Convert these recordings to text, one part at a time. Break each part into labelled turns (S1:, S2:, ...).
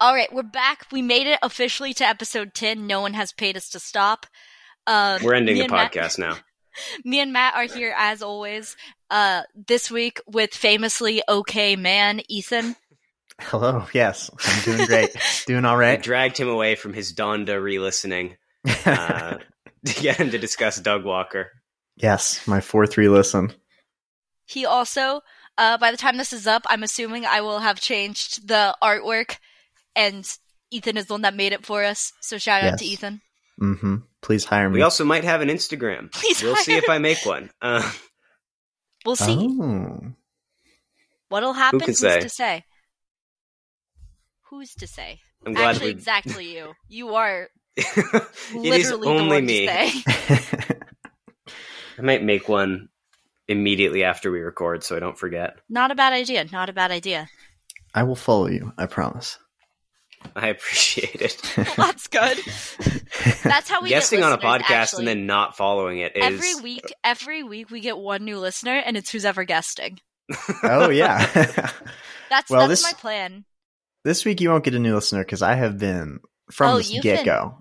S1: All right, we're back. We made it officially to episode 10. No one has paid us to stop. Um,
S2: We're ending
S1: me
S2: the
S1: and Matt-
S2: podcast now.
S1: me and Matt are here as always. Uh, this week with famously okay man Ethan.
S3: Hello. Yes, I'm doing great. doing all right.
S2: I dragged him away from his Donda re-listening uh, to get him to discuss Doug Walker.
S3: yes, my four three listen.
S1: He also, uh, by the time this is up, I'm assuming I will have changed the artwork, and Ethan is the one that made it for us. So shout out to
S3: Yes.
S1: Ethan.
S3: Mm-hmm. Please hire me.
S2: We also might have an Instagram.
S1: Please
S2: We'll see
S1: hire-
S2: if I make one. Uh,
S1: We'll see
S3: oh,
S1: what'll happen.
S2: can
S1: Who's
S2: say?
S1: to say? Who's to say?
S2: I'm glad
S1: Actually, exactly you. You are
S2: we. it
S1: literally
S2: is
S1: the
S2: only
S1: one
S2: me.
S1: to
S2: I
S1: say.
S2: might make one immediately after we record, so I don't forget.
S1: Not a bad idea. Not a bad idea.
S3: I will follow you. I promise.
S2: I appreciate it.
S1: Well, that's good. That's how we
S2: Guesting
S1: get
S2: on a
S1: listeners,
S2: podcast
S1: actually.
S2: and then not following it is
S1: every week. Every week we get one new listener, and it's who's ever guesting.
S3: Oh yeah.
S1: That's
S3: Well,
S1: that's
S3: this-
S1: my plan.
S3: this week you won't get a new listener because I have been from
S1: Oh,
S3: the
S1: you've
S3: get go.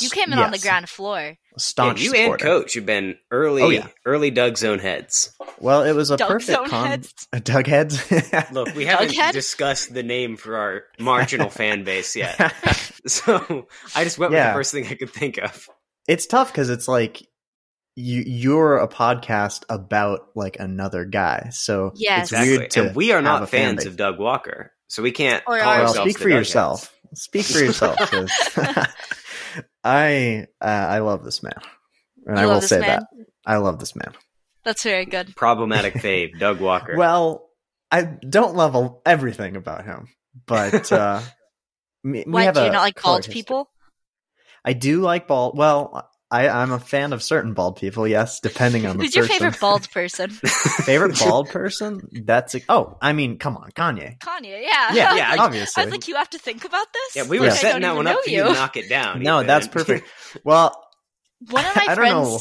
S1: You came in on the ground floor.
S2: Yeah,
S3: Staunch
S2: you and
S3: supporter.
S2: Coach have been early,
S3: Oh, yeah.
S2: early Doug Zone heads.
S3: Well, it was a
S1: Doug
S3: perfect
S1: Zone
S3: con.
S1: heads.
S3: Doug heads.
S2: Look, we haven't
S1: Jughead?
S2: discussed the name for our marginal fan base yet, so I just went with
S3: Yeah.
S2: the first thing I could think of.
S3: it's tough because it's like you you're a podcast about like another guy, so
S1: Yes.
S3: it's weird to
S2: and we are
S3: have
S2: not
S3: a fan
S2: fans
S3: base.
S2: of Doug Walker, so we can't
S1: Or are-
S2: call
S3: well,
S2: ourselves.
S3: speak
S2: the
S3: for
S2: Dougheads.
S3: yourself. Speak for yourself. 'cause I uh, I love this man, and
S1: You
S3: I
S1: love
S3: will
S1: this
S3: say
S1: man?
S3: that I love this man.
S1: That's very good.
S2: Problematic fave, Doug Walker.
S3: Well, I don't love a- everything about him, but uh, me- we
S1: Why
S3: have
S1: do you
S3: a
S1: not like
S3: color
S1: bald
S3: history.
S1: people?
S3: I do like bald. Well, I, I'm a fan of certain bald people. Yes, depending on the
S1: Who's your
S3: person.
S1: favorite bald person?
S3: favorite bald person? That's a, oh, I mean, come on, Kanye.
S1: Kanye. Yeah.
S3: Yeah,
S2: yeah, I-
S3: obviously.
S1: I was like, you have to think about this.
S2: yeah, we were
S3: Yeah.
S1: Like, I don't
S2: setting that
S1: even
S2: one up
S1: know
S2: for you
S1: you.
S2: to knock it down.
S3: no,
S2: Ethan.
S3: that's perfect. Well,
S1: One of my
S3: I don't
S1: friends.
S3: know.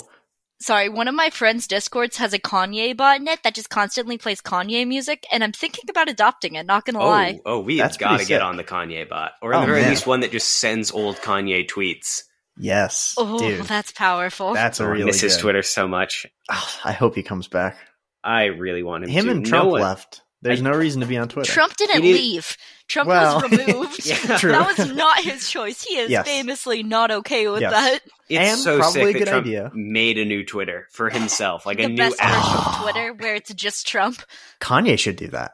S1: Sorry, one of my friends' discords has a Kanye bot in it that just constantly plays Kanye music, and I'm thinking about adopting it. Not gonna
S2: Oh,
S1: lie.
S2: oh, we
S3: That's
S2: have got to
S3: pretty
S2: get
S3: sick.
S2: on the Kanye bot, or at
S3: Oh,
S2: the very
S3: man.
S2: least one that just sends old Kanye tweets.
S3: Yes,
S1: Oh,
S3: dude,
S1: that's powerful.
S3: that's a
S2: Oh,
S3: really
S2: I miss his
S3: good-
S2: Twitter so much.
S3: Oh, I hope he comes back.
S2: I really want him.
S3: Him
S2: to.
S3: and
S2: No
S3: Trump
S2: one-
S3: left. There's no reason to be on Twitter.
S1: Trump didn't
S2: He did-
S1: leave. Trump
S3: Well,
S1: was removed.
S2: Yeah.
S3: True.
S1: That was not his choice. He is
S3: Yes.
S1: famously not okay with
S3: Yes.
S1: that.
S2: It's
S3: And
S2: so
S3: probably
S2: sick
S3: a
S2: that
S3: good
S2: Trump
S3: idea.
S2: made a new Twitter for himself, like
S1: the
S2: a new
S1: best
S2: app.
S1: version of Twitter where it's just Trump.
S3: Kanye should do that.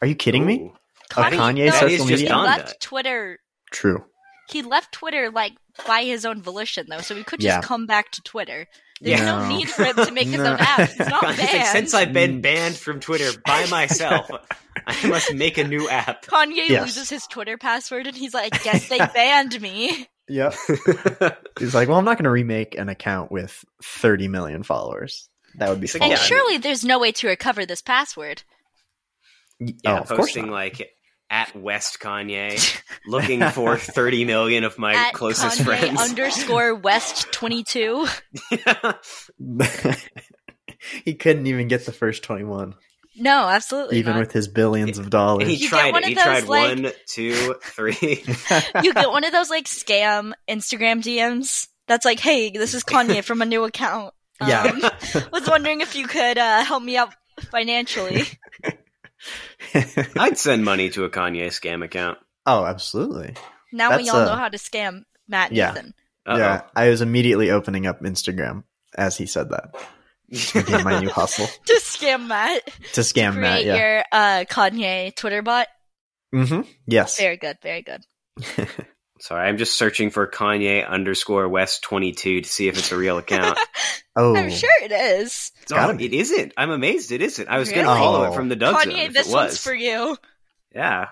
S3: Are you kidding me?
S2: Ooh.
S3: A
S2: I think
S3: Kanye
S1: no,
S2: he's
S3: social
S2: just
S1: He
S3: media?
S2: done
S1: left
S2: that.
S1: Twitter.
S3: True.
S1: He left Twitter like by his own volition, though, so he could just
S3: Yeah.
S1: come back to Twitter. There's no
S3: No.
S1: need for him to make his
S3: No.
S1: own app. He's not
S2: Kanye's like,
S1: banned.
S2: Since I've
S3: Mm.
S2: been banned from Twitter by myself, I must make a new app.
S1: Kanye
S3: Yes.
S1: loses his Twitter password, and he's like, "Guess they banned me."
S3: Yep. He's like, well, I'm not going to remake an account with 30 million followers. That would be
S2: He's like,
S3: fun.
S1: And
S2: Yeah, I mean-
S1: surely there's no way to recover this password.
S2: yeah,
S3: oh, of course
S2: posting
S3: not.
S2: like at West Kanye, looking for thirty million of my
S1: At
S2: closest
S1: Kanye
S2: friends.
S1: underscore West twenty two.
S3: he couldn't even get the first 21,
S1: No, absolutely
S3: even
S1: not.
S3: with his billions of
S2: and
S3: dollars.
S2: he
S1: You get
S2: tried
S1: one
S2: it.
S1: of
S2: He
S1: those,
S2: tried
S1: like-
S2: one, two, three.
S1: you get one of those like scam Instagram DMs that's like, "Hey, this is Kanye from a new account. Um.
S3: Yeah.
S1: was wondering if you could uh, help me out financially."
S2: I'd send money to a Kanye scam account.
S3: oh, absolutely.
S1: Now we
S3: That's,
S1: all
S3: uh,
S1: know how to scam Matt and
S3: yeah.
S1: Ethan.
S2: Uh-oh.
S3: Yeah, I was immediately opening up Instagram as he said that. Became my new hustle
S1: To scam Matt,
S3: to scam
S1: create
S3: Matt. Yeah.
S1: your uh, Kanye Twitter bot.
S3: hmm Yes.
S1: Very good, very good.
S2: Sorry, I'm just searching for Kanye underscore West twenty two to see if it's a real account.
S3: Oh,
S1: I'm sure it is.
S2: No,
S3: gotta be.
S2: it isn't. I'm amazed it isn't. I was
S1: Really?
S2: going to follow
S3: Oh.
S2: it from the Doug Zone
S1: Kanye,
S2: if
S1: this
S2: it
S1: one's
S2: was.
S1: for you.
S2: yeah,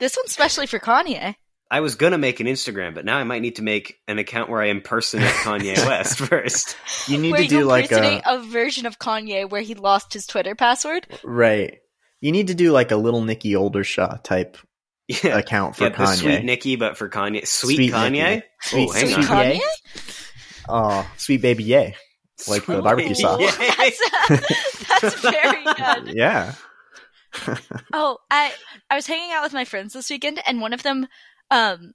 S1: This one's especially for Kanye.
S2: I was going to make an Instagram, but now I might need to make an account where I impersonate Kanye West first.
S3: you need
S1: where
S3: to do
S1: you
S3: like uh,
S1: impersonate
S3: a
S1: a version of Kanye where he lost his Twitter password.
S3: right. You need to do like a little Nicky Oldershaw type
S2: Yeah,
S3: account for
S2: yeah the
S3: Kanye.
S2: sweet Nikki, but for Kanye, sweet,
S3: Sweet
S2: Kanye,
S3: Nicki. Sweet,
S2: Oh, hang
S1: Sweet
S2: on.
S3: sweet
S1: Kanye?
S3: yay. Oh, sweet baby yay. Like the
S2: Sweet
S3: barbecue sauce.
S2: Yay.
S1: That's, uh, that's very good.
S3: Yeah.
S1: Oh, I I was hanging out with my friends this weekend, and one of them Um,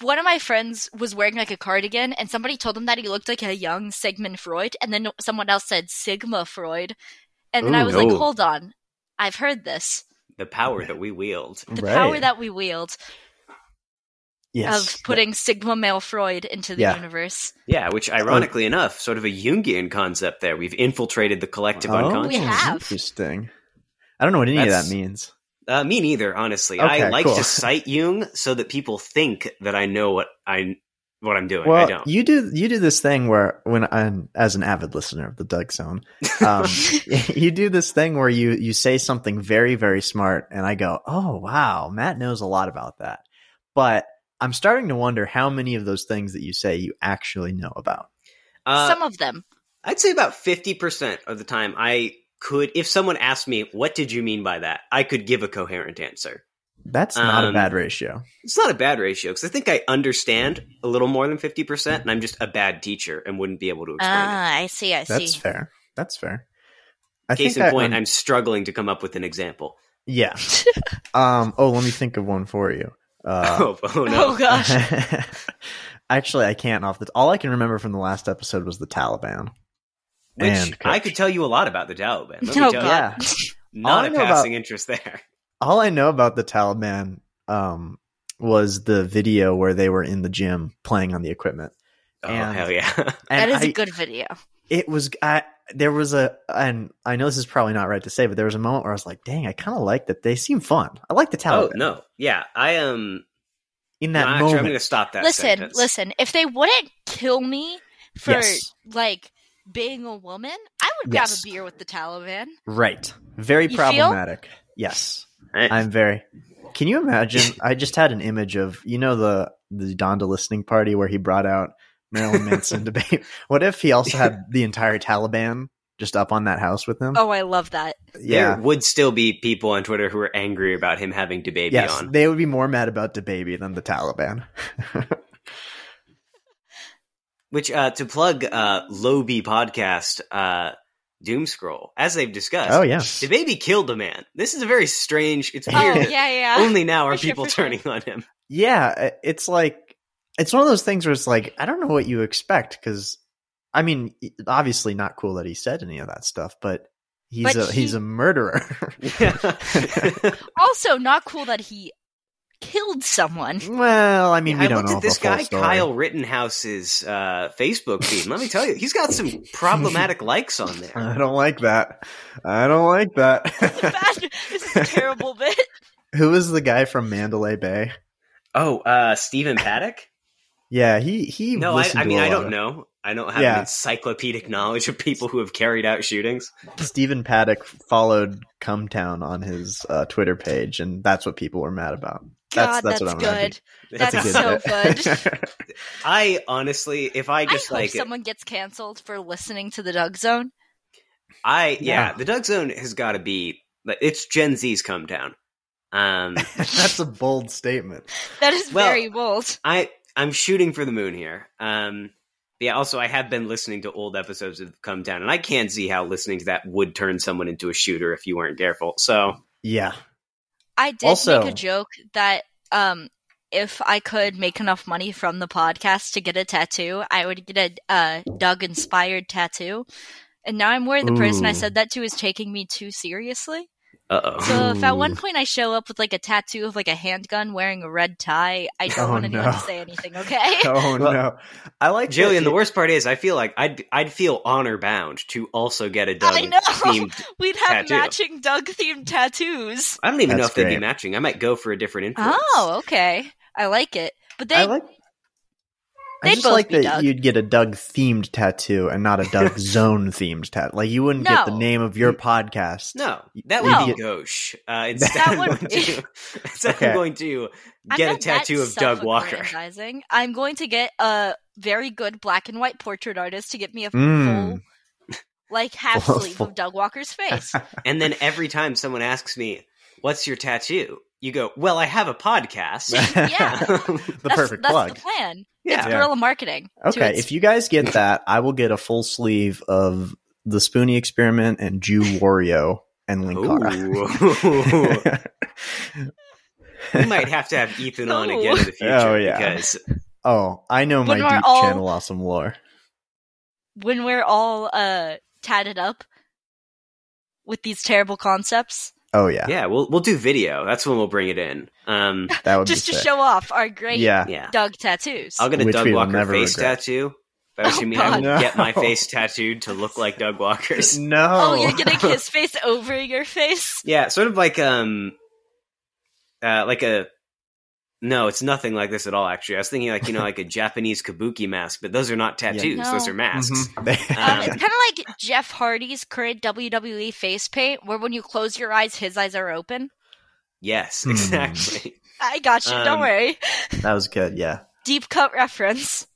S1: one of my friends was wearing like a cardigan, and somebody told him that he looked like a young Sigmund Freud, and then someone else said Sigma Freud, and then I
S3: Ooh,
S1: was like,
S2: no.
S1: "Hold on, I've heard this.
S2: The power that we wield.
S1: The
S3: Right.
S1: power that we wield
S3: yes.
S1: of putting Sigma male Freud into the
S3: Yeah.
S1: universe.
S2: Yeah, which ironically enough, sort of a Jungian concept there. We've infiltrated the collective unconscious.
S1: We have.
S3: Oh, Interesting. I don't know what any
S2: That's-
S3: of that means.
S2: Uh, me neither, honestly. I
S3: Okay,
S2: like
S3: cool.
S2: to cite Jung so that people think that I know what I what I'm doing. I
S3: Well,
S2: don't.
S3: you do you do this thing where when i as an avid listener of the Doug Zone, um, you do this thing where you you say something very very smart, and I go, "Oh wow, Matt knows a lot about that." But I'm starting to wonder how many of those things that you say you actually know about.
S2: Uh,
S1: Some of them.
S2: I'd say about fifty percent of the time, I could, if someone asked me, "What did you mean by that?" I could give a coherent answer.
S3: That's not
S2: Um,
S3: a bad ratio.
S2: It's not a bad ratio because I think I understand a little more than fifty percent, and I'm just a bad teacher and wouldn't be able to explain it.
S1: Ah, I see. I
S3: That's
S1: see.
S3: fair. That's fair. I
S2: Case
S3: think
S2: in
S3: I-
S2: point,
S3: um,
S2: I'm struggling to come up with an example.
S3: yeah. um. Oh, let me think of one for you. Uh,
S2: oh, oh no!
S1: Oh gosh.
S3: Actually, I can't off the. All I can remember from the last episode was the Taliban.
S2: Which
S3: and
S2: I could tell you a lot about the Taliban. Let me
S1: Oh,
S2: tell you.
S1: God.
S3: yeah. All
S2: Not
S3: I
S2: a
S3: know about-
S2: passing interest there.
S3: All I know about the Taliban um, was the video where they were in the gym playing on the equipment.
S2: Oh
S3: And-
S2: hell yeah!
S1: That
S3: And
S1: is
S3: I-
S1: a good video.
S3: it was I, there was a and I know this is probably not right to say, but there was a moment where I was like, "Dang, I kind of like that. They seem fun. I like the Taliban."
S2: Oh no! Yeah, I am.
S3: In
S2: no,
S3: that
S2: actually, I'm
S3: moment,
S2: going to stop that.
S1: listen,
S2: sentence.
S1: listen. If they wouldn't kill me for
S3: Yes.
S1: like being a woman, I would
S3: Yes.
S1: grab a beer with the Taliban.
S3: right? Very
S1: You feel?
S3: problematic. Yes.
S2: Right?
S3: I'm very. Can you imagine? I just had an image of you know the the Donda listening party where he brought out Marilyn Manson debate. What if he also had the entire Taliban just up on that house with him?
S1: Oh, I love that.
S3: yeah.
S2: There would still be people on Twitter who are angry about him having to baby
S3: Yes,
S2: on.
S3: they would be more mad about the baby than the Taliban.
S2: Which uh, to plug uh, Lobby podcast, uh, Doom Scroll, as they've discussed.
S3: oh yeah,
S2: the baby killed a man. This is a very strange. It's
S1: Oh
S2: weird.
S1: yeah, yeah.
S2: Only now are
S1: For sure,
S2: people
S1: for sure.
S2: turning on him.
S3: yeah. i- It's like it's one of those things where it's like I don't know what you expect because I mean, i- obviously not cool that he said any of that stuff, but he's
S1: But
S3: a
S1: he-
S3: he's a murderer.
S1: Also, not cool that he killed someone.
S3: well, I mean, we
S2: I
S3: don't
S2: looked
S3: know
S2: at this
S3: the full
S2: guy
S3: story.
S2: Kyle Rittenhouse's uh, Facebook feed. and Let me tell you, he's got some problematic likes on
S3: I
S2: there.
S3: don't like that. I don't like
S1: It's a
S3: that.
S1: bad. this is a terrible bit.
S3: Who is the guy from Mandalay Bay?
S2: Oh, uh, Stephen Paddock.
S3: Yeah, he he.
S2: No, I,
S3: listened
S2: I
S3: to
S2: mean
S3: a
S2: I
S3: lot
S2: don't
S3: of-
S2: know. I don't have an
S3: Yeah.
S2: encyclopedic knowledge of people who have carried out shootings.
S3: Stephen Paddock followed Cumtown on his uh, Twitter page, and that's what people were mad about.
S1: God,
S3: that's
S1: that's,
S3: what I'm gonna
S1: good.
S3: do.
S1: That's so good.
S2: I honestly, if I
S1: I
S2: just
S1: hope
S2: like,
S1: someone gets canceled for listening to the Doug Zone.
S2: I yeah,
S3: Yeah.
S2: the Doug Zone has got to be. like, It's Gen Z's come down. Um,
S3: that's a bold statement.
S1: That is
S2: Well-
S1: very bold.
S2: I I'm shooting for the moon here. Um, but yeah. Also, I have been listening to old episodes of Come Down, and I can't see how listening to that would turn someone into a shooter if you weren't careful. So
S3: Yeah,
S1: I did
S3: Also-
S1: make a joke that um, if I could make enough money from the podcast to get a tattoo, I would get a uh, Doug inspired tattoo. And now I'm worried the person I
S3: Ooh.
S1: said that to is taking me too seriously.
S2: uh oh.
S1: So if at one
S3: Ooh.
S1: point I show up with like a tattoo of like a handgun wearing a red tie, I don't
S3: Oh,
S1: want anyone
S3: no.
S1: to say anything, okay?
S3: Oh
S2: Well-
S3: no, I like
S2: Jillian,
S3: that
S2: the
S3: he-
S2: worst part is, I feel like I'd I'd feel honor bound to also get a Doug
S1: I know.
S2: themed
S1: We'd have
S2: Tattoo.
S1: matching Doug themed tattoos.
S2: I don't even know
S3: That's
S2: if they'd be
S3: great.
S2: matching. I might go for a different influence.
S1: Oh, okay. I like it. But
S3: I
S1: they
S3: like. I
S1: they'd
S3: just
S1: both
S3: like
S1: be
S3: that
S1: Doug.
S3: you'd get a Doug themed tattoo and not a Doug zone themed tattoo. Like you wouldn't get the
S1: No.
S3: name of your podcast.
S2: No, that
S1: No.
S2: would be gauche. Uh, instead, I'm
S1: That would
S2: going
S1: be-
S2: to, instead I'm
S3: Okay.
S2: going to
S1: I'm
S2: get a
S1: not that
S2: tattoo of Doug Walker.
S1: self-aggrandizing. I'm going to get a very good black and white portrait artist to get me a
S3: Mm.
S1: full, like half
S3: Full-
S1: sleeve
S3: full-
S1: of Doug Walker's face.
S2: And then every time someone asks me, what's your tattoo? You go, well, I have a podcast.
S1: Yeah.
S3: the
S1: that's,
S3: perfect
S1: that's
S3: plug.
S1: the plan. It's
S2: yeah.
S3: Yeah.
S1: guerrilla marketing. to
S3: Okay,
S1: its-
S3: if you guys get that, I will get a full sleeve of the Spoonie Experiment and Jew Wario and Linkara.
S2: Ooh. we might have to have Ethan on
S1: No.
S2: again in the future
S3: Oh, yeah.
S2: because
S3: Oh, I know my
S1: When we're
S3: deep
S1: all-
S3: channel awesome lore.
S1: when we're all uh tatted up with these terrible concepts
S3: Oh yeah,
S2: yeah, we'll we'll do video. That's when we'll bring it in. Um,
S3: that would
S1: just
S3: be
S1: to
S3: sick.
S1: show off our great
S3: yeah, Oh.
S2: yeah,
S1: Doug tattoos.
S2: I'll get a
S3: Which
S2: Doug
S3: we will
S2: Walker
S3: never
S2: face
S3: regret.
S2: tattoo. By which
S1: Oh,
S2: you mean I will
S3: God.
S2: get my
S3: No.
S2: face tattooed to look like Doug Walker's.
S3: no.
S1: oh, you're getting his face over your face.
S2: Yeah, sort of like um, uh, like a. No, it's nothing like this at all. Actually, I was thinking like you know like a Japanese kabuki mask, but those are not
S3: Yeah.
S2: tattoos;
S1: No.
S2: those are masks.
S3: Mhm.
S1: Um,
S2: Um,
S1: it's kind of like Jeff Hardy's current WWE face paint, where when you close your eyes, his eyes are open.
S2: Yes,
S3: Hmm.
S2: exactly.
S1: I got you.
S2: Um,
S1: don't worry.
S3: that was good. Yeah,
S1: Deep cut reference.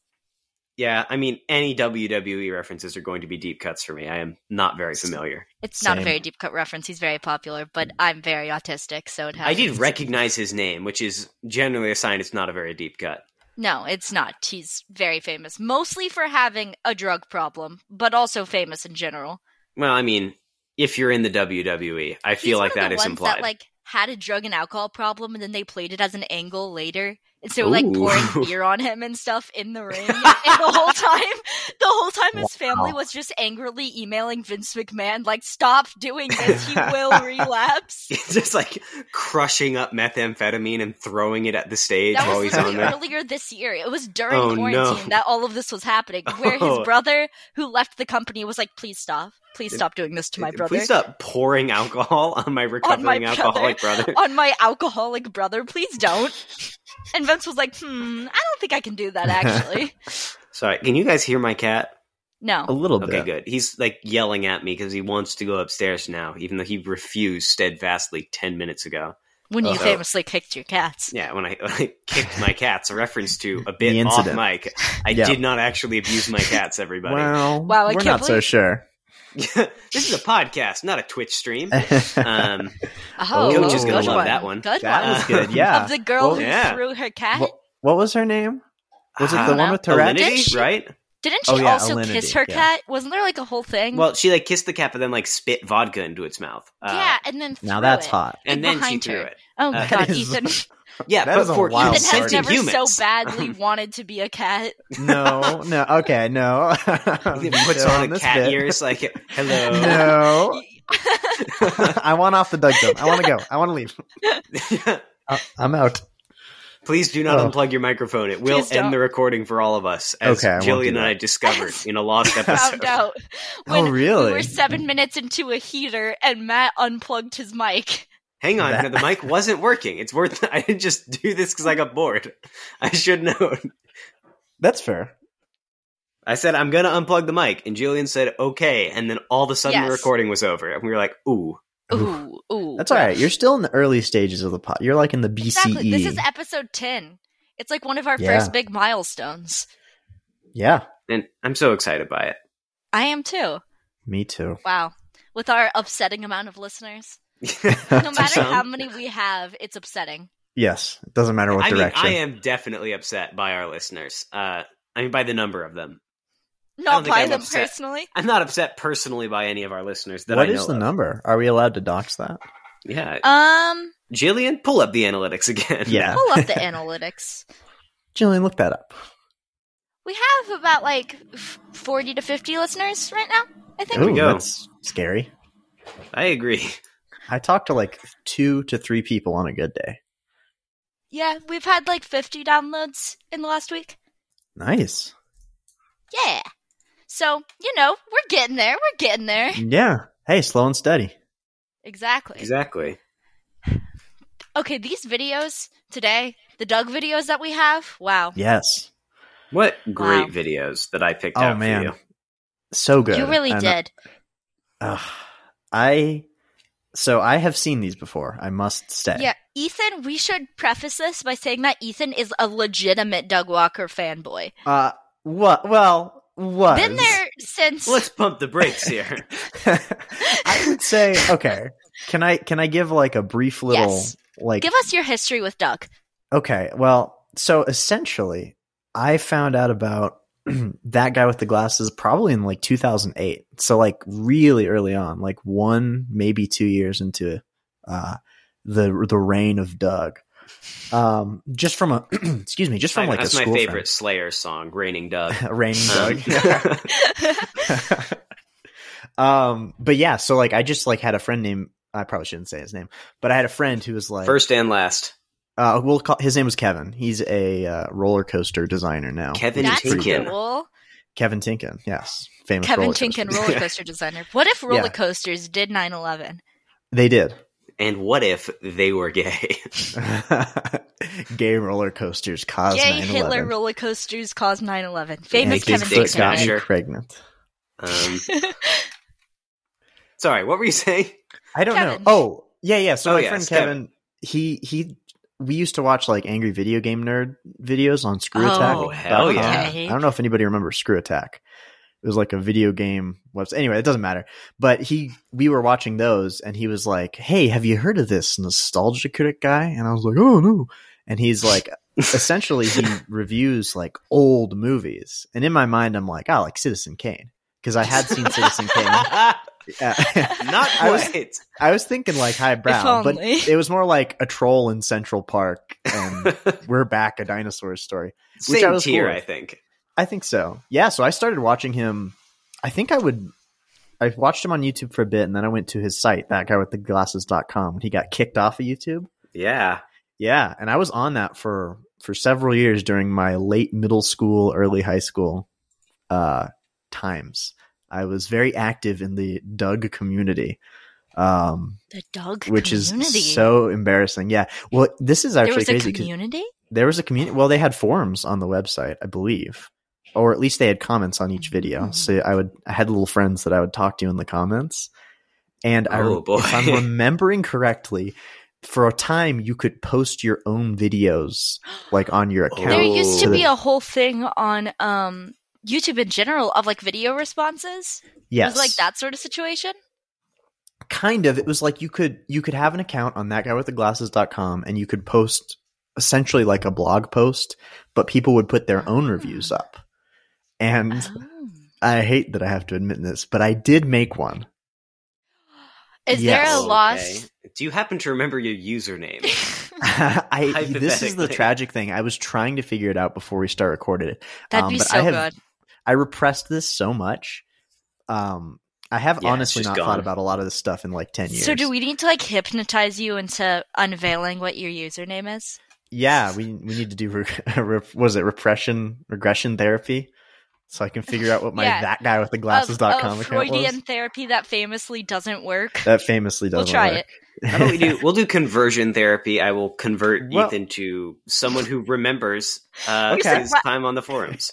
S2: Yeah, I mean, any WWE references are going to be deep cuts for me. I am not very familiar.
S1: It's not a
S3: Same.
S1: very deep cut reference. He's very popular, but I'm very autistic, so it
S2: I
S1: happens.
S2: did recognize his name, which is generally a sign it's not a very deep cut.
S1: No, it's not. He's very famous, mostly for having a drug problem, but also famous in general.
S2: Well, I mean, if you're in the WWE, I
S1: He's
S2: feel like
S1: one of
S2: that
S1: the
S2: is
S1: ones
S2: implied.
S1: That like had a drug and alcohol problem, and then they played it as an angle later, and so like
S2: Ooh.
S1: pouring beer on him and stuff in the ring. and the whole time, the whole time, his family
S3: Wow.
S1: was just angrily emailing Vince McMahon like, "Stop doing this. He will relapse."
S2: It's just like crushing up methamphetamine and throwing it at the stage
S1: That
S2: while
S1: was
S2: he's on
S1: literally
S2: there.
S1: earlier this year. It was during
S2: Oh, no.
S1: quarantine that all of this was happening. Where
S2: Oh.
S1: his brother, who left the company, was like, "Please stop! Please stop doing this to my brother."
S2: Please stop pouring alcohol on my recovering
S1: brother.
S2: alcoholic brother.
S1: on my alcoholic brother, please don't. And Vince was like, hmm, I don't think I can do that actually.
S2: Sorry, can you guys hear my cat?
S3: a
S1: No.
S3: little
S2: Okay,
S3: bit.
S2: good. He's like yelling at me because he wants to go upstairs now, even though he refused steadfastly 10 minutes ago.
S1: When you
S2: Uh-oh.
S1: famously kicked your cats.
S2: Yeah, when I, when I kicked my cats, a reference to a bit
S3: The
S2: off
S3: incident.
S2: mic, I
S3: Yeah.
S2: did not actually abuse my cats, everybody.
S3: Well,
S1: Wow, I
S3: we're
S1: can't
S3: not so
S1: believe-
S3: sure.
S2: this is a podcast, not a Twitch stream. Um,
S1: Oh,
S3: Coach is gonna
S1: good
S3: love
S1: one.
S2: that one.
S1: Good
S3: that
S1: one.
S3: was good. Yeah.
S1: Of the girl
S3: Well,
S1: who
S2: yeah.
S1: threw her cat.
S3: What, what was her name? Was it
S2: Ah,
S3: the one with Tourette's?
S2: Alinity,
S1: Did she-
S2: right?
S1: Didn't she
S3: Oh, yeah,
S1: also
S3: Alinity,
S1: kiss her
S3: yeah.
S1: cat? Wasn't there like a whole thing?
S2: Well, she like kissed the cat, but then like spit vodka into its mouth. Uh,
S1: yeah, and then
S3: Now
S1: threw
S3: that's
S1: it.
S3: hot.
S2: and then she
S1: behind
S2: threw
S1: her.
S2: it.
S1: Oh
S2: Uh,
S1: god,
S3: that is-
S1: Ethan.
S2: Yeah,
S3: That
S2: but
S3: is a
S2: for
S3: wild
S2: even
S1: Ethan has
S3: party.
S2: sentient
S1: never so
S2: humans,
S1: badly wanted to be a cat.
S3: No, no. Okay, no.
S2: he
S3: I'm
S2: puts
S3: still
S2: on, a
S3: this
S2: cat
S3: bit.
S2: ears like, "Hello."
S3: No. I want off the Doug Zone. I want to go. I want to leave. Uh, I'm out.
S2: Please do not
S3: Oh.
S2: unplug your micicrophone. It will
S1: Please don't.
S2: end the recording for all of us, as
S3: Okay, I won't
S2: Jillian
S3: do
S2: and I
S3: that.
S2: discovered in a lost
S1: found
S2: episode.
S1: out.
S3: Oh, really?
S1: We were seven minutes into a heater, and Matt unplugged his mic.
S2: Hang on,
S3: That-
S2: no, the mic wasn't working. It's worth. I didn't just do this because I got bored. I should know.
S3: That's fair.
S2: I said I'm gonna unplug the mic, and Jillian said okay, and then all of a sudden
S1: Yes.
S2: the recording was over, and we were like, "Ooh,
S1: Ooh, ooh.
S3: That's all right. You're still in the early stages of the pot. You're like in the E. BCE.
S1: Exactly. This is episode ten. It's like one of our
S3: Yeah.
S1: first big milestones.
S3: yeah,
S2: and I'm so excited by it."
S1: I am too.
S3: me too.
S1: Wow. With our upsetting amount of listeners. No
S2: To
S1: matter how
S2: some-
S1: many we have, it's upsetting.
S3: Yes, it doesn't matter what
S2: I mean,
S3: direction.
S2: I am definitely upset by our listeners. Uh, I mean, by the number of them. don't
S1: Not
S2: think
S1: by
S2: I'm
S1: them
S2: upset.
S1: personally.
S2: I'm not upset personally by any of our listeners that
S3: What
S2: I
S3: is
S2: know.
S3: the
S2: of.
S3: number? Are we allowed to dox that?
S2: Yeah,
S1: Um,
S2: Jillian, pull up the analytics again.
S3: Yeah.
S1: pull up the analytics.
S3: Jillian, look that up.
S1: We have about like f- forty to fifty listeners right now. I think.
S2: There we
S3: Ooh,
S2: go.
S3: That's scary.
S2: I agree.
S3: I talk to like two to three people on a good day.
S1: Yeah, we've had like 50 downloads in the last week.
S3: Nice.
S1: Yeah. So, you know, we're getting there. We're getting there.
S3: Yeah. Hey, slow and steady.
S1: Exactly.
S2: Exactly.
S1: Okay, these videos today, the Doug videos that we have, wow.
S3: Yes.
S2: What great
S1: Wow.
S2: videos that I picked
S3: Oh,
S2: out
S3: man.
S2: for you.
S3: So good.
S1: You really
S3: And,
S1: did.
S3: uh, I. So I have seen these before. I must say.
S1: Yeah, Ethan, we should preface this by saying that Ethan is a legitimate Doug Walker fanboy.
S3: Uh. What? Well. Was.
S1: Been there since
S2: Let's pump the brakes here.
S3: I would say okay. Can I can I give like a brief little
S1: Yes.
S3: like
S1: Give us your history with Doug.
S3: Okay, well, so essentially I found out about that guy with the glasses probably in like 2008. So like really early on, like 1 maybe 2 years into uh the the reign of Doug. Um, just from a excuse me, just from like
S2: That's
S3: a
S2: my
S3: school
S2: favorite Slayer song, "Raining Dog."
S3: friend, raining
S2: Um,
S3: dog. um, but yeah, so like I just like had a friend named I probably shouldn't say his name, but I had a friend who was like
S2: First and last,
S3: Uh, we'll call his name was Kevin. He's a uh, roller coaster designer now.
S2: Kevin
S1: That's
S2: Tinkin.
S1: cool.
S3: Kevin Tinkin, yes, famous
S1: Kevin
S3: roller
S1: Tinkin,
S3: coaster.
S1: roller coaster designer. What if roller coasters did 9 11?
S3: They did
S2: And what if they were gay?
S3: gay roller coasters caused
S1: Gay
S3: 9/11.
S1: Hitler roller coasters caused 9 11. Famous
S3: And his
S1: Kevin
S2: dick
S3: foot got
S1: Tinkin.
S3: me
S2: Sure.
S3: pregnant.
S2: Um, sorry, what were you saying?
S3: I don't
S1: Kevin.
S3: know. Oh yeah, yeah. So
S2: Oh,
S3: my
S2: yes,
S3: friend
S2: Kevin.
S3: Kevin, he he. We used to watch like angry video game nerd videos on Screw
S1: Oh,
S3: Attack. uh,
S2: hell
S1: yeah.
S3: I don't know if anybody remembers Screw Attack. It was like a video game website. Anyway, it doesn't matter. But he, we were watching those, and he was like, "Hey, have you heard of this nostalgia critic guy?" And I was like, "Oh no!" And he's like, essentially, he reviews like old movies. And in my mind, I'm like, "Oh, like Citizen Kane," because I had seen Citizen Kane.
S2: Not
S3: Yeah. I was-
S2: quite.
S3: I was thinking like high brow, but
S1: only.
S3: it was more like a troll in Central Park, and we're back a dinosaur story. I
S2: Same
S3: was
S2: tier,
S3: cool
S2: I
S3: with.
S2: think.
S3: I think so. Yeah, so I started watching him. I think I would I watched him on YouTube for a bit and then I went to his site, that guy with the glasses.com when he got kicked off of YouTube.
S2: Yeah.
S3: Yeah, and I was on that for for several years during my late middle school, early high school uh times. I was very active in the Doug community. Um
S1: The dog
S3: which
S1: community.
S3: is so embarrassing. Yeah. Well, this is
S1: There
S3: actually
S1: was a
S3: crazy 'cause-
S1: community?
S3: there was a community. Well, they had forums on the website, I believe, or at least they had comments on each video.
S1: Mhm.
S3: So I would, I had little friends that I would talk to in the comments, and I,
S2: Oh, boy.
S3: if I'm remembering correctly, for a time you could post your own videos like on
S2: Oh.
S3: your account.
S1: There used to
S3: So
S1: be
S3: that-
S1: a whole thing on um, YouTube in general of like video responses.
S3: yes,
S1: It was like that sort of situation.
S3: kind of it was like you could you could have an account on that guy with the glasses.com and you could post essentially like a blog post but people would put their own
S1: Ah.
S3: reviews
S2: Hmm.
S3: up and
S1: Oh.
S3: i hate that i have to admit this but i did make one
S1: Is
S3: Yes.
S1: there a
S2: Oh, Okay.
S1: loss?
S2: Do you happen to remember your username?
S3: i this is the
S2: Hypothetically.
S3: tragic thing i was trying to figure it out before we start recorded it
S1: That'd
S3: Um,
S1: be
S3: but
S1: so
S3: I have-
S1: good.
S3: i repressed this so much um i have
S2: Yeah, it's
S3: honestly
S2: just
S3: not
S2: gone.
S3: thought about a lot of this stuff in like 10 years
S1: So, do we need to like hypnotize you into unveiling what your username is?
S3: yeah we we need to do re- re- was it repression regression therapy so i can figure out what my
S1: Yeah.
S3: that guy with the
S1: Of-
S3: glasses.com
S1: of
S3: account
S1: Freudian
S3: was
S1: therapy that famously doesn't work.
S3: that famously
S1: We'll
S3: doesn't
S1: try
S3: work.
S1: it.
S2: How about we do? We'll do conversion therapy. I will convert
S3: Well-
S2: Ethan to someone who remembers uh,
S3: Okay.
S2: his time on the forums.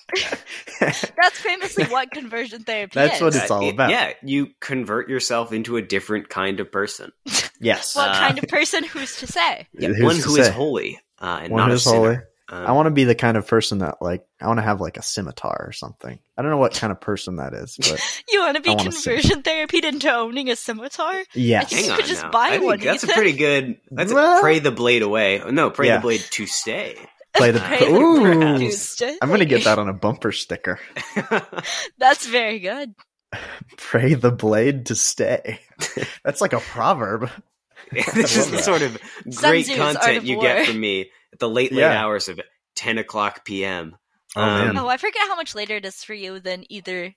S1: That's famously what conversion therapy
S3: That's
S1: is.
S3: what it's all
S2: Uh,
S3: about.
S2: Yeah, you convert yourself into a different kind of person.
S3: yes
S1: what
S2: Uh,
S1: kind of person? Who's to say?
S2: Yeah,
S3: Who's
S2: one
S3: to
S2: who is
S3: say?
S2: holy uh, and
S3: One
S2: not
S3: who
S2: a
S3: is holy.
S2: sinner. Um,
S3: i want to be the kind of person that like i want to have like a scimitar or something i don't know what kind of person that is but
S1: You want to be
S3: I wanna say-
S1: conversion therapied into owning a scimitar?
S3: yes
S1: think
S2: Hang
S1: You
S2: on
S1: could just
S2: now.
S1: buy
S2: I think
S1: one,
S2: That's a
S1: Ethan.
S2: pretty good. That's a,
S3: Well-
S2: pray the blade away. Oh, No, pray
S3: Yeah.
S2: the blade to stay.
S3: play the
S1: Pray the
S3: ooh
S2: Ooh.
S1: Tuesday.
S3: i'm gonna get that on a bumper sticker
S1: That's very good.
S3: pray the blade to stay that's like a proverb
S2: this is
S3: love
S2: the
S3: that.
S2: sort of
S1: Sun
S2: great
S1: Tzu's Art
S2: content
S1: of
S2: you
S1: War.
S2: get from me at the late, late
S3: Yeah.
S2: hours of 10 o'clock p.m.
S3: Oh,
S2: Um,
S3: man.
S1: Oh, I forget how much later it is for you than either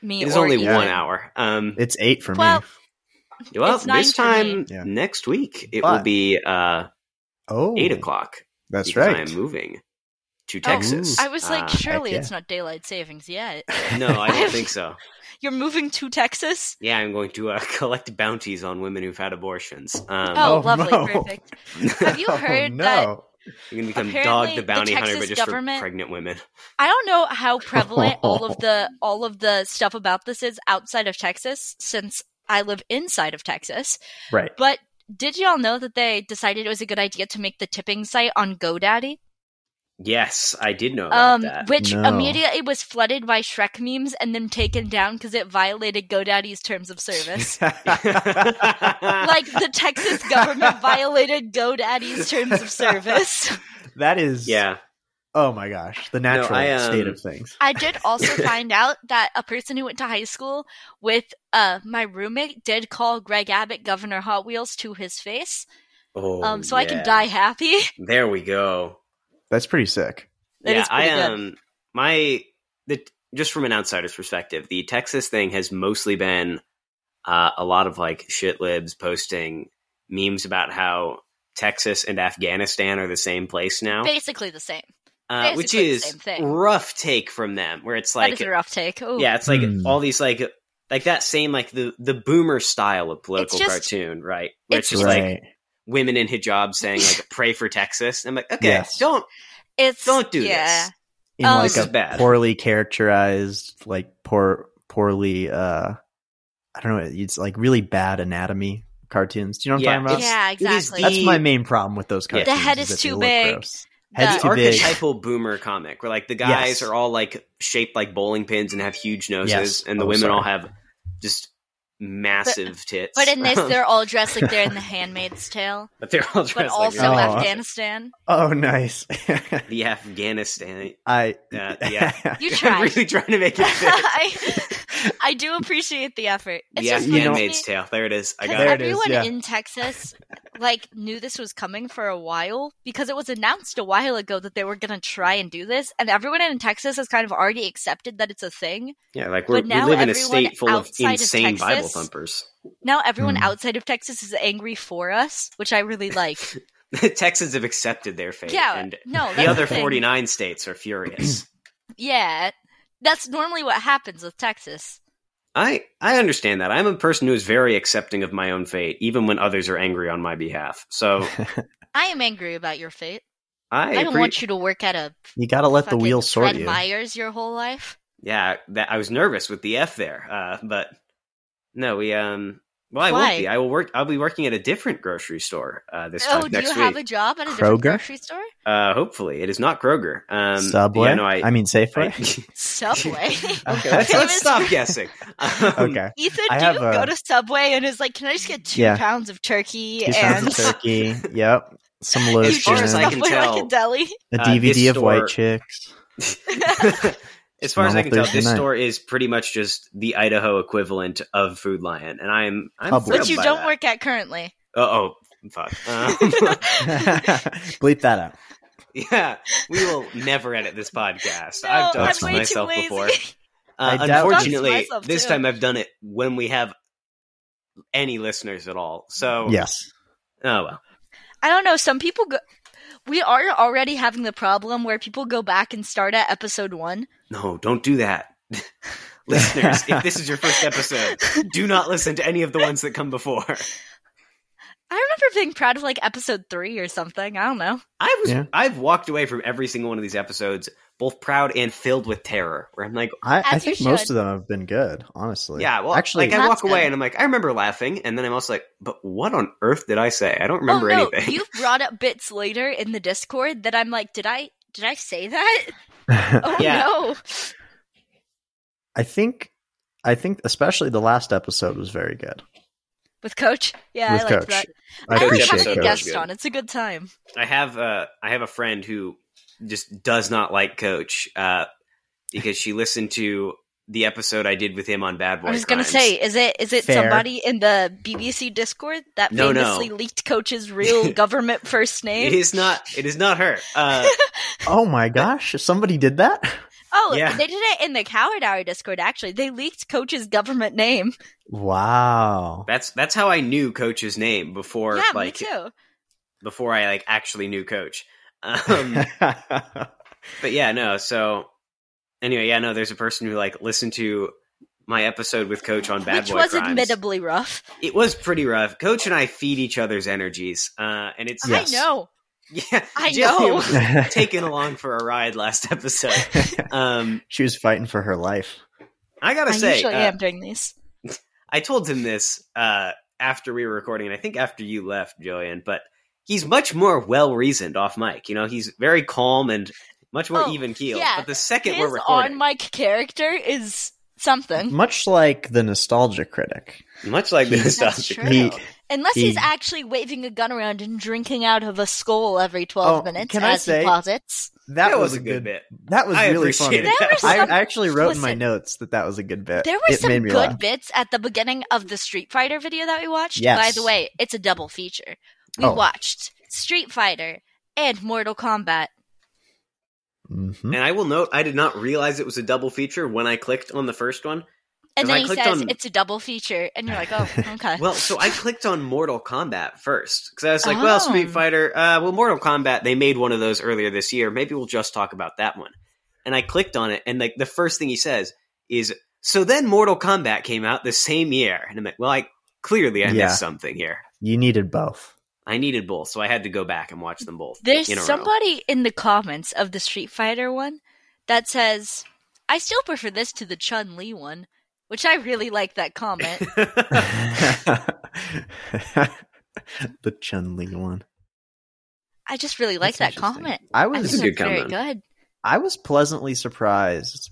S1: me
S2: It's
S1: or
S2: only
S1: Ethan.
S2: one hour. Um,
S3: it's eight for
S1: Well,
S3: me
S2: well,
S1: it's nine
S2: this
S1: for me.
S2: time
S3: Yeah.
S2: next week, it
S3: But-
S2: will be uh,
S3: oh
S2: 8 o'clock.
S3: that's
S2: because I
S3: right
S2: am moving to Texas.
S3: Ooh.
S1: Oh, I was like,
S2: Uh,
S1: surely
S3: heck
S1: it's not daylight savings yet.
S2: no, I
S1: I
S2: don't
S1: have-
S2: think so.
S1: You're moving to Texas?
S2: Yeah, I'm going to uh, collect bounties on women who've had abortions. Um,
S1: Oh,
S3: Oh,
S1: lovely,
S3: no.
S1: perfect. Have you
S3: Oh,
S1: heard
S3: no.
S1: that-
S2: I'm going to become
S1: Apparently,
S2: Dog the
S1: the
S2: Bounty Hunter,
S1: Texas
S2: but just
S1: government-
S2: for pregnant women.
S1: I don't know how prevalent all of the all of the stuff about this is outside of Texas, since I live inside of Texas.
S3: right
S1: But did y'all know that they decided it was a good idea to make the tipping site on GoDaddy?
S2: Yes, I did know about
S1: um,
S2: that.
S1: which
S3: No.
S1: immediately was flooded by Shrek memes and then taken down because it violated GoDaddy's terms of service. like the Texas government violated GoDaddy's terms of service.
S3: that is
S2: yeah,
S3: oh my gosh the natural
S2: I, um,
S3: state of things
S1: I did also find out that a person who went to high school with uh, my roommate did call Greg Abbott Governor Hot Wheels to his face.
S2: Oh,
S1: um, so I
S2: yeah.
S1: can die happy.
S2: There we go.
S3: That's pretty sick.
S1: That
S2: yeah,
S1: is
S2: I
S1: pretty good.
S2: Um, my the just from an outsider's perspective, the Texas thing has mostly been uh, a lot of like shit libs posting memes about how Texas and Afghanistan are the same place now,
S1: Basically the same.
S2: uh, which
S1: basically the
S2: is
S1: same thing.
S2: rough take from them, where it's like
S1: that is a rough take. Ooh.
S2: yeah, it's like
S3: Hmm.
S2: all these like like that same like the the boomer style of political
S1: just-
S2: cartoon, right? Where it's,
S1: it's
S2: just like
S3: right.
S2: women in hijab saying like "Pray for Texas." I'm like, okay,
S3: Yes.
S2: don't
S1: it's
S2: don't do
S1: yeah.
S2: this.
S3: In
S1: um,
S3: like
S1: This
S2: is
S3: a
S2: bad.
S3: poorly characterized, like poor poorly uh I don't know, it's like really bad anatomy cartoons. Do you know what
S2: Yeah,
S3: I'm talking about?
S2: it's-
S1: Yeah,
S2: it is
S1: exactly.
S2: the-
S3: That's my main problem with those
S2: Yeah.
S3: cartoons.
S1: The head
S3: is
S1: is
S3: that they
S1: too
S3: look
S1: big.
S3: gross. Head's
S1: The-
S3: too big.
S2: archetypal boomer comic where like the guys
S3: Yes.
S2: are all like shaped like bowling pins and have huge noses,
S3: Yes.
S2: and the
S3: Oh,
S2: women
S3: sorry.
S2: all have just massive tits.
S1: But in this, they're all dressed like they're in The Handmaid's Tale,
S2: but they're all
S1: but
S2: dressed like
S1: also
S3: Oh.
S2: that.
S1: Afghanistan.
S3: Oh nice.
S2: the Afghanistan. uh,
S3: I
S2: Yeah, yeah.
S1: You
S2: I'm
S1: tried.
S2: really trying to make it fit.
S1: I, I do appreciate the effort. It's
S2: the
S1: just funny to me
S2: Handmaid's Tale. There it is. I
S1: because
S2: got it.
S3: There it is,
S1: everyone
S3: yeah.
S1: in Texas like knew this was coming for a while because it was announced a while ago that they were going to try and do this, and everyone in Texas has kind of already accepted that it's a thing.
S2: Yeah, like we're,
S1: But
S2: we
S1: now
S2: live in a
S1: everyone
S2: state full of
S1: outside of
S2: insane
S1: Texas-
S2: Bible thumpers.
S1: Now everyone
S3: Hmm.
S1: outside of Texas is angry for us, which I really like.
S2: The Texans have accepted their fate,
S1: yeah,
S2: and
S1: no, that's
S2: the other
S1: thing.
S2: 49 states are furious.
S1: Yeah, that's normally what happens with Texas.
S2: I I understand that. I'm a person who is very accepting of my own fate, even when others are angry on my behalf. So
S1: I am angry about your fate.
S2: I,
S1: I, don't
S2: appre-
S1: want you to work at a
S3: you gotta let the
S1: fucking
S3: wheel sort
S1: Fred
S3: you.
S1: Myers your whole life.
S2: Yeah, that I was nervous with the F there, uh, but no, we um. Well, I
S1: Why?
S2: won't be. I will work. I'll be working at a different grocery store uh, this
S1: oh,
S2: time,
S1: do you
S2: next week.
S1: have a job at a different
S3: Kroger?
S1: grocery store?
S2: uh, hopefully, it is not Kroger. Um,
S3: Subway.
S2: Yeah, no, I.
S3: I mean Safeway.
S2: I-
S1: Subway.
S2: okay, let's, let's stop guessing. Um,
S3: okay.
S1: Ethan,
S3: I
S1: do
S3: have
S1: you
S3: a-
S1: go to Subway and is like, "Can I just get two
S3: Yeah.
S1: pounds of turkey
S3: Two
S1: and
S3: pounds of turkey. Yep. Some
S1: you
S2: As far
S1: choose
S2: as I
S1: Subway
S2: can
S1: like
S2: tell-
S1: a deli?"
S3: a
S2: uh,
S3: DVD
S2: this
S3: of
S2: store-
S3: White Chicks.
S2: as far as I
S3: Normal
S2: can tell,
S3: Thursday
S2: this
S3: night.
S2: store is pretty much just the Idaho equivalent of Food Lion, and I'm I'm
S3: Publix.
S2: thrilled
S1: Which you
S2: by
S1: don't
S2: that.
S1: work at currently.
S2: Uh oh, fuck. Um,
S3: Bleep that out.
S2: yeah, we will never edit this podcast.
S1: No,
S2: I've done
S1: I'm
S2: this
S1: way too
S2: to myself
S1: lazy.
S2: before. Uh,
S3: I doubt it.
S1: Done
S2: unfortunately,
S1: to myself,
S2: this
S1: too.
S2: time I've done it when we have any listeners at all. So
S3: Yes.
S2: oh well.
S1: I don't know. Some people go. We are already having the problem where people go back and start at episode one.
S2: No, don't do that. listeners, if this is your first episode, do not listen to any of the ones that come before.
S1: I remember being proud of like episode three or something. I don't know.
S2: I was
S3: Yeah.
S2: I've walked away from every single one of these episodes both proud and filled with terror. Where I'm like,
S3: I, I
S1: As you
S3: think most
S1: should.
S3: of them have been good, honestly.
S2: yeah, well,
S3: actually,
S2: like I
S1: That's
S2: walk away
S1: good.
S2: and I'm like, I remember laughing, and then I'm also like, but what on earth did I say? I don't remember
S1: oh, no,
S2: anything.
S1: You brought up bits later in the Discord that I'm like, did I did I say that? Oh
S2: Yeah.
S1: no.
S3: I think, I think, especially the last episode was very good.
S1: With Coach? Yeah,
S3: With
S1: I liked
S3: Coach.
S1: that.
S3: I,
S1: I like
S3: appreciate
S1: having
S2: Coach.
S1: a
S3: it.
S1: guest
S2: Good.
S1: on. It's a good time.
S2: I have a I have a friend who just does not like Coach uh, because she listened to the episode I did with him on Bad Boy.
S1: I was gonna
S2: Crimes.
S1: say, is it is it
S3: Fair.
S1: somebody in the BBC Discord that
S2: No, no.
S1: famously leaked Coach's real government first
S2: it
S1: name?
S2: is not. It is not her. Uh,
S3: Oh my gosh, somebody did that.
S1: Oh,
S2: Yeah.
S1: they did it in the Coward Hour Discord. Actually, they leaked Coach's government name.
S3: Wow.
S2: that's that's how I knew Coach's name before
S1: yeah,
S2: like
S1: me too.
S2: before I like actually knew Coach. Um, but yeah, no. So anyway, yeah, no. There's a person who like listened to my episode with Coach on Bad
S1: Which
S2: Boy
S1: was
S2: Crimes.
S1: admittedly rough.
S2: It was pretty rough. Coach and I feed each other's energies, uh, and it's
S3: Yes.
S1: I know.
S2: yeah.
S1: I
S2: Jillian
S1: know.
S2: was taken along for a ride last episode. Um,
S3: she was fighting for her life.
S2: I gotta
S1: I
S2: say,
S1: usually
S2: uh,
S1: am doing these.
S2: I told him this uh, after we were recording, and I think after you left, Jillian, but he's much more well reasoned off mic. You know, he's very calm and much more
S1: Oh,
S2: even keeled.
S1: yeah.
S2: But the second
S1: His
S2: we're recording,
S1: on mic character is something.
S3: Much like the nostalgia critic,
S2: much like this
S1: That's
S2: stuff,
S1: true.
S3: he
S1: Unless he's
S3: He-
S1: actually waving a gun around and drinking out of a skull every 12
S3: Oh,
S1: minutes,
S3: can I
S1: as
S3: say-
S1: he posits.
S3: that, was, a good, bit. That was
S2: I
S3: really funny.
S2: appreciated
S1: There were
S2: that.
S1: some-
S3: I I actually wrote in my
S1: Listen.
S3: notes that that was a good bit.
S1: There were
S3: uh, it
S1: some
S3: made me
S1: good
S3: laugh.
S1: bits at the beginning of the Street Fighter video that we watched.
S3: Yes.
S1: By the way, it's a double feature. We
S3: Oh.
S1: watched Street Fighter and Mortal Kombat.
S3: hmm
S2: And I will note, I did not realize it was a double feature when I clicked on the first one.
S1: And
S2: If I
S1: then he
S2: clicked
S1: says
S2: on-
S1: it's a double feature, and you're like, oh, okay.
S2: Well, so I clicked on Mortal Kombat first because I was like, well,
S1: Oh.
S2: Street Fighter, uh, well, Mortal Kombat, they made one of those earlier this year. Maybe we'll just talk about that one. And I clicked on it, and like the first thing he says is, so then Mortal Kombat came out the same year, and I'm like, well, I clearly I
S3: Yeah.
S2: missed something here.
S3: You needed both.
S2: I needed both, so I had to go back and watch them both.
S1: There's
S2: in a row.
S1: somebody in the comments of the Street Fighter one that says, I still prefer this to the Chun Li one, which I really like that comment.
S3: the Chun Li one.
S1: I just really like
S3: That's
S1: that
S3: interesting.
S1: comment.
S3: I
S1: I
S3: was
S1: think
S2: a good
S1: that's very
S2: comment.
S1: good.
S3: I was pleasantly surprised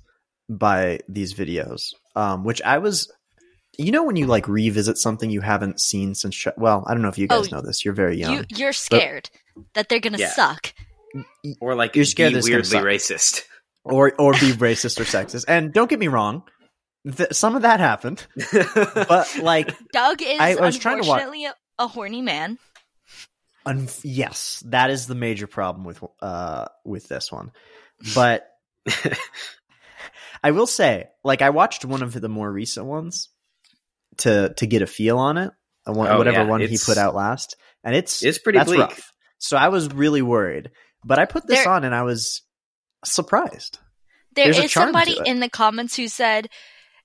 S3: by these videos, um, which I was. You know when you like revisit something you haven't seen since. Sh- well, I don't know if you guys
S1: Oh,
S3: know this. You're very young.
S1: You, you're scared that they're going to
S2: Yeah.
S1: suck.
S2: or like
S3: You're scared
S2: be
S3: it's gonna
S2: weirdly
S3: suck.
S2: racist.
S3: or or be racist or sexist. And don't get me wrong, th- some of that happened, but like,
S1: Doug is
S3: I- I was trying to watch-
S1: unfortunately a, a horny man.
S3: un- yes, that is the major problem with uh with this one. But I will say, like, I watched one of the more recent ones to to get a feel on it. I want
S2: Oh,
S3: whatever
S2: yeah,
S3: one he
S2: it's-
S3: put out last, and it's
S2: it's pretty
S3: that's
S2: bleak.
S3: rough. So I was really worried, but I put this
S1: There-
S3: on and I was surprised.
S1: There
S3: There's a
S1: is
S3: charm to
S1: somebody
S3: it.
S1: in the comments who said,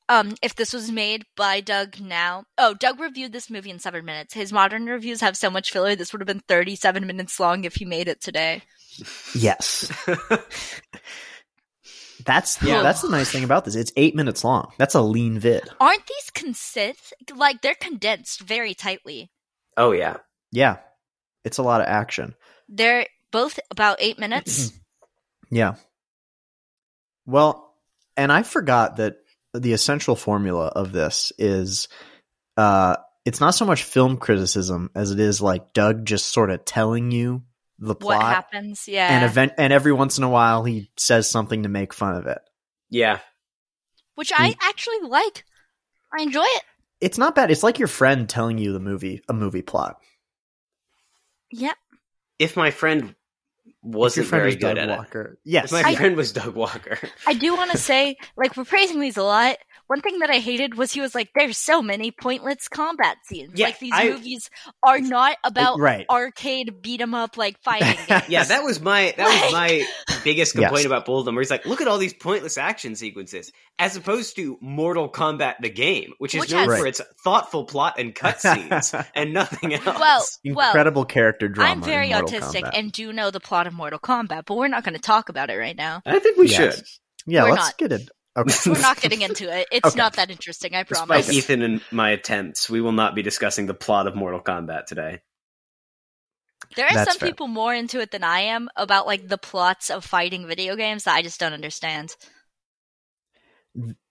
S1: um, if this was made by Doug now. Oh, Doug reviewed this movie in seven minutes. His modern reviews have so much filler, this would have been 37 minutes long if he made it today.
S3: Yes, That's
S1: Yeah.
S3: yeah. That's the nice thing about this. It's eight minutes long. That's a lean vid.
S1: Aren't these consist? Like, they're condensed very tightly.
S2: oh yeah,
S3: Yeah, it's a lot of action.
S1: They're both about eight minutes.
S3: Yeah. Well, and I forgot that the essential formula of this is, uh, it's not so much film criticism as it is like Doug just sort of telling you the
S1: what
S3: plot,
S1: happens? Yeah.
S3: and event, and every once in a while he says something to make fun of it.
S2: yeah.
S1: Which I actually like. I enjoy it.
S3: It's not bad. It's like your friend telling you the movie, a movie plot.
S1: Yep.
S2: If my friend
S3: If your
S2: wasn't
S3: friend
S2: very
S3: was
S2: good
S3: Doug
S2: at it,
S3: Walker. Yes,
S2: If my
S1: I-
S2: friend was Doug Walker.
S1: I do want to say, like, we're praising these a lot. One thing that I hated was he was like, "There's so many pointless combat scenes.
S2: Yeah,
S1: like these
S2: I-
S1: movies are not about
S3: right.
S1: arcade beat 'em up like fighting games."
S2: Yeah, that was my that was my biggest
S3: Yes.
S2: complaint about both of them. Where he's like, look at all these pointless action sequences, as opposed to Mortal Kombat the game, which is
S1: Which
S2: known
S3: has-
S2: for its thoughtful plot and cutscenes and nothing else.
S1: well, well,
S3: incredible character drama.
S1: I'm very
S3: in Mortal
S1: autistic
S3: Kombat.
S1: and do know the plot of Mortal Kombat, but we're not going to talk about it right now.
S2: I think we
S3: Yes.
S2: should.
S3: Yeah,
S1: We're
S3: let's
S1: not.
S3: get it. Okay.
S1: We're not getting into it. It's
S3: Okay.
S1: not that interesting. I promise.
S2: Despite Ethan and my attempts, we will not be discussing the plot of Mortal Kombat today.
S1: There are
S3: That's
S1: some
S3: fair.
S1: people more into it than I am about like the plots of fighting video games that I just don't understand.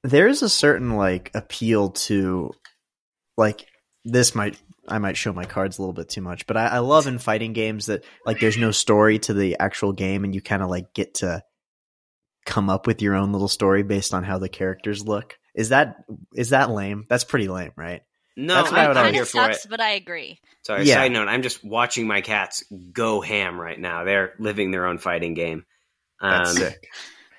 S3: there is a certain like appeal to like this might I might show my cards a little bit too much, but I, I love in fighting games that like there's no story to the actual game and you kinda like get to come up with your own little story based on how the characters look. Is that is that lame? That's pretty lame, right?
S2: No,
S3: That's what I
S2: I'm
S3: would
S2: not
S3: argue.
S2: here
S1: Kinda
S2: for it.
S1: sucks, but I agree.
S2: Sorry,
S3: Yeah.
S2: side note. I'm just watching my cats go ham right now. They're living their own fighting game.
S3: That's
S2: Um,
S3: sick.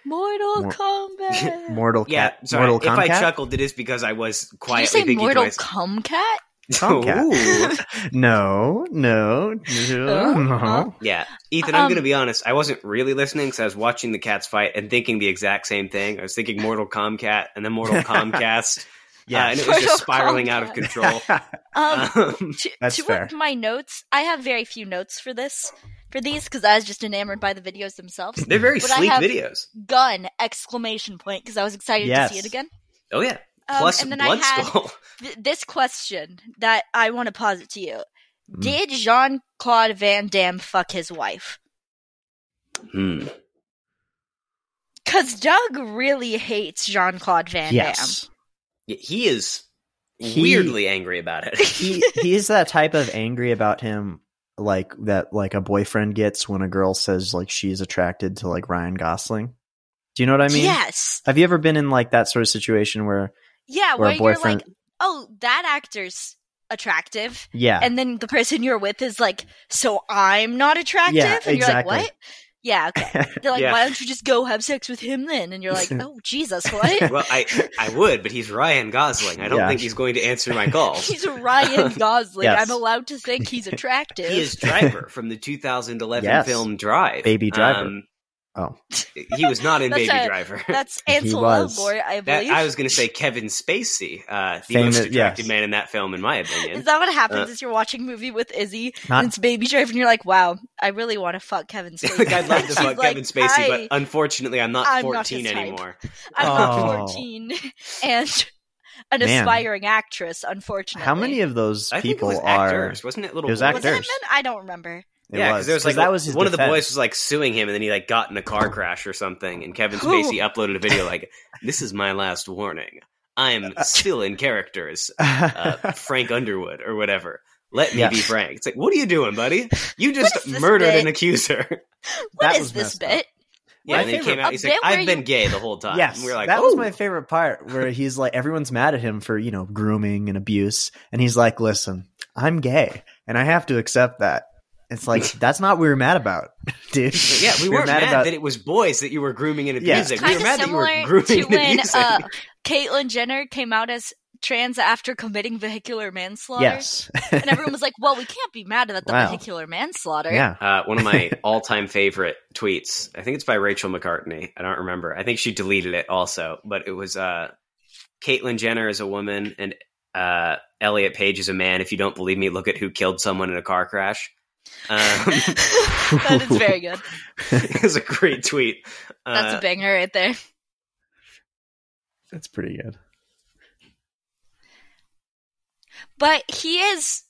S1: Mortal
S3: Mor-
S1: Kombat.
S3: Mortal
S2: Yeah,
S3: Cat
S2: sorry.
S3: Mortal
S2: if I
S3: Kombat?
S2: chuckled, it is because I was
S1: Did you
S2: quietly
S1: say
S2: thinking
S1: Mortal
S2: to myself,
S1: Kombat?
S3: Tomcat.
S2: Ooh.
S3: No, no, no, no.
S2: yeah, Ethan. I'm
S1: Um,
S2: going to be honest. I wasn't really listening because I was watching the cats fight and thinking the exact same thing. I was thinking Mortal Kombat and then Mortal Comcast. yeah, and it was
S1: Mortal
S2: just spiraling out of
S1: Kombat.
S2: control.
S1: Um,
S2: um,
S1: to,
S3: Uh, That's
S1: to
S3: fair.
S1: up my notes, I have very few notes for this, for these, because I was just enamored by the videos themselves.
S2: they're very
S1: But I
S2: sleek
S1: have-
S2: videos.
S1: Gun exclamation point because I was excited
S3: Yes.
S1: to see it again.
S2: Oh yeah,
S1: Um,
S2: plus
S1: and then
S2: blood
S1: I had
S2: skull.
S1: th- this question that I want to posit to you:
S3: Mm.
S1: Did Jean Claude Van Damme fuck his wife?
S2: Hmm.
S1: Because Doug really hates Jean Claude Van
S3: Yes.
S2: Yeah, he is
S3: He-
S2: weirdly angry about it.
S3: he he is that type of angry about him like that like a boyfriend gets when a girl says like she's attracted to like Ryan Gosling. Do you know what I
S1: Damme.
S3: mean?
S1: yes,
S3: Have you ever been in like that sort of situation where
S1: yeah, where
S3: where a
S1: you're like,
S3: boyfriend
S1: oh, that actor's attractive,
S3: yeah.
S1: and then the person you're with is like, "So I'm not attractive,"
S3: Yeah,
S1: and you're like,
S3: exactly.
S1: "What?" Yeah, okay. They're like,
S2: Yeah.
S1: "Why don't you just go have sex with him then?" And you're like, "Oh Jesus, what?"
S2: Well, I I would, but he's Ryan Gosling. I don't
S3: Yeah.
S2: think he's going to answer my call.
S1: He's Ryan Gosling.
S3: Yes.
S1: I'm allowed to think he's attractive.
S2: He is Driver from the 2011
S3: Yes.
S2: film Drive.
S3: Baby Driver.
S2: Um,
S3: Oh.
S2: he was not in
S1: That's
S2: Baby
S1: a-
S2: Driver.
S1: That's
S3: He
S1: Ansel
S3: was.
S1: Elgort, I
S2: That,
S1: believe.
S2: I was going to say Kevin Spacey, uh, the
S3: Famous-
S2: most attractive
S3: yes.
S2: man in that film, in my opinion.
S1: Is that what happens?
S2: Uh,
S1: is you're watching a movie with Izzy
S3: Not-
S1: and it's Baby Driver, and you're like, "Wow, I really want to fuck Kevin Spacey."
S2: like I'd love to
S1: She's
S2: fuck
S1: like,
S2: Kevin Spacey,
S1: "I-
S2: but unfortunately, I'm not
S1: I'm not
S2: 14
S1: his type."
S2: anymore.
S1: I'm not
S3: Oh.
S1: 14 and an
S3: Man.
S1: aspiring actress, unfortunately.
S3: How many of those
S2: I think it
S3: people
S2: was
S3: are?
S2: actors, wasn't it? Little
S3: it was
S2: boys?
S1: was it
S3: actors.
S1: him then? I don't remember.
S3: It
S2: yeah,
S3: was,
S2: because there was like
S3: that was his
S2: one of the
S3: defense.
S2: boys was like suing him, and then he like got in a car crash or something, and Kevin
S1: Who?
S2: Spacey uploaded a video like, "This is my last warning. I'm still in character as uh, Frank Underwood or whatever. Let me
S3: Yeah.
S2: be Frank." It's like, what are you doing, buddy? You
S1: What
S2: just
S1: is this
S2: murdered
S1: bit?
S2: an accuser.
S1: What
S3: That
S1: is
S3: was
S1: this
S3: messed up.
S1: bit?
S2: yeah,
S3: My
S2: and then he
S3: favorite-
S2: came out.
S1: a
S2: He's
S1: bit
S2: like,
S1: where
S2: "I've been
S1: you-
S2: gay the whole time."
S3: Yes,
S2: and we were like,
S3: that
S2: oh.
S3: was my favorite part where he's like, everyone's mad at him for you know grooming and abuse, and he's like, "Listen, I'm gay, and I have to accept that." It's like that's not what we were mad about, dude.
S2: Yeah, we
S3: were
S2: weren't mad,
S3: about
S2: that it was boys that you were grooming and
S3: Yeah.
S2: abusing. We
S1: Kind
S2: were
S1: of
S2: mad that you were
S1: similar
S2: grooming
S1: to
S2: and
S1: when
S2: abusing.
S1: uh, Caitlyn Jenner came out as trans after committing vehicular manslaughter.
S3: yes,
S1: And everyone was like, well, we can't be mad about the
S3: Wow.
S1: vehicular manslaughter.
S3: yeah,
S2: Uh, one of my all-time favorite tweets. I think it's by Rachel McCartney. I don't remember. I think she deleted it also, but it was uh, Caitlyn Jenner is a woman and uh, Elliot Page is a man. If you don't believe me, look at who killed someone in a car crash. Um,
S1: that is very good.
S2: it was a great tweet.
S1: That's
S2: Uh,
S1: a banger right there.
S3: that's pretty good.
S1: But he is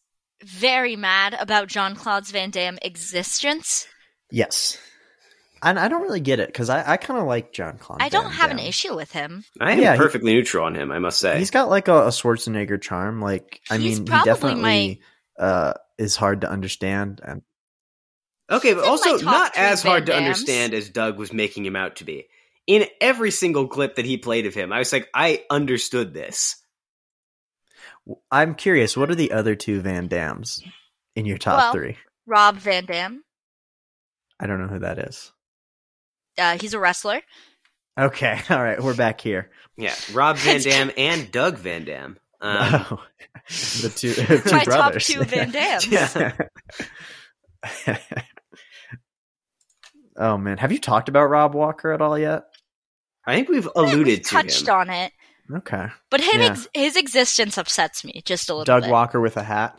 S1: very mad about Jean Claude's Van Damme existence.
S3: Yes, and I don't really get it because I, I kind of like John Claude.
S1: I don't
S3: Van
S1: have an
S3: Damme.
S1: issue with him.
S2: I am
S3: yeah, he-
S2: perfectly neutral on him, I must say.
S3: He's got like a, a Schwarzenegger charm. Like, I
S1: He's
S3: mean, he
S1: probably
S3: definitely uh, is hard to understand, and
S2: Okay, but
S1: in my
S2: also
S1: top
S2: not
S1: three
S2: as
S1: Van
S2: hard to
S1: Dams.
S2: understand as Doug was making him out to be. In every single clip that he played of him, I was like, I understood this.
S3: I'm curious, what are the other two Van Dams in your top
S1: Well-
S3: three?
S1: Rob Van Dam,
S3: I don't know who that is.
S1: uh, he's a wrestler.
S3: Okay, all right, we're back here.
S2: Yeah, Rob Van Dam and Doug Van Dam. Um,
S3: Oh, the two, two
S1: My
S3: brothers.
S1: top two Van Dams.
S2: yeah.
S3: oh man, have you talked about Rob Walker at all yet?
S2: I think we've
S1: We
S2: alluded to
S1: touched
S2: him.
S1: on it,
S3: Okay,
S1: but him
S3: Yeah.
S1: ex- his existence upsets me just a little
S3: Doug
S1: bit.
S3: Walker with a hat.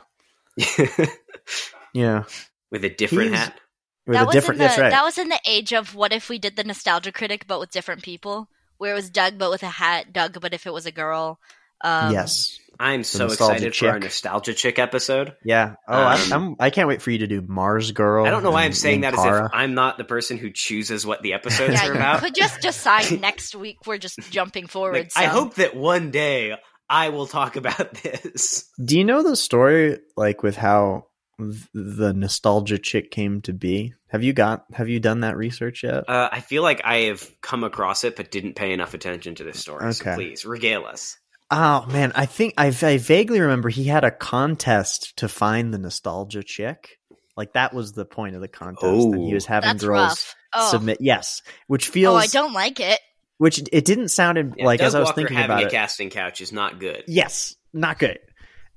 S3: Yeah,
S2: With a different
S3: He's-
S2: hat.
S3: with
S1: that
S3: a
S1: was
S3: different.
S1: in the
S3: that's right.
S1: that was in the age of what if we did the nostalgia critic but with different people, where it was Doug but with a hat, Doug but if it was a girl. Um,
S3: yes.
S2: I'm so
S3: nostalgia
S2: excited for our
S3: chick.
S2: nostalgia chick episode.
S3: Yeah. Oh,
S2: um,
S3: I, I'm. I can't wait for you to do Mars Girl.
S2: I don't know why I'm
S3: and-
S2: saying
S3: and
S2: that as if
S3: Kara.
S2: I'm not the person who chooses what the episodes
S1: Yeah,
S2: are
S1: you
S2: about.
S1: could just decide next week. We're just jumping forward.
S2: Like, I
S1: some.
S2: hope that one day I will talk about this.
S3: Do you know the story, like with how th- the nostalgia chick came to be? Have you got? Have you done that research yet?
S2: Uh, I feel like I have come across it, but didn't pay enough attention to this story. So
S3: Okay.
S2: please regale us.
S3: Oh man, I think I, I vaguely remember he had a contest to find the nostalgia chick. Like that was the point of the contest, and
S2: Oh.
S3: he was having
S1: that's
S3: girls
S1: rough. Oh.
S3: submit. Yes, which
S1: oh,
S3: feels
S1: I don't like it.
S3: which it didn't sound in-
S2: Yeah,
S3: like
S2: Doug
S3: as I was
S2: Walker
S3: thinking
S2: having
S3: about
S2: a
S3: it.
S2: casting couch is not good.
S3: Yes, not good.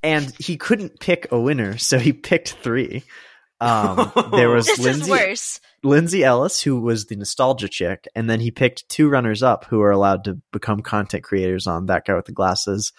S3: And he couldn't pick a winner, so he picked three. Um, there was
S1: This is
S3: Lindsay,
S1: worse.
S3: Lindsay Ellis, who was the nostalgia chick, and then he picked two runners up who are allowed to become content creators on that guy with the glasses.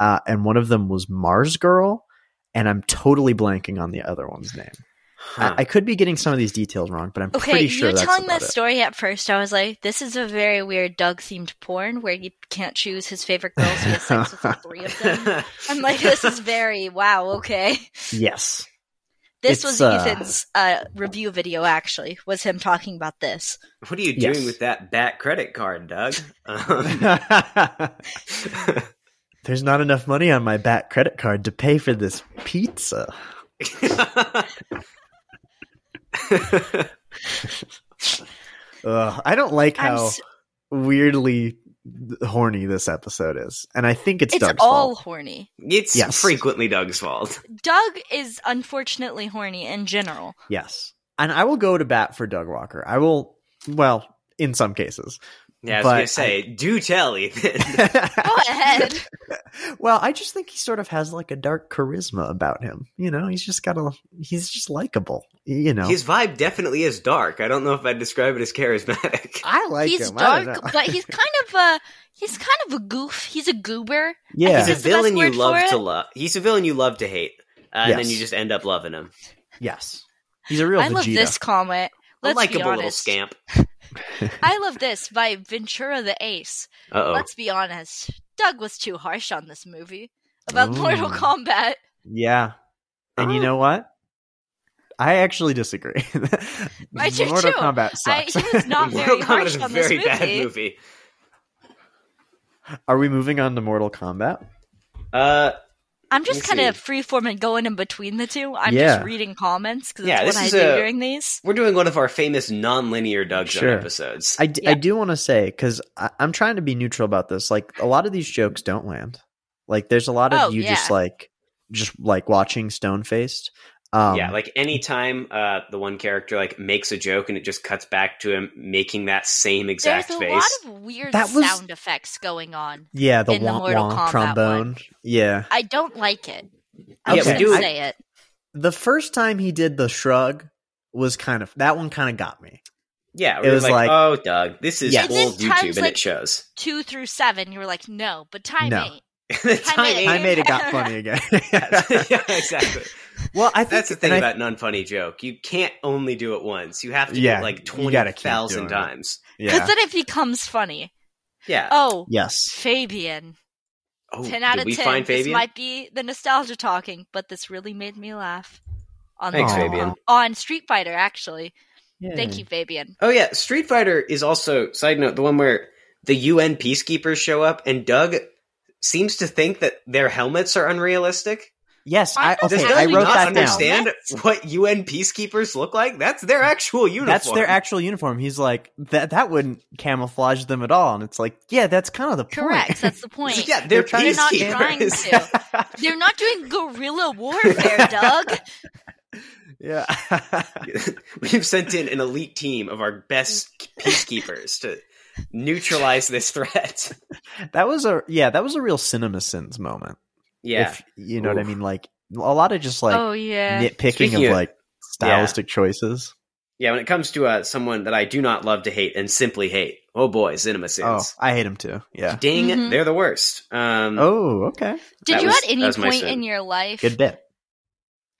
S3: Uh, and one of them was Mars Girl, and I'm totally blanking on the other one's name.
S2: Huh.
S3: I, I could be getting some of these details wrong, but I'm
S1: Okay,
S3: pretty sure
S1: you were
S3: that's
S1: telling
S3: about
S1: that
S3: it.
S1: story at first. I was like, "This is a very weird Doug themed porn where he can't choose his favorite girls. He has sex with like three of them." I'm like, "This is very wow." Okay,
S3: Yes,
S1: this
S3: It's,
S1: was
S3: uh,
S1: Ethan's uh, review video. Actually, was him talking about this?
S2: what are you doing
S3: Yes.
S2: with that bat credit card, Doug? Um,
S3: there's not enough money on my back credit card to pay for this pizza. Ugh, I don't like
S1: I'm
S3: how
S1: s-
S3: weirdly horny this episode is, and I think it's,
S1: It's
S3: Doug's
S1: all
S3: fault.
S1: horny.
S2: It's
S3: Yes.
S2: frequently Doug's fault.
S1: Doug is unfortunately horny in general.
S3: Yes, and I will go to bat for Doug Walker. I will. Well, in some cases.
S2: Yeah, I was
S3: But
S2: gonna say, do tell Ethan.
S1: Go ahead.
S3: well, I just think he sort of has like a dark charisma about him. You know, he's just got a. He's just likable. You know,
S2: His vibe definitely is dark. I don't know if I'd describe it as charismatic.
S3: I like
S1: he's
S3: him. I don't
S1: dark,
S3: know.
S1: but he's kind of a he's kind of a goof. He's a goober.
S3: yeah,
S1: He's
S2: He's
S1: Is
S2: a
S1: the best
S2: villain you
S1: word for
S2: love
S1: it?
S2: to love. He's a villain you love to hate, uh, and then
S3: Yes.
S2: you just end up loving him.
S3: yes, he's a real.
S1: I love
S3: Vegeta.
S1: this comment.
S2: A
S1: Let's be
S2: likable little
S1: honest.
S2: scamp.
S1: I love this by Ventura the Ace.
S2: Uh oh.
S1: Let's be honest. Doug was too harsh on this movie about
S3: Ooh.
S1: Mortal Kombat.
S3: Yeah. And you
S2: Oh.
S3: know what? I actually disagree.
S1: I do
S3: Mortal
S1: too.
S3: Kombat
S1: I,
S3: sucks.
S1: he was not very
S2: Mortal Kombat
S1: harsh
S2: is a
S1: on this
S2: very
S1: movie.
S2: bad movie.
S3: Are we moving on to Mortal Kombat?
S2: Uh,
S1: I'm just
S2: Let me
S1: kind of freeform and going in between the two. I'm
S3: Yeah.
S1: just reading comments because
S2: Yeah,
S1: that's
S2: this
S1: what I
S2: is
S1: do
S2: a-
S1: during these.
S2: we're doing one of our famous non-linear Doug Zone
S3: Sure.
S2: episodes.
S3: I, d- I
S1: Yeah.
S3: do want to say, because I'm trying to be neutral about this. Like, a lot of these jokes don't land. Like, there's a lot of
S1: Oh,
S3: you just
S1: yeah.
S3: like, just like watching stone faced. Um,
S2: yeah, like anytime uh, the one character like makes a joke and it just cuts back to him making that same exact
S1: There's a
S2: face.
S1: lot of weird
S3: That was-
S1: sound effects going on.
S3: yeah, the
S1: in the
S3: wonk
S1: Mortal
S3: wonk
S1: Kombat
S3: trombone.
S1: one.
S3: Yeah.
S1: I don't like it.
S2: Yeah,
S1: I'm just
S2: we
S1: gonna
S2: do-
S1: say it.
S3: The first time he did the shrug was kind of, that one kind of got me.
S2: yeah,
S3: it
S2: we're
S3: was
S2: like,
S3: like-
S2: oh, Doug, this is
S3: Yeah.
S2: yeah.
S3: And
S1: then
S2: old
S1: times,
S2: YouTube, and
S1: like-
S2: it shows.
S1: Two through seven, you were like, no, but time
S3: No.
S1: eight.
S2: the
S1: made it.
S3: I
S2: time
S3: made it got funny again.
S2: yeah, exactly.
S3: well, I think
S2: That's the thing
S3: and I
S2: about an unfunny joke. You can't only do it once. You have to
S3: Yeah,
S2: do it like
S3: you gotta
S2: twenty
S3: keep
S2: thousand
S3: doing it.
S2: times.
S1: Because then it becomes funny.
S2: Yeah.
S1: Oh,
S3: Yes.
S1: Fabian.
S2: Oh,
S1: 10 out
S2: did
S1: of
S2: we
S1: 10.
S2: find
S1: this
S2: Fabian?
S1: might be the nostalgia talking, but this really made me laugh. On
S2: Thanks,
S1: the-
S2: Fabian.
S1: On Street Fighter, actually. Thank you, Fabian.
S2: Oh yeah, Street Fighter is also side note the one where the UN peacekeepers show up and Doug seems to think that their helmets are unrealistic.
S3: Yes.
S1: Aren't
S3: I,
S1: those
S3: okay.
S2: Does
S1: actually
S3: I
S2: Doug
S3: wrote
S2: not
S3: that down.
S2: understand what UN peacekeepers look like? That's their actual uniform.
S3: That's their actual uniform. He's like that. That wouldn't camouflage them at all. And it's like, yeah, that's kind of the
S1: Correct.
S3: point.
S1: That's the point.
S2: Yeah, they're,
S3: They're trying
S1: They're
S3: to
S1: not
S3: Peacekeepers.
S1: trying to. They're not doing guerrilla warfare, Doug.
S3: yeah.
S2: We've sent in an elite team of our best peacekeepers to neutralize this threat.
S3: that was a yeah. That was a real cinema sins moment.
S2: Yeah.
S3: If, you know what I
S2: Oof.
S3: mean? Like a lot of just like
S1: oh, yeah.
S3: nitpicking
S2: Speaking
S3: of
S2: of-
S3: like stylistic choices.
S2: yeah, when it comes to uh, someone that I do not love to hate and simply hate, oh boy, Cinema
S3: Oh,
S2: Sins.
S3: I hate him too. Yeah.
S2: Ding,
S1: Mhm.
S2: they're the worst. Um,
S3: Oh, okay.
S1: Did
S2: That
S1: you
S2: was-
S1: at any
S2: that was my
S1: point
S2: sin.
S1: in your life,
S3: Good bit.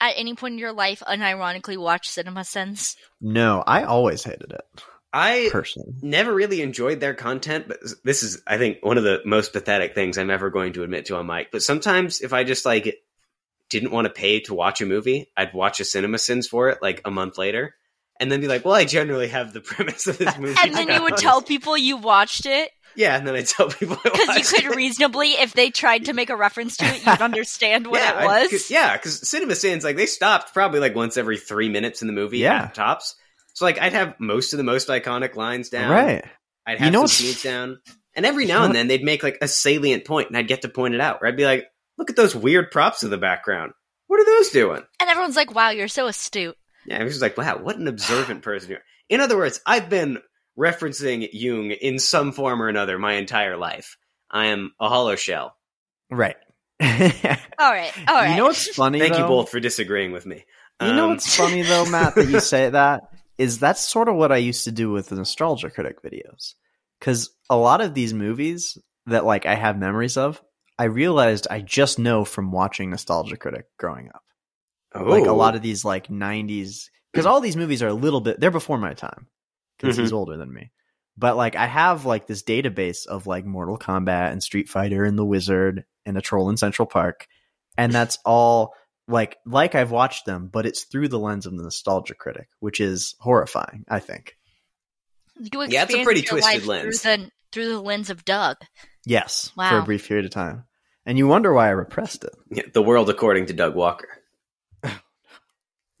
S1: at any point in your life, unironically watch CinemaSins?
S3: No, I always hated it
S2: I
S3: personally.
S2: never really enjoyed their content, but this is, I think, one of the most pathetic things I'm ever going to admit to on mic. But sometimes if I just like didn't want to pay to watch a movie, I'd watch a CinemaSins for it like a month later, and then be like, "Well, I generally have the premise of this movie."
S1: And then you would
S2: down."
S1: tell people you watched it
S2: yeah, and then I would tell people I
S1: because you
S2: watched
S1: could
S2: it.
S1: reasonably, if they tried to make a reference to it, you'd understand what
S2: yeah,
S1: it
S2: I-
S1: was.
S2: 'cause- yeah, because CinemaSins like they stopped probably like once every three minutes in the movie,
S3: Yeah.
S2: at tops. So like I'd have most of the most iconic lines down,
S3: Right.
S2: I'd
S3: You
S2: have
S3: know
S2: some
S3: what's-
S2: scenes down, and every now and then they'd make like a salient point, and I'd get to point it out. Where I'd be like, "Look at those weird props in the background. What are those doing?"
S1: And everyone's like, wow, you're so astute.
S2: Yeah, I was just like, "Wow, what an observant person you are." In other words, I've been referencing Jung in some form or another my entire life. I am a hollow shell.
S3: Right.
S1: All right. All right.
S3: You know what's funny?
S2: Thank you
S3: though?
S2: both for disagreeing with me.
S3: You know
S2: Um,
S3: what's funny though, Matt, that you say that is that's sort of what I used to do with the nostalgia critic videos. Cause a lot of these movies that like I have memories of, I realized I just know from watching Nostalgia Critic growing up. Like a
S2: Oh.
S3: lot of these like nineties because all these movies are a little bit they're before my time. Because
S2: Mm-hmm.
S3: he's older than me. But like I have like this database of like Mortal Kombat and Street Fighter and The Wizard and a troll in Central Park. And that's all like like I've watched them, but it's through the lens of the nostalgia critic, which is horrifying, I think.
S1: You
S2: Yeah, it's a
S1: expand
S2: pretty
S1: your
S2: twisted
S1: life
S2: lens.
S1: Through the, through the lens of Doug.
S3: Yes. For a
S1: Wow.
S3: brief period of time. And you wonder why I repressed it.
S2: Yeah, the world according to Doug Walker.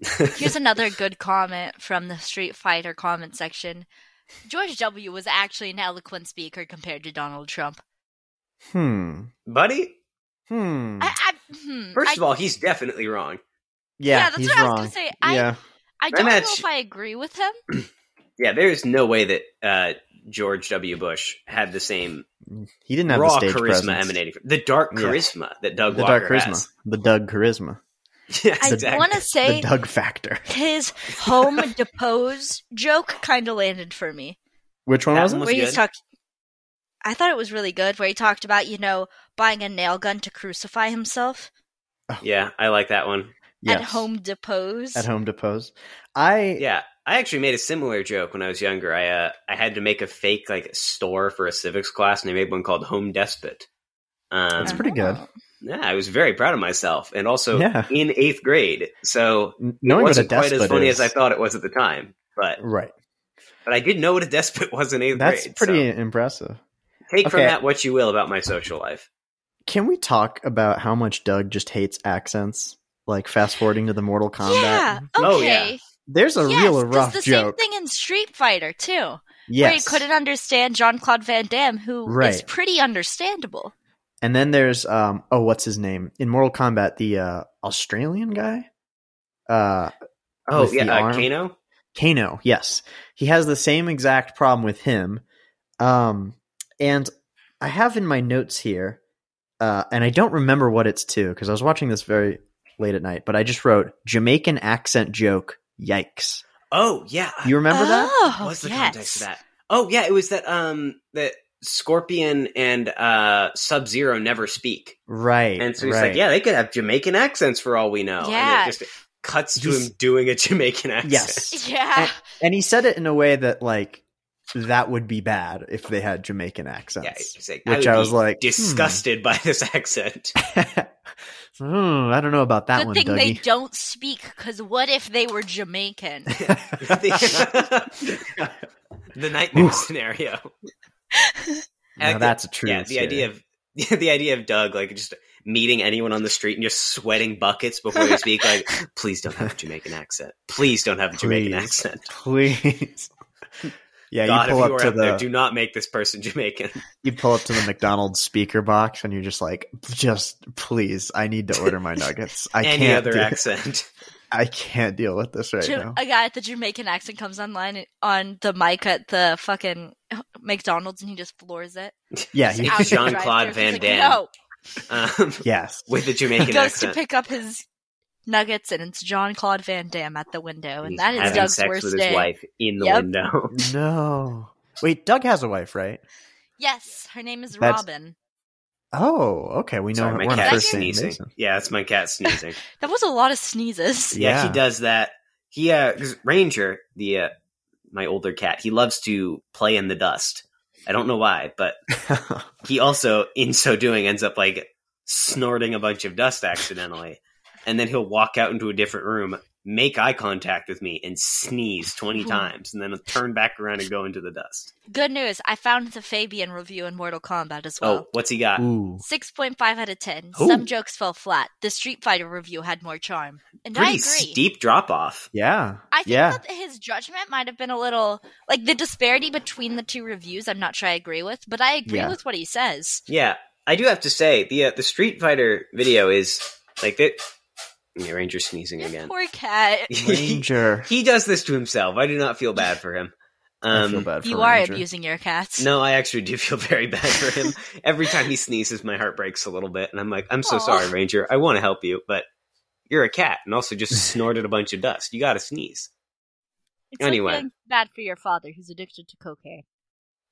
S1: Here's another good comment from the Street Fighter comment section. George W. was actually an eloquent speaker compared to Donald Trump.
S3: Hmm.
S2: buddy.
S3: Hmm.
S1: I, I, hmm,
S2: First
S1: I-
S2: of all, he's definitely wrong.
S3: yeah,
S1: yeah, that's
S3: he's
S1: what I was
S3: wrong.
S1: gonna say. I-
S3: yeah.
S1: I don't know
S2: Imagine-
S1: if I agree with him.
S2: Yeah, there is no way that uh, George W. Bush had the same
S3: He didn't have
S2: raw
S3: the stage
S2: charisma
S3: presence.
S2: emanating from the dark
S3: Yeah.
S2: charisma that Doug
S3: the
S2: Walker
S3: dark charisma.
S2: has.
S3: The Doug charisma.
S2: Yeah,
S1: I
S2: exactly.
S1: want to say
S3: The Doug factor.
S1: his home depose joke kind of landed for me.
S3: Which one
S2: That
S3: was it?
S2: one
S1: Where
S2: was
S1: he's
S2: good.
S1: talking. I thought it was really good where he talked about, you know, buying a nail gun to crucify himself
S2: Yeah, I like that one.
S1: at home depose.
S3: At home depose. I
S2: Yeah, I actually made a similar joke when I was younger. I uh, I had to make a fake like store for a civics class, and I made one called Home Despot. Um,
S3: That's pretty good.
S1: Oh.
S2: yeah, I was very proud of myself, and also
S3: Yeah.
S2: in eighth grade, so
S3: N-
S2: it
S3: Knowing what a
S2: wasn't quite
S3: despot
S2: as funny
S3: is.
S2: as I thought it was at the time. But
S3: Right.
S2: but I did know what a despot was in eighth
S3: That's
S2: grade.
S3: pretty
S2: so
S3: impressive.
S2: take from
S3: okay.
S2: that what you will about my social life.
S3: Can we talk about how much Doug just hates accents? Like fast forwarding to the Mortal Kombat.
S1: Yeah. Okay.
S2: Oh, yeah.
S3: There's a
S1: yes,
S3: real
S1: 'cause
S3: rough
S1: the
S3: joke.
S1: same thing in Street Fighter too, where he
S3: yes.
S1: couldn't understand Jean Claude Van Damme, who is
S3: Right.
S1: pretty understandable.
S3: And then there's um oh what's his name in Mortal Kombat the uh, Australian guy, uh
S2: Oh
S3: With
S2: yeah,
S3: the
S2: uh,
S3: arm.
S2: Kano.
S3: Kano. Yes, he has the same exact problem with him. Um, and I have in my notes here, uh, and I don't remember what it's to because I was watching this very late at night. But I just wrote Jamaican accent joke. Yikes!
S2: Oh yeah, I
S3: You remember that?
S1: oh,
S2: What's the
S1: yes.
S2: context of that? Oh yeah, it was that um that Scorpion and uh Sub Zero never speak.
S3: Right.
S2: And so he's
S3: right.
S2: like, Yeah, they could have Jamaican accents for all we know.
S1: Yeah.
S2: And it just cuts to
S3: He's-
S2: him doing a Jamaican accent.
S3: Yes.
S1: Yeah.
S3: And he said it in a way that like that would be bad if they had Jamaican
S2: Yeah,
S3: accents.
S2: he's like,
S3: Which
S2: would
S3: I was
S2: be
S3: like, hmm.
S2: disgusted by this accent.
S3: Hmm, I don't know about that
S1: Good
S3: one,
S1: thing
S3: Dougie.
S1: they don't speak, because what if they were Jamaican?
S2: the nightmare
S3: Oof.
S2: scenario.
S3: Now
S2: Like,
S3: that's a true.
S2: yeah, the idea of the idea of Doug like just meeting anyone on the street and just sweating buckets before you speak. Like, please don't have a Jamaican accent. Please don't have a Jamaican
S3: Please.
S2: accent.
S3: please. yeah,
S2: God, if
S3: you pull
S2: you
S3: up
S2: are
S3: to
S2: out there,
S3: the
S2: do not make this person Jamaican.
S3: you pull up to the McDonald's speaker box, and you're just like, just please, I need to order my nuggets. I
S2: Any
S3: can't.
S2: other
S3: do-
S2: accent.
S3: I can't deal with this right
S1: Ja-
S3: now.
S1: a guy with the Jamaican accent comes online on the mic at the fucking McDonald's and he just floors it.
S3: yeah,
S1: Just
S3: you-
S1: out the
S2: Jean-Claude
S1: drive-thru.
S2: Van
S1: He's like,
S2: Damme.
S1: No,
S2: Um,
S3: yes,
S2: with a Jamaican
S1: goes to
S2: accent.
S1: pick up his nuggets and it's John Claude Van Damme at the window, and
S2: He's
S1: that is
S2: having
S1: Doug's
S2: sex
S1: worst
S2: with his
S1: day.
S2: wife in the
S1: Yep.
S2: window.
S3: no. Wait, Doug has a wife, right?
S1: Yes, her name is
S3: That's-
S1: Robin.
S3: Oh, okay. We know
S2: Sorry,
S3: we're
S2: my
S3: on a
S2: cat's
S3: first name
S2: sneezing.
S3: basis.
S2: Yeah, that's my cat sneezing.
S1: That was a lot of sneezes.
S2: yeah,
S3: Yeah.
S2: he does that. He uh, 'cause Ranger, the uh, my older cat, he loves to play in the dust. I don't know why, but he also, in so doing, ends up like snorting a bunch of dust accidentally, and then he'll walk out into a different room, make eye contact with me, and sneeze twenty times, and then turn back around and go into the dust.
S1: Good news, I found the Fabian review in Mortal Kombat as
S2: Oh,
S1: well.
S2: what's he got?
S3: Ooh,
S1: 6.5 out of 10.
S2: Ooh.
S1: Some jokes fell flat. The Street Fighter review had more charm. And I
S2: Pretty
S1: agree.
S2: steep drop off.
S3: yeah,
S1: I think
S3: yeah.
S1: that his judgment might have been a little like the disparity between the two reviews. I'm not sure I agree with, but I agree
S3: Yeah.
S1: with what he says.
S2: Yeah, I do have to say the uh, the Street Fighter video is like that. Yeah, Ranger sneezing
S1: Your
S2: again.
S1: poor cat.
S2: he,
S3: Ranger.
S2: he does this to himself. I do not feel bad for him. Um,
S3: I feel bad for
S1: You are
S3: Ranger.
S1: abusing your cats.
S2: No, I actually do feel very bad for him. Every time he sneezes, my heart breaks a little bit, and I'm like, I'm so
S1: Aw.
S2: sorry, Ranger. I want to help you, but you're a cat, and also just snorted a bunch of dust. You got to sneeze.
S1: It's like
S2: anyway.
S1: feeling bad for your father who's addicted to cocaine.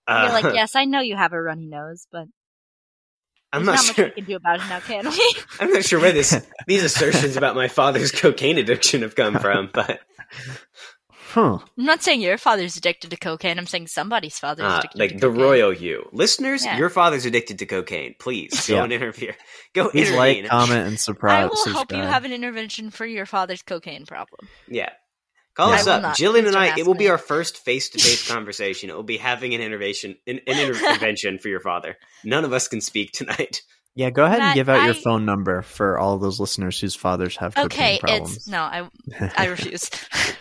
S2: Uh,
S1: You're like, yes, I know you have a runny nose, but there's
S2: I'm not
S1: not much
S2: sure.
S1: we can do about it now, can we?
S2: I'm not sure where this these assertions about my father's cocaine addiction have come from, but
S3: Huh.
S1: I'm not saying your father's addicted to cocaine. I'm saying somebody's father's
S2: Uh,
S1: addicted to
S2: like the
S1: cocaine.
S2: royal you, listeners,
S1: Yeah.
S2: your father's addicted to cocaine. Please go
S3: Yeah.
S2: and interfere. Go
S3: Please
S2: intervene.
S3: like, comment, and surprise.
S1: I will help you
S3: subscribe.
S1: have an intervention for your father's cocaine problem.
S2: Yeah. Call
S3: Yeah.
S2: us
S1: I will
S2: up,
S1: not.
S2: Jillian and
S1: Don't
S2: I.
S1: ask
S2: It will be
S1: me.
S2: our first face-to-face conversation. It will be having an intervention, an, an intervention for your father. None of us can speak tonight.
S3: Yeah, go ahead
S1: Matt,
S3: and give out your
S1: I-
S3: phone number for all those listeners whose fathers have cocaine
S1: Okay,
S3: problems.
S1: it's no, I I refuse.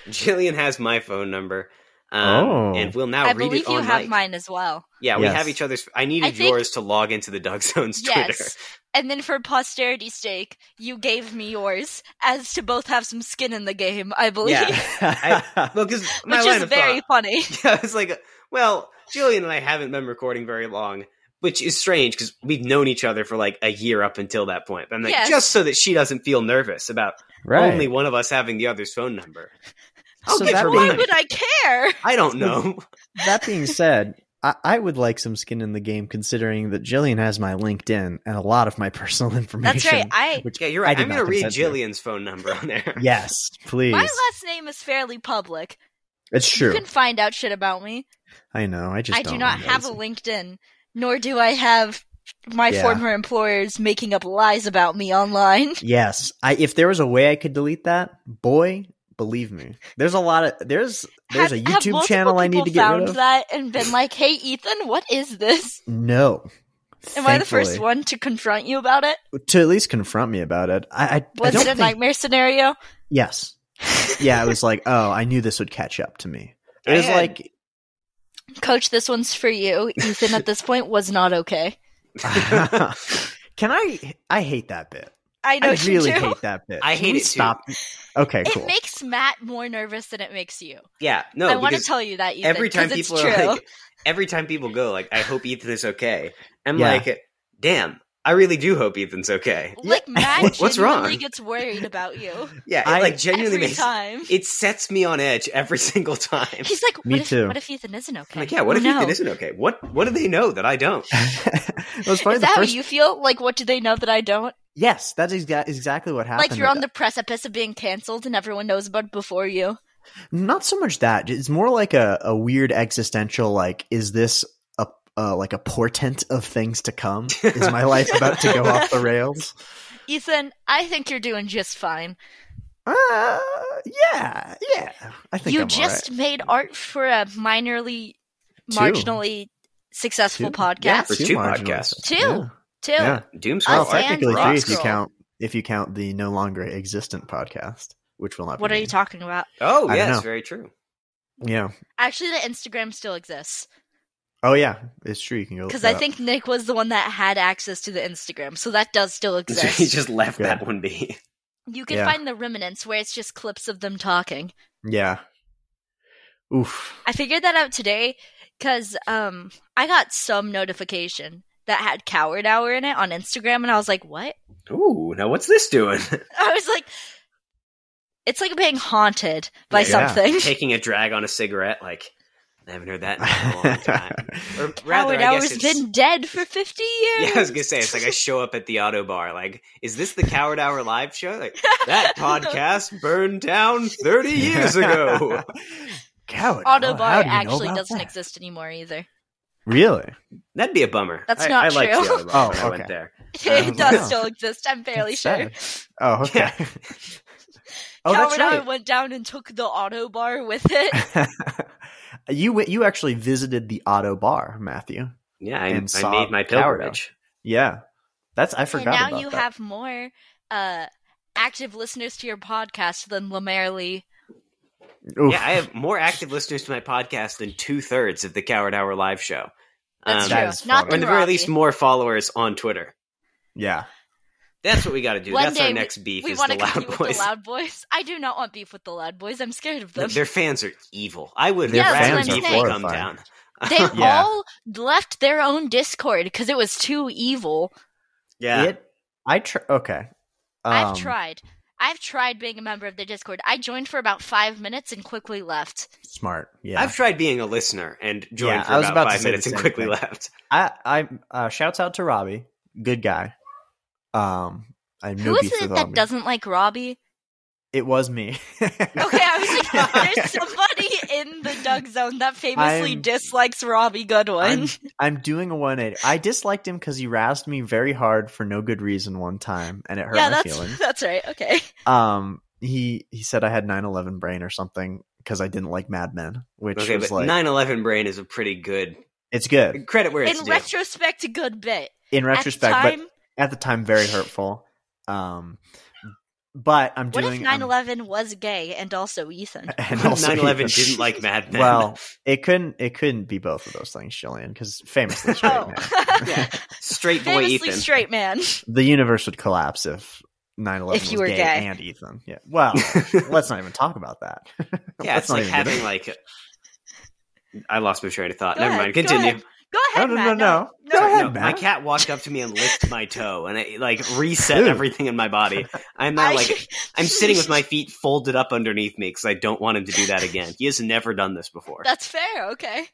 S2: Jillian has my phone number. Um,
S3: Oh.
S2: And we'll now
S1: I
S2: read
S1: believe
S2: it
S1: you
S2: on
S1: have
S2: mic.
S1: mine as well.
S2: Yeah, we
S3: Yes.
S2: have each other's. I
S1: I
S2: needed
S1: think-
S2: your's to log into the Doug Zone's Twitter.
S1: Yes. And then for posterity's sake, you gave me yours, as to both have some skin in the game, I believe.
S2: Yeah. Well, because my
S1: Which
S2: line
S1: is
S2: of
S1: very
S2: thought,
S1: funny.
S2: yeah, it's like, well, Julian and I haven't been recording very long, which is strange because we've known each other for like a year up until that point. But I'm like,
S1: Yes.
S2: just so that she doesn't feel nervous about
S3: right.
S2: only one of us having the other's phone number. I'll
S3: So
S2: give
S3: that
S2: her
S3: being-
S1: Why
S2: mine.
S1: would I care?
S2: I don't know.
S3: that being said, I, I would like some skin in the game, considering that Jillian has my LinkedIn and a lot of my personal information.
S1: That's right. I
S3: Which,
S2: Yeah, you're right.
S3: I did
S2: I'm
S3: not
S2: going to read
S3: consent to.
S2: Jillian's phone number on there.
S3: yes, please.
S1: my last name is fairly public.
S3: it's true.
S1: You can find out shit about me.
S3: I know. I just
S1: I do
S3: don't
S1: not
S3: I'm
S1: have a
S3: lazy.
S1: LinkedIn, nor do I have my
S3: Yeah.
S1: former employers making up lies about me online.
S3: Yes, I. If there was a way I could delete that, boy, believe me, there's a lot of there's
S1: Have-
S3: there's a
S1: have
S3: YouTube
S1: multiple
S3: channel I need
S1: people
S3: to get
S1: found
S3: rid of.
S1: that and been like, "Hey, Ethan, what is this?"
S3: No.
S1: Am I the first
S3: Thankfully.
S1: one to confront you about it?
S3: to at least confront me about it? I, I, I
S1: Was it
S3: don't
S1: a
S3: think-
S1: nightmare scenario?
S3: Yes. Yeah, it was like, oh, I knew this would catch up to me. It
S2: I
S3: was
S2: had-
S3: like
S1: Coach, this one's for you. Ethan at this point was not okay.
S3: Can I? I hate that bit.
S1: I know
S3: I
S1: you
S3: really
S1: do.
S3: hate that bit.
S2: I
S3: Can
S2: hate
S3: we
S2: it too.
S3: Stop. Okay,
S1: it
S3: cool.
S1: makes Matt more nervous than it makes you.
S2: Yeah, no.
S1: I want to
S2: because-
S1: tell you that Ethan,
S2: every time
S1: 'cause it's
S2: people
S1: true.
S2: are like every time people go like i hope ethan is okay i'm
S3: Yeah.
S2: like damn i really do hope ethan's okay
S1: like Matt
S2: What- what's
S1: genuinely
S2: wrong?
S1: gets worried about you
S2: yeah it,
S3: I-
S2: like genuinely
S1: every
S2: makes
S1: time.
S2: it sets me on edge every single time
S1: He's like, what
S3: Me
S1: if,
S3: too.
S1: What if Ethan isn't okay?
S2: I'm like yeah what if
S1: no.
S2: ethan isn't okay what what do they know that i don't
S3: it was funny.
S1: Is
S3: the
S1: that
S3: first,
S1: how you feel? Like, what do they know that I don't?
S3: yes, that's exa- exactly what happened.
S1: Like, you're on the precipice of being canceled, and everyone knows about it before you.
S3: Not so much that. It's more like a, a weird existential. Like, is this a uh, like a portent of things to come? Is my life about to go off the rails?
S1: Ethan, I think you're doing just fine.
S3: Uh, yeah, yeah. I think
S1: You
S3: I'm all
S1: just made art for a minorly,
S3: Two.
S1: marginally successful
S3: Two.
S1: podcast.
S2: Yeah, for
S3: right.
S2: two
S3: marginal-
S2: podcasts.
S1: Two.
S3: Yeah.
S1: too.
S3: yeah.
S2: doom
S1: Us
S3: Well,
S2: scroll
S1: and
S3: technically
S1: Rock
S3: three if you
S1: Scroll.
S3: count if you count the no longer existent podcast, which will not.
S1: What
S3: be
S1: are you
S3: named.
S1: talking about?
S2: oh
S3: I don't
S2: yes
S3: know.
S2: very true
S3: Yeah.
S1: Actually, the Instagram still exists
S3: Oh yeah, it's true. You can go look
S1: because
S3: that
S1: I
S3: up.
S1: think Nick was the one that had access to the Instagram, so that does still
S2: he
S1: exist.
S2: just left
S3: Yeah.
S2: that one be
S1: you can
S3: Yeah.
S1: find the remnants where it's just clips of them talking.
S3: Yeah. Oof.
S1: I figured that out today because um, I got some notification that had Coward Hour in it on Instagram, and I was like, "What?"
S2: Ooh, now what's this doing?
S1: I was like, "It's like being haunted by
S2: Yeah.
S1: something."
S2: Taking a drag on a cigarette, like I haven't heard that in a long time. Or rather,
S1: Coward
S2: I guess
S1: Hour's
S2: it's-
S1: been dead for fifty years.
S2: Yeah, I was gonna say it's like I show up at the auto bar. Like, is this the Coward Hour live show? Like that podcast burned down thirty years ago.
S3: Coward.
S1: Autobar
S3: How do you know
S1: actually
S3: about
S1: doesn't
S3: that?
S1: exist anymore either.
S3: Really?
S2: That'd be a bummer.
S1: That's
S2: I-
S1: not
S2: I liked
S1: true.
S2: the auto bar
S3: Oh,
S2: when I went
S3: okay.
S2: there.
S1: It
S3: Um,
S1: does
S3: yeah.
S1: still exist. I'm fairly
S3: That's
S1: sure.
S3: sad. Oh, okay.
S2: Yeah.
S3: Oh,
S1: Coward
S3: that's
S1: Hour
S3: right.
S1: went down and took the auto bar with it.
S3: you went, you actually visited the auto bar, Matthew.
S2: Yeah, I,
S3: And
S2: I
S3: saw
S2: made my
S3: Coward Hour.
S2: pilgrimage.
S3: Yeah. That's I forgot.
S1: and now
S3: about
S1: you
S3: that.
S1: have more uh, active listeners to your podcast than Lamarly.
S3: Oof.
S2: Yeah, I have more active listeners to my podcast than two thirds of the Coward Hour live show. Um,
S1: That's
S3: that
S1: true.
S3: is
S1: Not
S2: Or at
S1: the
S2: the very
S1: Rocky.
S2: least, more followers on Twitter.
S3: Yeah.
S2: That's what we got to do.
S1: One
S2: That's
S1: day
S2: our next beef.
S1: we
S2: is
S1: want
S2: the
S1: to compete
S2: loud
S1: with
S2: boys.
S1: the Loud Boys. I do not want beef with the Loud Boys. I'm scared of them.
S2: Their fans are evil. I would
S3: Their
S2: rather
S1: fans are
S2: people come
S3: horrifying.
S2: down.
S1: they
S3: Yeah.
S1: all left their own Discord because it was too evil.
S2: Yeah,
S3: It. I tr- okay. Um,
S1: I've tried. I've tried being a member of the Discord. I joined for about five minutes and quickly left.
S3: Smart. Yeah.
S2: I've tried being a listener and joined
S3: Yeah,
S2: for
S3: I was
S2: about,
S3: about to
S2: five
S3: say the
S2: minutes and
S3: same
S2: quickly
S3: thing.
S2: left.
S3: I, I uh, shouts out to Robbie, good guy. Um, I have no
S1: Who is
S3: beef
S1: it
S3: with
S1: that
S3: Robbie.
S1: doesn't like Robbie?
S3: It was me.
S1: Okay, I was like, there's somebody in the Doug Zone that famously
S3: I'm-
S1: dislikes Robbie Goodwin.
S3: I'm, I'm doing a 180. I disliked him because he rasped me very hard for no good reason one time, and it hurt
S1: yeah,
S3: my
S1: that's
S3: feelings.
S1: that's right. Okay,
S3: Um, he he said I had 9/11 brain or something because I didn't like Mad Men, which
S2: Okay,
S3: was
S2: but
S3: like
S2: 9/11 brain is a pretty good
S3: it's good
S2: credit where it's
S1: in
S2: due.
S1: retrospect, a good bit.
S3: in retrospect,
S1: At the time,
S3: but at the time very hurtful. Um, But I'm
S1: What if
S3: doing.
S1: 9
S3: I'm-
S1: 11 was gay and also Ethan?
S3: and also
S2: 9/11
S3: Ethan.
S2: didn't like Mad Men.
S3: Well, it couldn't. It couldn't be both of those things, Jillian, because famously, straight
S1: Oh.
S3: man.
S2: Yeah. straight boy
S1: Famously
S2: Ethan.
S1: straight man.
S3: the universe would collapse if 9/11
S1: If you
S3: was
S1: were
S3: gay,
S1: gay.
S3: and Ethan. Yeah. Well, let's not even talk about that.
S2: yeah,
S3: Let's
S2: it's
S3: not
S2: like
S3: even get
S2: having
S3: it.
S2: like. I lost my train of thought.
S1: Go
S2: Never
S1: ahead,
S2: mind.
S1: go
S2: Continue.
S1: ahead. Go ahead,
S3: no, no, no,
S1: Matt.
S3: no,
S1: no.
S3: Go
S2: Sorry,
S3: ahead,
S2: no,
S3: Matt.
S2: my cat walked up to me and licked my toe, and it like reset
S3: Ew.
S2: everything in my body. I'm now
S1: I-
S2: like I'm sitting with my feet folded up underneath me because I don't want him to do that again. He has never done this before.
S1: That's fair. Okay.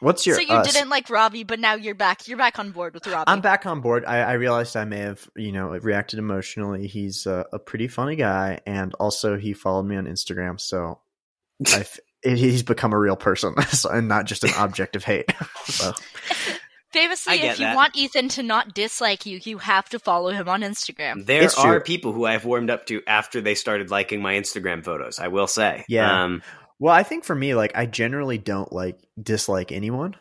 S3: What's your?
S1: so you
S3: us?
S1: didn't like Robbie, but now you're back. You're back on board with Robbie.
S3: I'm back on board. I, I realized I may have, you know, reacted emotionally. He's a, a pretty funny guy, and also he followed me on Instagram, so I've, he's become a real person so- and not just an object of hate. So,
S1: Famously,
S2: I get
S1: if you
S2: that.
S1: want Ethan to not dislike you, you have to follow him on Instagram.
S2: There
S3: It's
S2: are
S3: true.
S2: people who I've warmed up to after they started liking my Instagram photos. I will say,
S3: Yeah.
S2: Um,
S3: well, I think for me, like I generally don't like dislike anyone.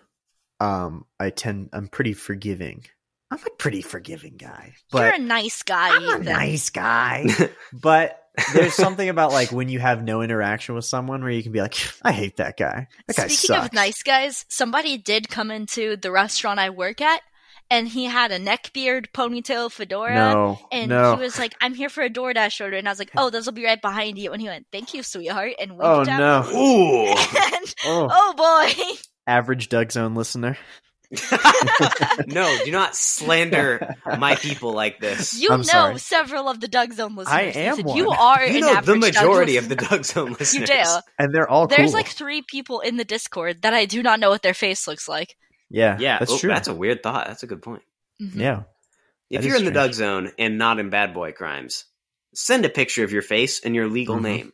S3: Um, I tend I'm pretty forgiving. I'm a pretty forgiving guy,
S1: you're
S3: but
S1: a nice guy,
S3: I'm a
S1: Ethan.
S3: nice guy. but there's something about like when you have no interaction with someone where you can be like, I hate that guy. That guy
S1: Speaking
S3: sucks.
S1: of nice guys, somebody did come into the restaurant I work at, and he had a neck beard, ponytail, fedora.
S3: no,
S1: And
S3: no.
S1: he was like, I'm here for a DoorDash order. And I was like, oh, those will be right behind you. And he went, thank you, sweetheart. And winked
S3: oh
S1: at
S3: no,
S2: ooh,
S1: me. And,
S3: oh,
S1: oh, boy.
S3: average Doug Zone listener.
S2: no, do not slander my people like this.
S1: You
S3: I'm
S1: know
S3: sorry.
S1: several of the Doug Zone listeners.
S3: I am
S1: Ethan. You
S3: one.
S1: are
S2: You
S1: an
S2: know the
S1: average Doug
S2: majority of
S1: listener.
S2: the Doug Zone
S1: You
S2: listeners.
S1: do.
S3: and they're all
S1: There's
S3: Oh, cool.
S1: like three people in the Discord that I do not know what their face looks like.
S3: yeah,
S2: Yeah,
S3: that's
S2: oh,
S3: true.
S2: That's a weird thought. That's a good point.
S1: Mhm.
S3: yeah,
S2: If
S3: That
S2: you're
S3: is
S2: in the
S3: strange.
S2: Doug Zone and not in Bad Boy Crimes, send a picture of your face and your legal
S3: Mhm.
S2: name.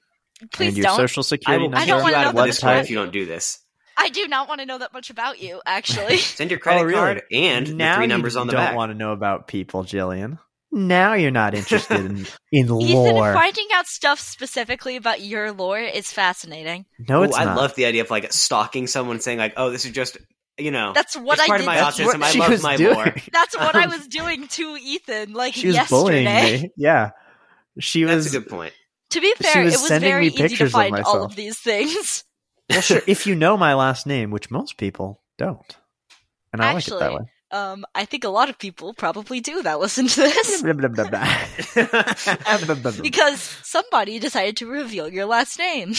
S1: Please
S3: and your
S1: don't.
S3: social
S2: I
S3: security
S2: will
S1: I
S2: kick
S3: number.
S1: don't
S2: you
S1: wanna
S2: out
S1: know
S2: of
S1: that
S2: this
S1: it's
S2: one
S1: about
S2: if you
S1: you.
S2: don't do this.
S1: I do not want to know that much about you, actually.
S2: Send your credit
S3: Oh, really?
S2: card and
S3: now
S2: the three
S3: you
S2: numbers on the
S3: don't
S2: back.
S3: want to know about people, Jillian. Now you're not interested in in
S1: Ethan,
S3: lore.
S1: finding out stuff specifically about your lore is fascinating.
S3: no,
S2: Ooh,
S3: it's
S2: I
S3: not.
S2: love the idea of like stalking someone and saying like, "Oh, this is just you know."
S1: That's what
S2: it's
S1: I
S2: part
S1: did.
S2: of my
S1: That's,
S3: That's
S2: autism.
S3: what
S2: I
S3: she
S2: love
S3: was
S2: my
S3: doing.
S2: lore.
S1: that's what I was doing to Ethan, like
S3: She was
S1: yesterday.
S3: bullying me. Yeah, she
S2: That's
S3: was.
S2: a good point.
S1: To be
S3: She
S1: fair,
S3: was
S1: it was
S3: sending
S1: very
S3: me
S1: easy to
S3: pictures of
S1: find all
S3: myself.
S1: of these things.
S3: well, sure. If you know my last name, which most people don't, and I like it that
S1: Actually,
S3: way.
S1: Um, I think a lot of people probably do that listen to this
S3: Blah, blah, blah, blah. Blah, blah, blah.
S1: because somebody decided to reveal your last name.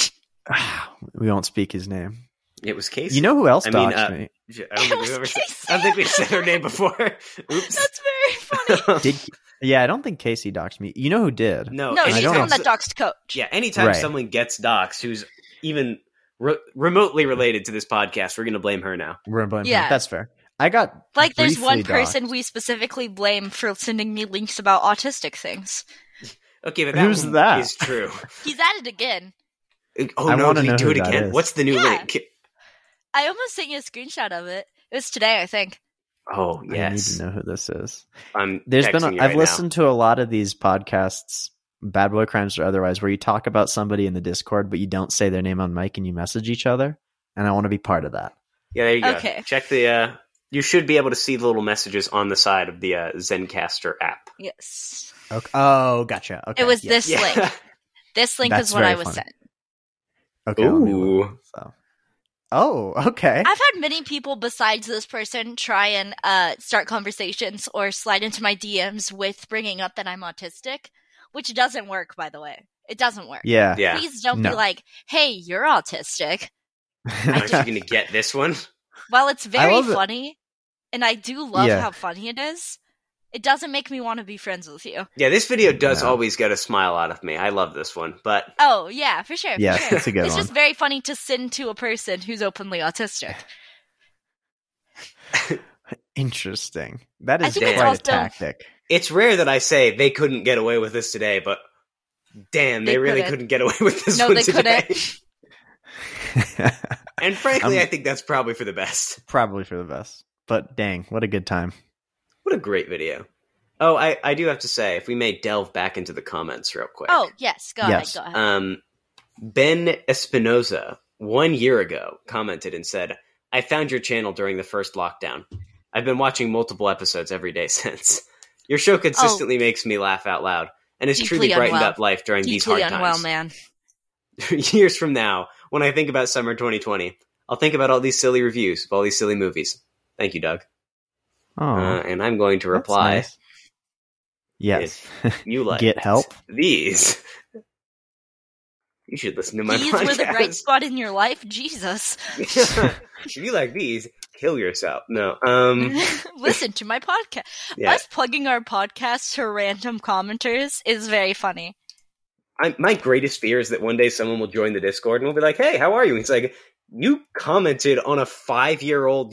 S3: we won't speak his name.
S2: it was Casey.
S3: You know who else
S2: I mean,
S3: doxed
S2: uh, I
S3: me?
S2: don't
S1: It
S2: think
S1: was
S2: we've ever said.
S1: Casey.
S2: I don't think we've said her name before. Oops.
S1: That's very funny.
S3: Did yeah? I don't think Casey doxed me. You know who did?
S2: no,
S1: no,
S3: I
S1: she's
S3: don't
S1: from
S2: anytime,
S3: know.
S1: that doxed coach.
S2: yeah, anytime
S3: Right.
S2: someone gets doxxed who's even re- remotely related to this podcast, we're going to blame her now.
S3: We're gonna blame her.
S1: Yeah.
S3: That's fair. I got
S1: Like, there's
S3: briefly
S1: one
S3: doxed.
S1: person we specifically blame for sending me links about autistic things.
S2: Okay, but that
S3: Who's
S2: one
S3: that?
S2: is true.
S1: He's at it again.
S2: Oh
S3: I
S2: no,
S3: wanna
S2: did he
S3: know
S2: do
S3: who
S2: it
S3: that
S2: again?
S3: is.
S2: What's the new
S1: Yeah.
S2: link?
S1: I almost sent you a screenshot of it. It was today, I think.
S2: Oh
S3: I need
S2: yes,
S3: to know who this is.
S2: I'm.
S3: There's been.
S2: texting
S3: A,
S2: you
S3: I've
S2: right now.
S3: listened to a lot of these podcasts, bad boy crimes or otherwise, where you talk about somebody in the Discord, but you don't say their name on mic and you message each other. And I want to be part of that.
S2: Yeah, there you go.
S1: Okay.
S2: Check the. Uh, you should be able to see the little messages on the side of the uh, ZenCaster app.
S1: Yes.
S3: Okay. Oh, gotcha. Okay.
S1: it was
S3: yeah.
S1: this link. This link
S3: That's
S1: is what I
S3: very
S1: was
S3: funny.
S1: sent.
S3: Okay. let me look.
S2: Ooh.
S3: So. Oh, okay.
S1: I've had many people besides this person try and uh, start conversations or slide into my DMs with bringing up that I'm autistic, which doesn't work, by the way. It doesn't work.
S3: yeah.
S2: Yeah.
S1: Please don't
S3: No.
S1: be like, hey, you're autistic.
S2: Aren't you going to get this one?
S1: While it's very
S3: love it.
S1: funny, and I do love
S3: Yeah.
S1: how funny it is, it doesn't make me want to be friends with you.
S2: Yeah, this video does
S3: No.
S2: always get a smile out of me. I love this one, but
S1: Oh, yeah, for sure. for
S3: yeah,
S1: sure.
S3: it's a good
S1: It's
S3: one.
S1: just very funny to send to a person who's openly autistic.
S3: Interesting. That
S1: I
S3: is
S1: think
S3: quite
S2: it's
S3: a
S1: also-
S3: tactic.
S2: it's rare that I say they couldn't get away with this today. But damn, they,
S1: They
S2: really
S1: couldn't.
S2: couldn't get away with this
S1: No,
S2: one
S1: they
S2: today.
S1: couldn't.
S2: And frankly,
S3: Um,
S2: I think that's probably for the best.
S3: Probably for the best. But dang, what a good time.
S2: What a great video. Oh, I, I do have to say, if we may delve back into the comments real quick.
S1: Oh, yes, go
S3: Yes.
S1: ahead, go ahead.
S2: Um, ben Espinoza, one year ago, commented and said, I found your channel during the first lockdown. I've been watching multiple episodes every day since. Your show consistently makes me laugh out loud. and has
S1: Oh. Deeply
S2: truly brightened
S1: unwell.
S2: up life during these hard
S1: Deeply unwell,
S2: times.
S1: man.
S2: Years from now, when I think about summer 2020, I'll think about all these silly reviews of all these silly movies. Thank you, Doug.
S3: Oh,
S2: Uh, and I'm going to
S3: that's
S2: reply.
S3: nice. Yes.
S2: If you like
S3: Get help.
S2: these. You should listen to my
S1: These
S2: podcast.
S1: were the bright spot in your life, Jesus.
S2: if you like these, kill yourself. No. Um.
S1: Listen to my podcast.
S2: Yeah.
S1: Us plugging our podcast to random commenters is very funny.
S2: I, my greatest fear is that one day someone will join the Discord and will be like, "Hey, how are you?" And it's like, "You commented on a five-year-old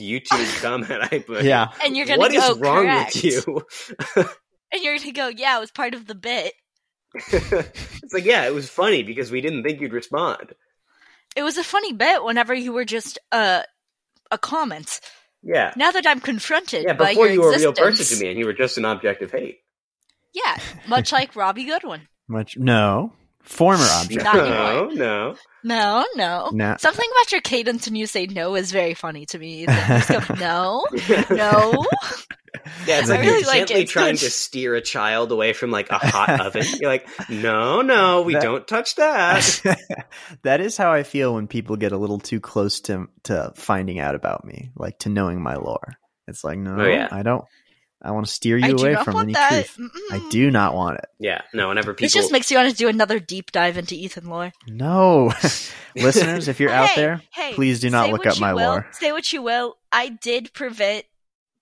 S2: YouTube comment I put.
S3: Yeah.
S1: And you're gonna
S2: What is
S1: go
S2: wrong
S1: correct.
S2: with you?"
S1: And you're gonna go, yeah, it was part of the bit.
S2: it's like, yeah, it was funny because we didn't think you'd respond.
S1: It was a funny bit whenever you were just uh, a comment.
S2: Yeah.
S1: Now that I'm confronted
S2: Yeah,
S1: by
S2: before
S1: your
S2: you were a real
S1: existence,
S2: person to me and you were just an object of hate.
S1: Yeah, much like Robbie Goodwin.
S3: Much no. Former object.
S1: Not
S2: no,
S1: anymore.
S2: no.
S1: No, no.
S3: No.
S1: Something about your cadence when you say no is very funny to me. You just go, no, no.
S2: Yeah, it's
S1: I
S2: like you're
S1: really like
S2: gently
S1: it.
S2: trying to steer a child away from like a hot oven. You're like, no, no, we
S3: That-
S2: don't touch that.
S3: that is how I feel when people get a little too close to to finding out about me, like to knowing my lore. It's like, no,
S2: Oh, yeah.
S3: I don't. I want to steer
S1: I
S3: you
S1: do
S3: away
S1: not
S3: from
S1: want
S3: any
S1: that. Mm.
S3: truth. I
S1: Mm-mm.
S3: do not want it.
S2: Yeah, no. Whenever people,
S1: This just makes you want to do another deep dive into Ethan lore.
S3: No, listeners, if you're out
S1: Hey,
S3: there,
S1: hey,
S3: please do not
S1: say
S3: look
S1: what
S3: up
S1: you
S3: my
S1: will,
S3: lore.
S1: Say what you will. I did prevent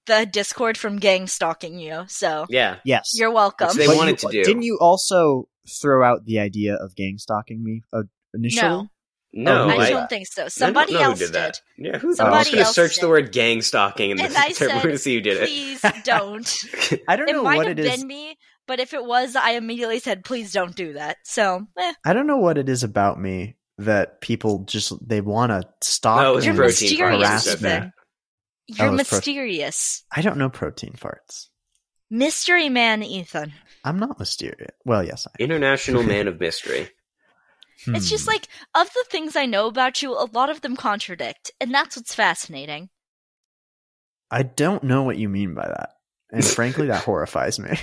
S1: the Discord from gang stalking you, so
S2: yeah,
S3: Yes,
S1: you're welcome.
S2: Which they
S3: But
S2: wanted
S3: you-
S2: to do.
S3: Didn't you also throw out the idea of gang stalking me uh, initially?
S1: No.
S2: no,
S3: Oh,
S1: I
S2: I,
S1: don't think so. Somebody
S2: I don't know
S1: else
S2: who did, that. Yeah, who's
S1: Somebody
S2: I was going to
S1: else
S2: search
S1: did.
S2: the word gang stalking and,
S1: And
S2: the
S1: I
S2: term. We're
S1: said,
S2: going to see who did it.
S1: Please don't.
S3: I don't
S1: it
S3: know
S1: might
S3: what
S1: have
S3: it is.
S1: been me, but if it was, I immediately said, "Please don't do that." So, eh,
S3: I don't know what it is about me that people just they want to stalk.
S2: No, Oh, it was
S1: you're
S3: and
S2: protein farts
S1: mysterious.
S3: harass
S2: that said
S3: me.
S1: Ethan.
S2: that.
S1: You're
S3: Oh, it's pro-
S1: mysterious,
S3: I don't know protein farts.
S1: mystery man, Ethan.
S3: I'm not mysterious. Well, yes, I. am.
S2: International man of mystery.
S1: It's just
S3: Hmm.
S1: like of the things I know about you, a lot of them contradict, and that's what's fascinating.
S3: I don't know what you mean by that, and frankly, that horrifies me.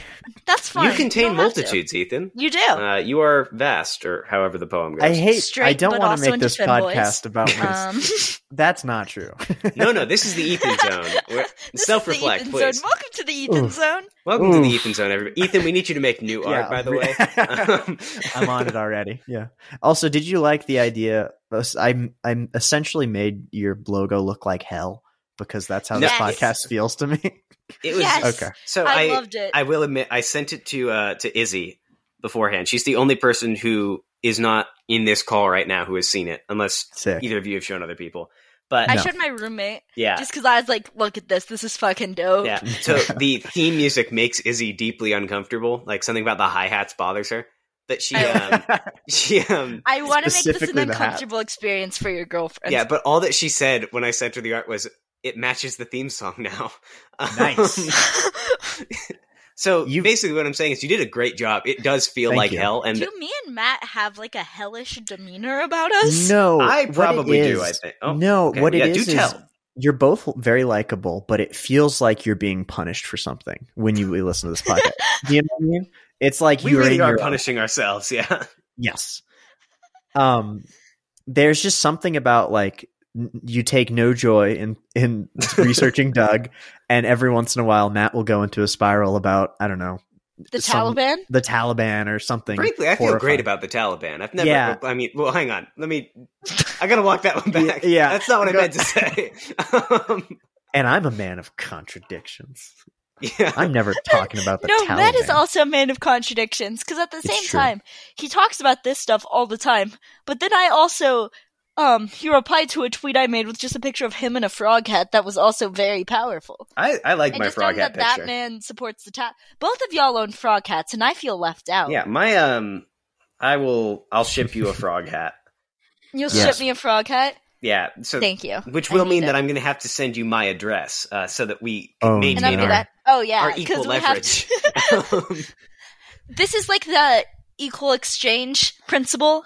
S1: That's fine.
S2: you contain
S1: don't have to. Oh.
S2: multitudes, Ethan.
S1: You do.
S2: Uh, you are vast, or however the poem goes.
S3: I hate. I
S1: Straight,
S3: don't
S1: but
S3: want
S1: also
S3: to make
S1: into
S3: this
S1: femboys.
S3: podcast about this.
S1: um,
S3: That's not true.
S2: no, no. This is the Ethan zone. We're-
S1: this is the
S2: Self-reflect,
S1: Ethan
S2: please.
S1: Zone. Welcome to the Ethan
S3: Oof.
S1: Zone.
S2: Welcome to the
S3: Oof.
S2: Ethan zone, everybody. Ethan, we need you to make new
S3: Yeah.
S2: art, by the way. Um,
S3: I'm on it already. Yeah. Also, did you like the idea? I'm I'm essentially made your logo look like hell because that's how this
S1: Yes.
S3: podcast feels to me.
S2: It was
S1: Yes.
S3: Okay.
S2: so
S1: I,
S2: I,
S1: loved it.
S2: I will admit, I sent it to uh, to Izzy beforehand. She's the only person who is not in this call right now who has seen it, unless
S3: Sick.
S2: either of you have shown other people. But
S1: I
S3: No.
S1: showed my roommate
S2: yeah,
S1: just because I was like, "Look at this. This is fucking dope."
S2: yeah. So the theme music makes Izzy deeply uncomfortable. Like something about the hi hats bothers her. But she, um, she, um,
S1: I want to make this an
S3: Specifically the hat.
S1: uncomfortable experience for your girlfriend.
S2: yeah. But all that she said when I sent her the art was, "It matches the theme song now." Um,
S3: Nice.
S2: So
S3: You-
S2: basically, what I'm saying is, you did a great job. It does feel
S3: Thank
S2: like
S3: you.
S2: hell, and
S1: do me and Matt have like a hellish demeanor about us?
S3: no,
S2: um, I
S3: what it
S2: probably do.
S3: is-
S2: I think. Oh,
S3: no,
S2: okay.
S3: what it
S2: Yeah,
S3: is
S2: do
S3: is
S2: tell.
S3: you're both very likable, but it feels like you're being punished for something when you listen to this podcast. do you know what I mean? It's like
S2: we
S3: you're
S2: really
S3: in
S2: are
S3: your own-
S2: punishing ourselves. Yeah,
S3: Yes. Um, there's just something about like n- you take no joy in in researching Doug, and every once in a while Matt will go into a spiral about I don't know
S1: the
S3: some-
S1: Taliban?
S3: the Taliban or something.
S2: frankly, I feel
S3: horrifying.
S2: great about the Taliban. I've never.
S3: Yeah.
S2: I mean, well, hang on. Let me. I gotta walk that one
S3: Yeah,
S2: back.
S3: yeah.
S2: that's not what I
S3: Go-
S2: meant to say. um,
S3: and I'm a man of contradictions.
S2: yeah,
S3: I'm never talking about the
S1: No,
S3: Taliban.
S1: Matt is also a man of contradictions because at the
S3: It's
S1: same
S3: true.
S1: time he talks about this stuff all the time. But then I also, um, he replied to a tweet I made with just a picture of him in a frog hat that was also very powerful.
S2: I, I like
S1: And
S2: my
S1: just
S2: frog
S1: knowing
S2: hat
S1: that that
S2: picture.
S1: man supports the ta- both of y'all own frog hats, and I feel left out.
S2: Yeah, my um, I will. I'll ship you a frog hat.
S1: You'll
S3: Yes.
S1: ship me a frog hat.
S2: Yeah. So.
S1: Thank you.
S2: which
S1: I
S2: will
S1: need
S2: mean that
S1: it.
S2: I'm going to have to send you my address uh, so that we
S3: Oh,
S2: maintain
S1: And I'll
S3: Our-
S1: do that. Oh
S2: our,
S1: yeah,
S2: our equal
S1: because we have to.
S2: leverage. Um,
S1: This is like the equal exchange principle,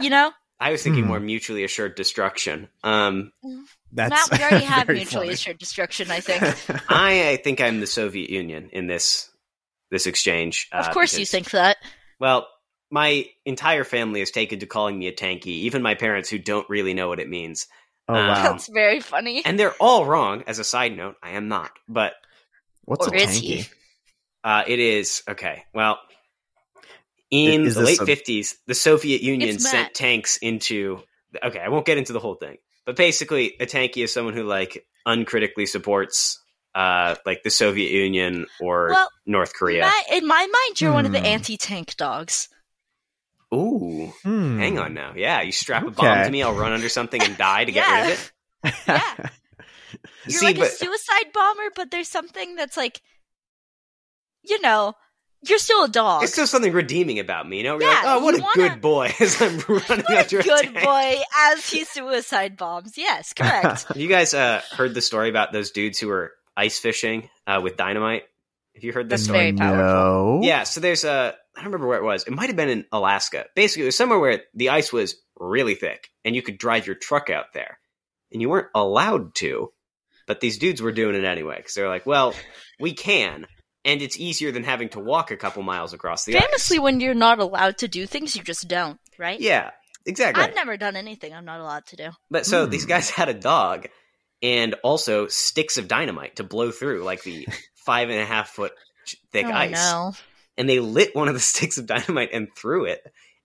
S1: you know.
S2: I was thinking
S3: Hmm.
S2: more mutually assured destruction. Um,
S3: That's
S1: Matt, we already have
S3: very
S1: mutually
S3: funny.
S1: assured destruction. I think.
S2: I, I think I'm the Soviet Union in this this exchange.
S1: Of
S2: uh,
S1: course you
S2: because-
S1: think that.
S2: Well, my entire family has taken to calling me a tanky, even my parents who don't really know what it means.
S3: Oh
S2: Um,
S3: wow,
S1: That's very funny.
S2: And they're all wrong. As a side note, I am not. But
S3: what's a
S1: Or is he?
S3: tanky?
S2: uh, it is, okay, well, in
S3: Is
S2: the
S3: this
S2: late
S3: a-
S2: 50s, the Soviet Union
S1: It's
S2: sent
S1: Matt.
S2: tanks into. Okay, I won't get into the whole thing. But basically, a tanky is someone who, like, uncritically supports. Uh, like the Soviet Union or
S1: Well,
S2: North Korea.
S1: Matt, in my mind, you're one of the
S3: Hmm.
S1: anti-tank dogs.
S2: Ooh,
S3: Hmm.
S2: hang on now. Yeah, you strap a bomb
S3: Okay.
S2: to me, I'll run under something and die to get
S1: Yeah.
S2: rid of it.
S1: Yeah. You're
S2: See,
S1: like
S2: but-
S1: a suicide bomber, but there's something that's like, you know, you're still a dog.
S2: It's still something redeeming about me, you know? You're
S1: Yeah,
S2: like, oh, what a
S1: you wanna-
S2: good boy as I'm running
S1: what
S2: after
S1: a good
S2: tank.
S1: boy as he suicide bombs. Yes, correct.
S2: Have you guys uh, heard the story about those dudes who were ice fishing uh, with dynamite? Have you heard this?
S1: That's very
S2: story?
S1: powerful.
S3: No.
S2: Yeah, so there's a, I don't remember where it was. It might have been in Alaska. Basically, it was somewhere where the ice was really thick and you could drive your truck out there. And you weren't allowed to, but these dudes were doing it anyway because they're like, well, we can. And it's easier than having to walk a couple miles across the ice.
S1: Famously, when you're not allowed to do things, you just don't, right?
S2: Yeah, exactly.
S1: I've never done anything I'm not allowed to do.
S2: But so
S3: Hmm.
S2: these guys had a dog and also sticks of dynamite to blow through like the five and a half foot thick
S1: oh,
S2: ice.
S1: no.
S2: And they lit one of the sticks of dynamite and threw it.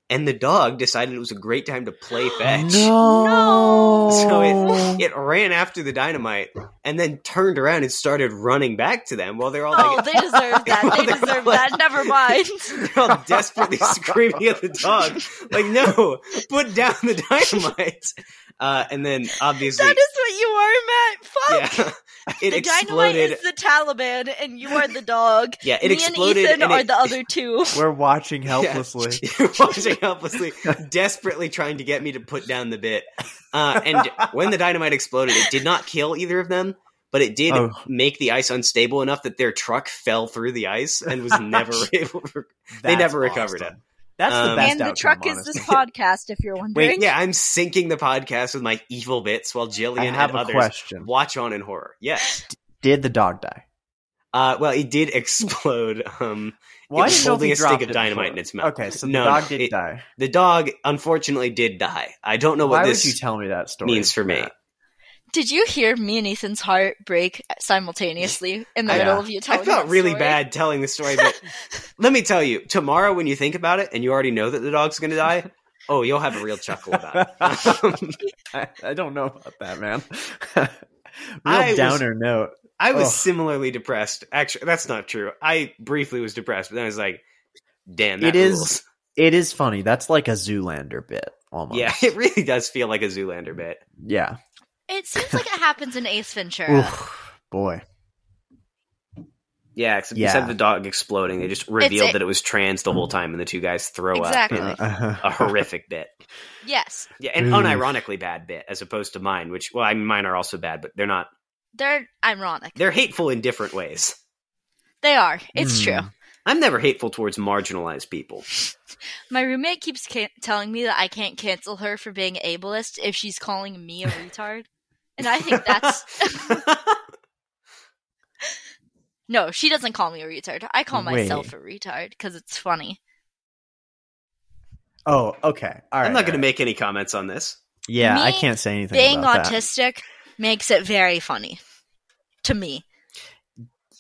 S2: And the dog decided it was a great time to play fetch.
S3: No.
S2: So it, it ran after the dynamite and then turned around and started running back to them while they're all
S1: Oh,
S2: like,
S1: they deserve that.
S2: Oh,
S1: They
S2: they're
S1: deserve
S2: like-
S1: that. Never mind.
S2: they're all desperately screaming at the dog, like, no, put down the dynamite. Uh, and then obviously,
S1: That is what you are, Matt. Fuck.
S2: yeah, it
S1: the dynamite
S2: exploded.
S1: is the Taliban, and you are the dog.
S2: Yeah, it
S1: Me
S2: exploded.
S1: and Ethan
S2: and
S1: are
S2: it-
S1: the other two.
S3: We're watching helplessly.
S2: You're watching helplessly, desperately trying to get me to put down the bit. Uh, and when the dynamite exploded, it did not kill either of them, but it did
S3: Oh.
S2: make the ice unstable enough that their truck fell through the ice and was never able. To... They
S3: That's
S2: never recovered
S3: awesome. That's
S2: Um,
S3: the best
S1: and the
S3: outcome,
S1: truck is
S3: honestly.
S1: this podcast, if you're wondering.
S2: Wait, yeah, I'm sinking the podcast with my evil bits while Jillian
S3: I have
S2: and
S3: a
S2: others
S3: question.
S2: watch on in horror. Yes.
S3: Did the dog die?
S2: Uh, well, it did explode. Um,
S3: Well, I
S2: was
S3: didn't know if
S2: holding
S3: he
S2: a stick
S3: dropped
S2: of
S3: it
S2: dynamite
S3: before.
S2: in its mouth.
S3: Okay, so
S2: No,
S3: the
S2: no,
S3: dog did
S2: it-
S3: die.
S2: the dog, unfortunately, did die. I don't know what
S3: Why
S2: this
S3: would you tell me that story?
S2: means for me.
S1: Did you hear me and Ethan's heart break simultaneously in the
S3: I-
S1: middle
S3: yeah.
S1: of you telling
S2: I felt
S1: that
S2: really
S1: story?
S2: bad telling the story, but let me tell you, tomorrow when you think about it and you already know that the dog's going to die, oh, you'll have a real chuckle about it. Um,
S3: I, I don't know about that, man. Real
S2: I was-
S3: downer note.
S2: I was
S1: Oh.
S3: Ugh.
S2: similarly depressed. Actually, that's not true. I briefly was depressed, but then I was like, damn, that
S3: It is-
S2: rules.
S3: It is funny. That's like a Zoolander bit almost.
S2: Yeah, it really does feel like a Zoolander bit.
S3: Yeah.
S1: It seems like it happens in Ace Ventura.
S3: Oof, boy.
S2: Yeah, except
S3: Yeah.
S2: instead of the dog exploding, they just revealed
S1: a-
S2: that it was trans the whole time, and the two guys throw
S1: Exactly.
S2: up.
S1: Uh,
S3: uh-huh.
S2: A horrific bit.
S1: Yes,
S2: Yeah, an
S3: Oof.
S2: unironically bad bit as opposed to mine, which, well, I mean, mine are also bad, but they're not
S1: they're ironic.
S2: they're hateful in different ways.
S1: They are. It's
S3: Hmm.
S1: true.
S2: I'm never hateful towards marginalized people.
S1: My roommate keeps can- telling me that I can't cancel her for being ableist if she's calling me a retard, and I think that's no. She doesn't call me a retard. I call myself
S3: Wait.
S1: a retard because it's funny.
S3: Oh, okay. All right.
S2: I'm not going to make any comments on this.
S3: Yeah, I
S1: Me
S3: can't say anything
S1: Being
S3: about that.
S1: autistic makes it very funny to me.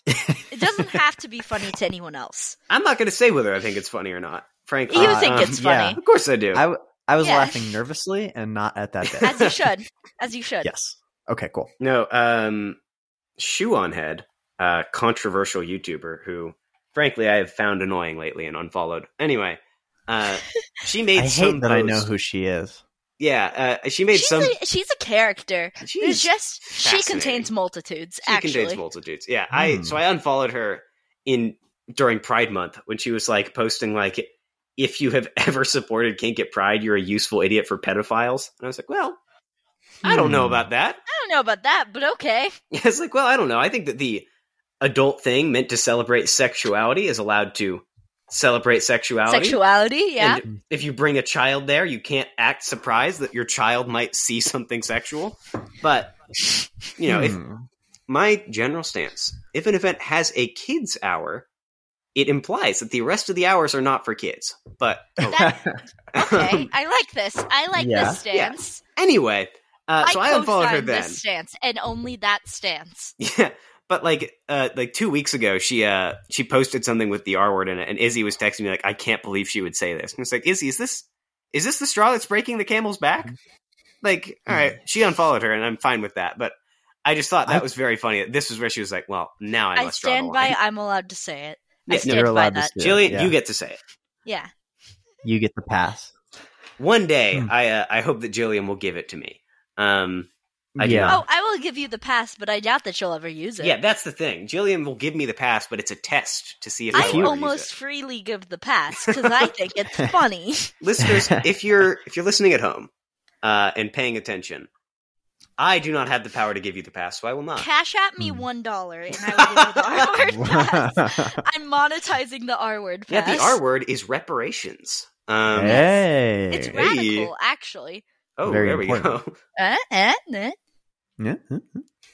S1: it doesn't have to be funny to anyone else.
S2: I'm not going to say whether I think it's funny or not. Frankly,
S1: You
S3: Uh,
S1: think
S2: Um,
S1: it's
S3: yeah.
S1: funny,
S2: Of course I do.
S3: I, w- I was
S1: Yeah.
S3: laughing nervously and not at that bit.
S1: as you should, as you should.
S3: Yes. Okay, cool.
S2: no, um, shoe on head, uh, controversial YouTuber who, frankly, I have found annoying lately and unfollowed. Anyway, uh, she made.
S3: I hate
S2: some
S3: that I know
S2: post-
S3: who she is.
S2: Yeah, uh, she made
S1: she's,
S2: some.
S1: a, she's a character. There's
S2: Jeez.
S1: just she
S2: fascinating.
S1: contains multitudes.
S2: She
S1: actually,
S2: contains multitudes. Yeah, I
S3: Hmm.
S2: so I unfollowed her in during Pride Month when she was like posting like if you have ever supported kink at Pride, you're a useful idiot for pedophiles. And I was like, well, I don't know
S3: Hmm.
S2: about that.
S1: I don't know about that, but okay.
S2: I was like, well, I don't know. I think that the adult thing meant to celebrate sexuality is allowed to celebrate sexuality.
S1: Sexuality, yeah.
S2: And if you bring a child there, you can't act surprised that your child might see something sexual. But you know, if
S3: Hmm.
S2: my general stance if an event has a kids hour it implies that the rest of the hours are not for kids. But oh,
S1: That- Okay, I like this. I like
S3: Yeah.
S1: this stance.
S2: anyway, uh, so I unfollowed her
S1: co-signed
S2: then.
S1: This stance and only that stance.
S2: Yeah, but like uh, like two weeks ago, she uh she posted something with the R word in it, and Izzy was texting me like, "I can't believe she would say this." And it's like, Izzy, is this is this the straw that's breaking the camel's back?
S3: Mm-hmm.
S2: Like, all right, she unfollowed her, and I'm fine with that. But I just thought that
S3: I-
S2: was very funny. that This was where she was like, "Well, now I
S1: I
S2: must draw the
S1: stand by.
S2: line."
S1: I'm allowed to say it. I
S2: Yeah, no,
S1: stand
S3: you're
S1: by
S3: allowed to
S1: that.
S3: say it.
S2: Jillian,
S3: Yeah.
S2: you get to say it.
S1: Yeah.
S3: You get the pass.
S2: One day,
S3: Hmm.
S2: I uh, I hope that Jillian will give it to me. Um, I do
S1: Oh, I will give you the pass, but I doubt that you'll ever use it.
S2: yeah, that's the thing. Jillian will give me the pass, but it's a test to see if
S1: I
S2: I will use it.
S1: almost freely give the pass because I think it's funny.
S2: listeners, if you're if you're listening at home uh, and paying attention, I do not have the power to give you the pass, so I will not.
S1: Cash at me
S3: Hmm.
S1: one dollar, and I will give you the R word pass. I'm monetizing the R word
S2: Yeah,
S1: pass.
S2: the R word is reparations. Um,
S3: hey.
S1: It's
S2: right. Hey.
S1: radical, actually.
S2: Oh,
S3: Very
S2: there we go.
S3: important.
S1: Uh, uh, uh.
S3: Yeah.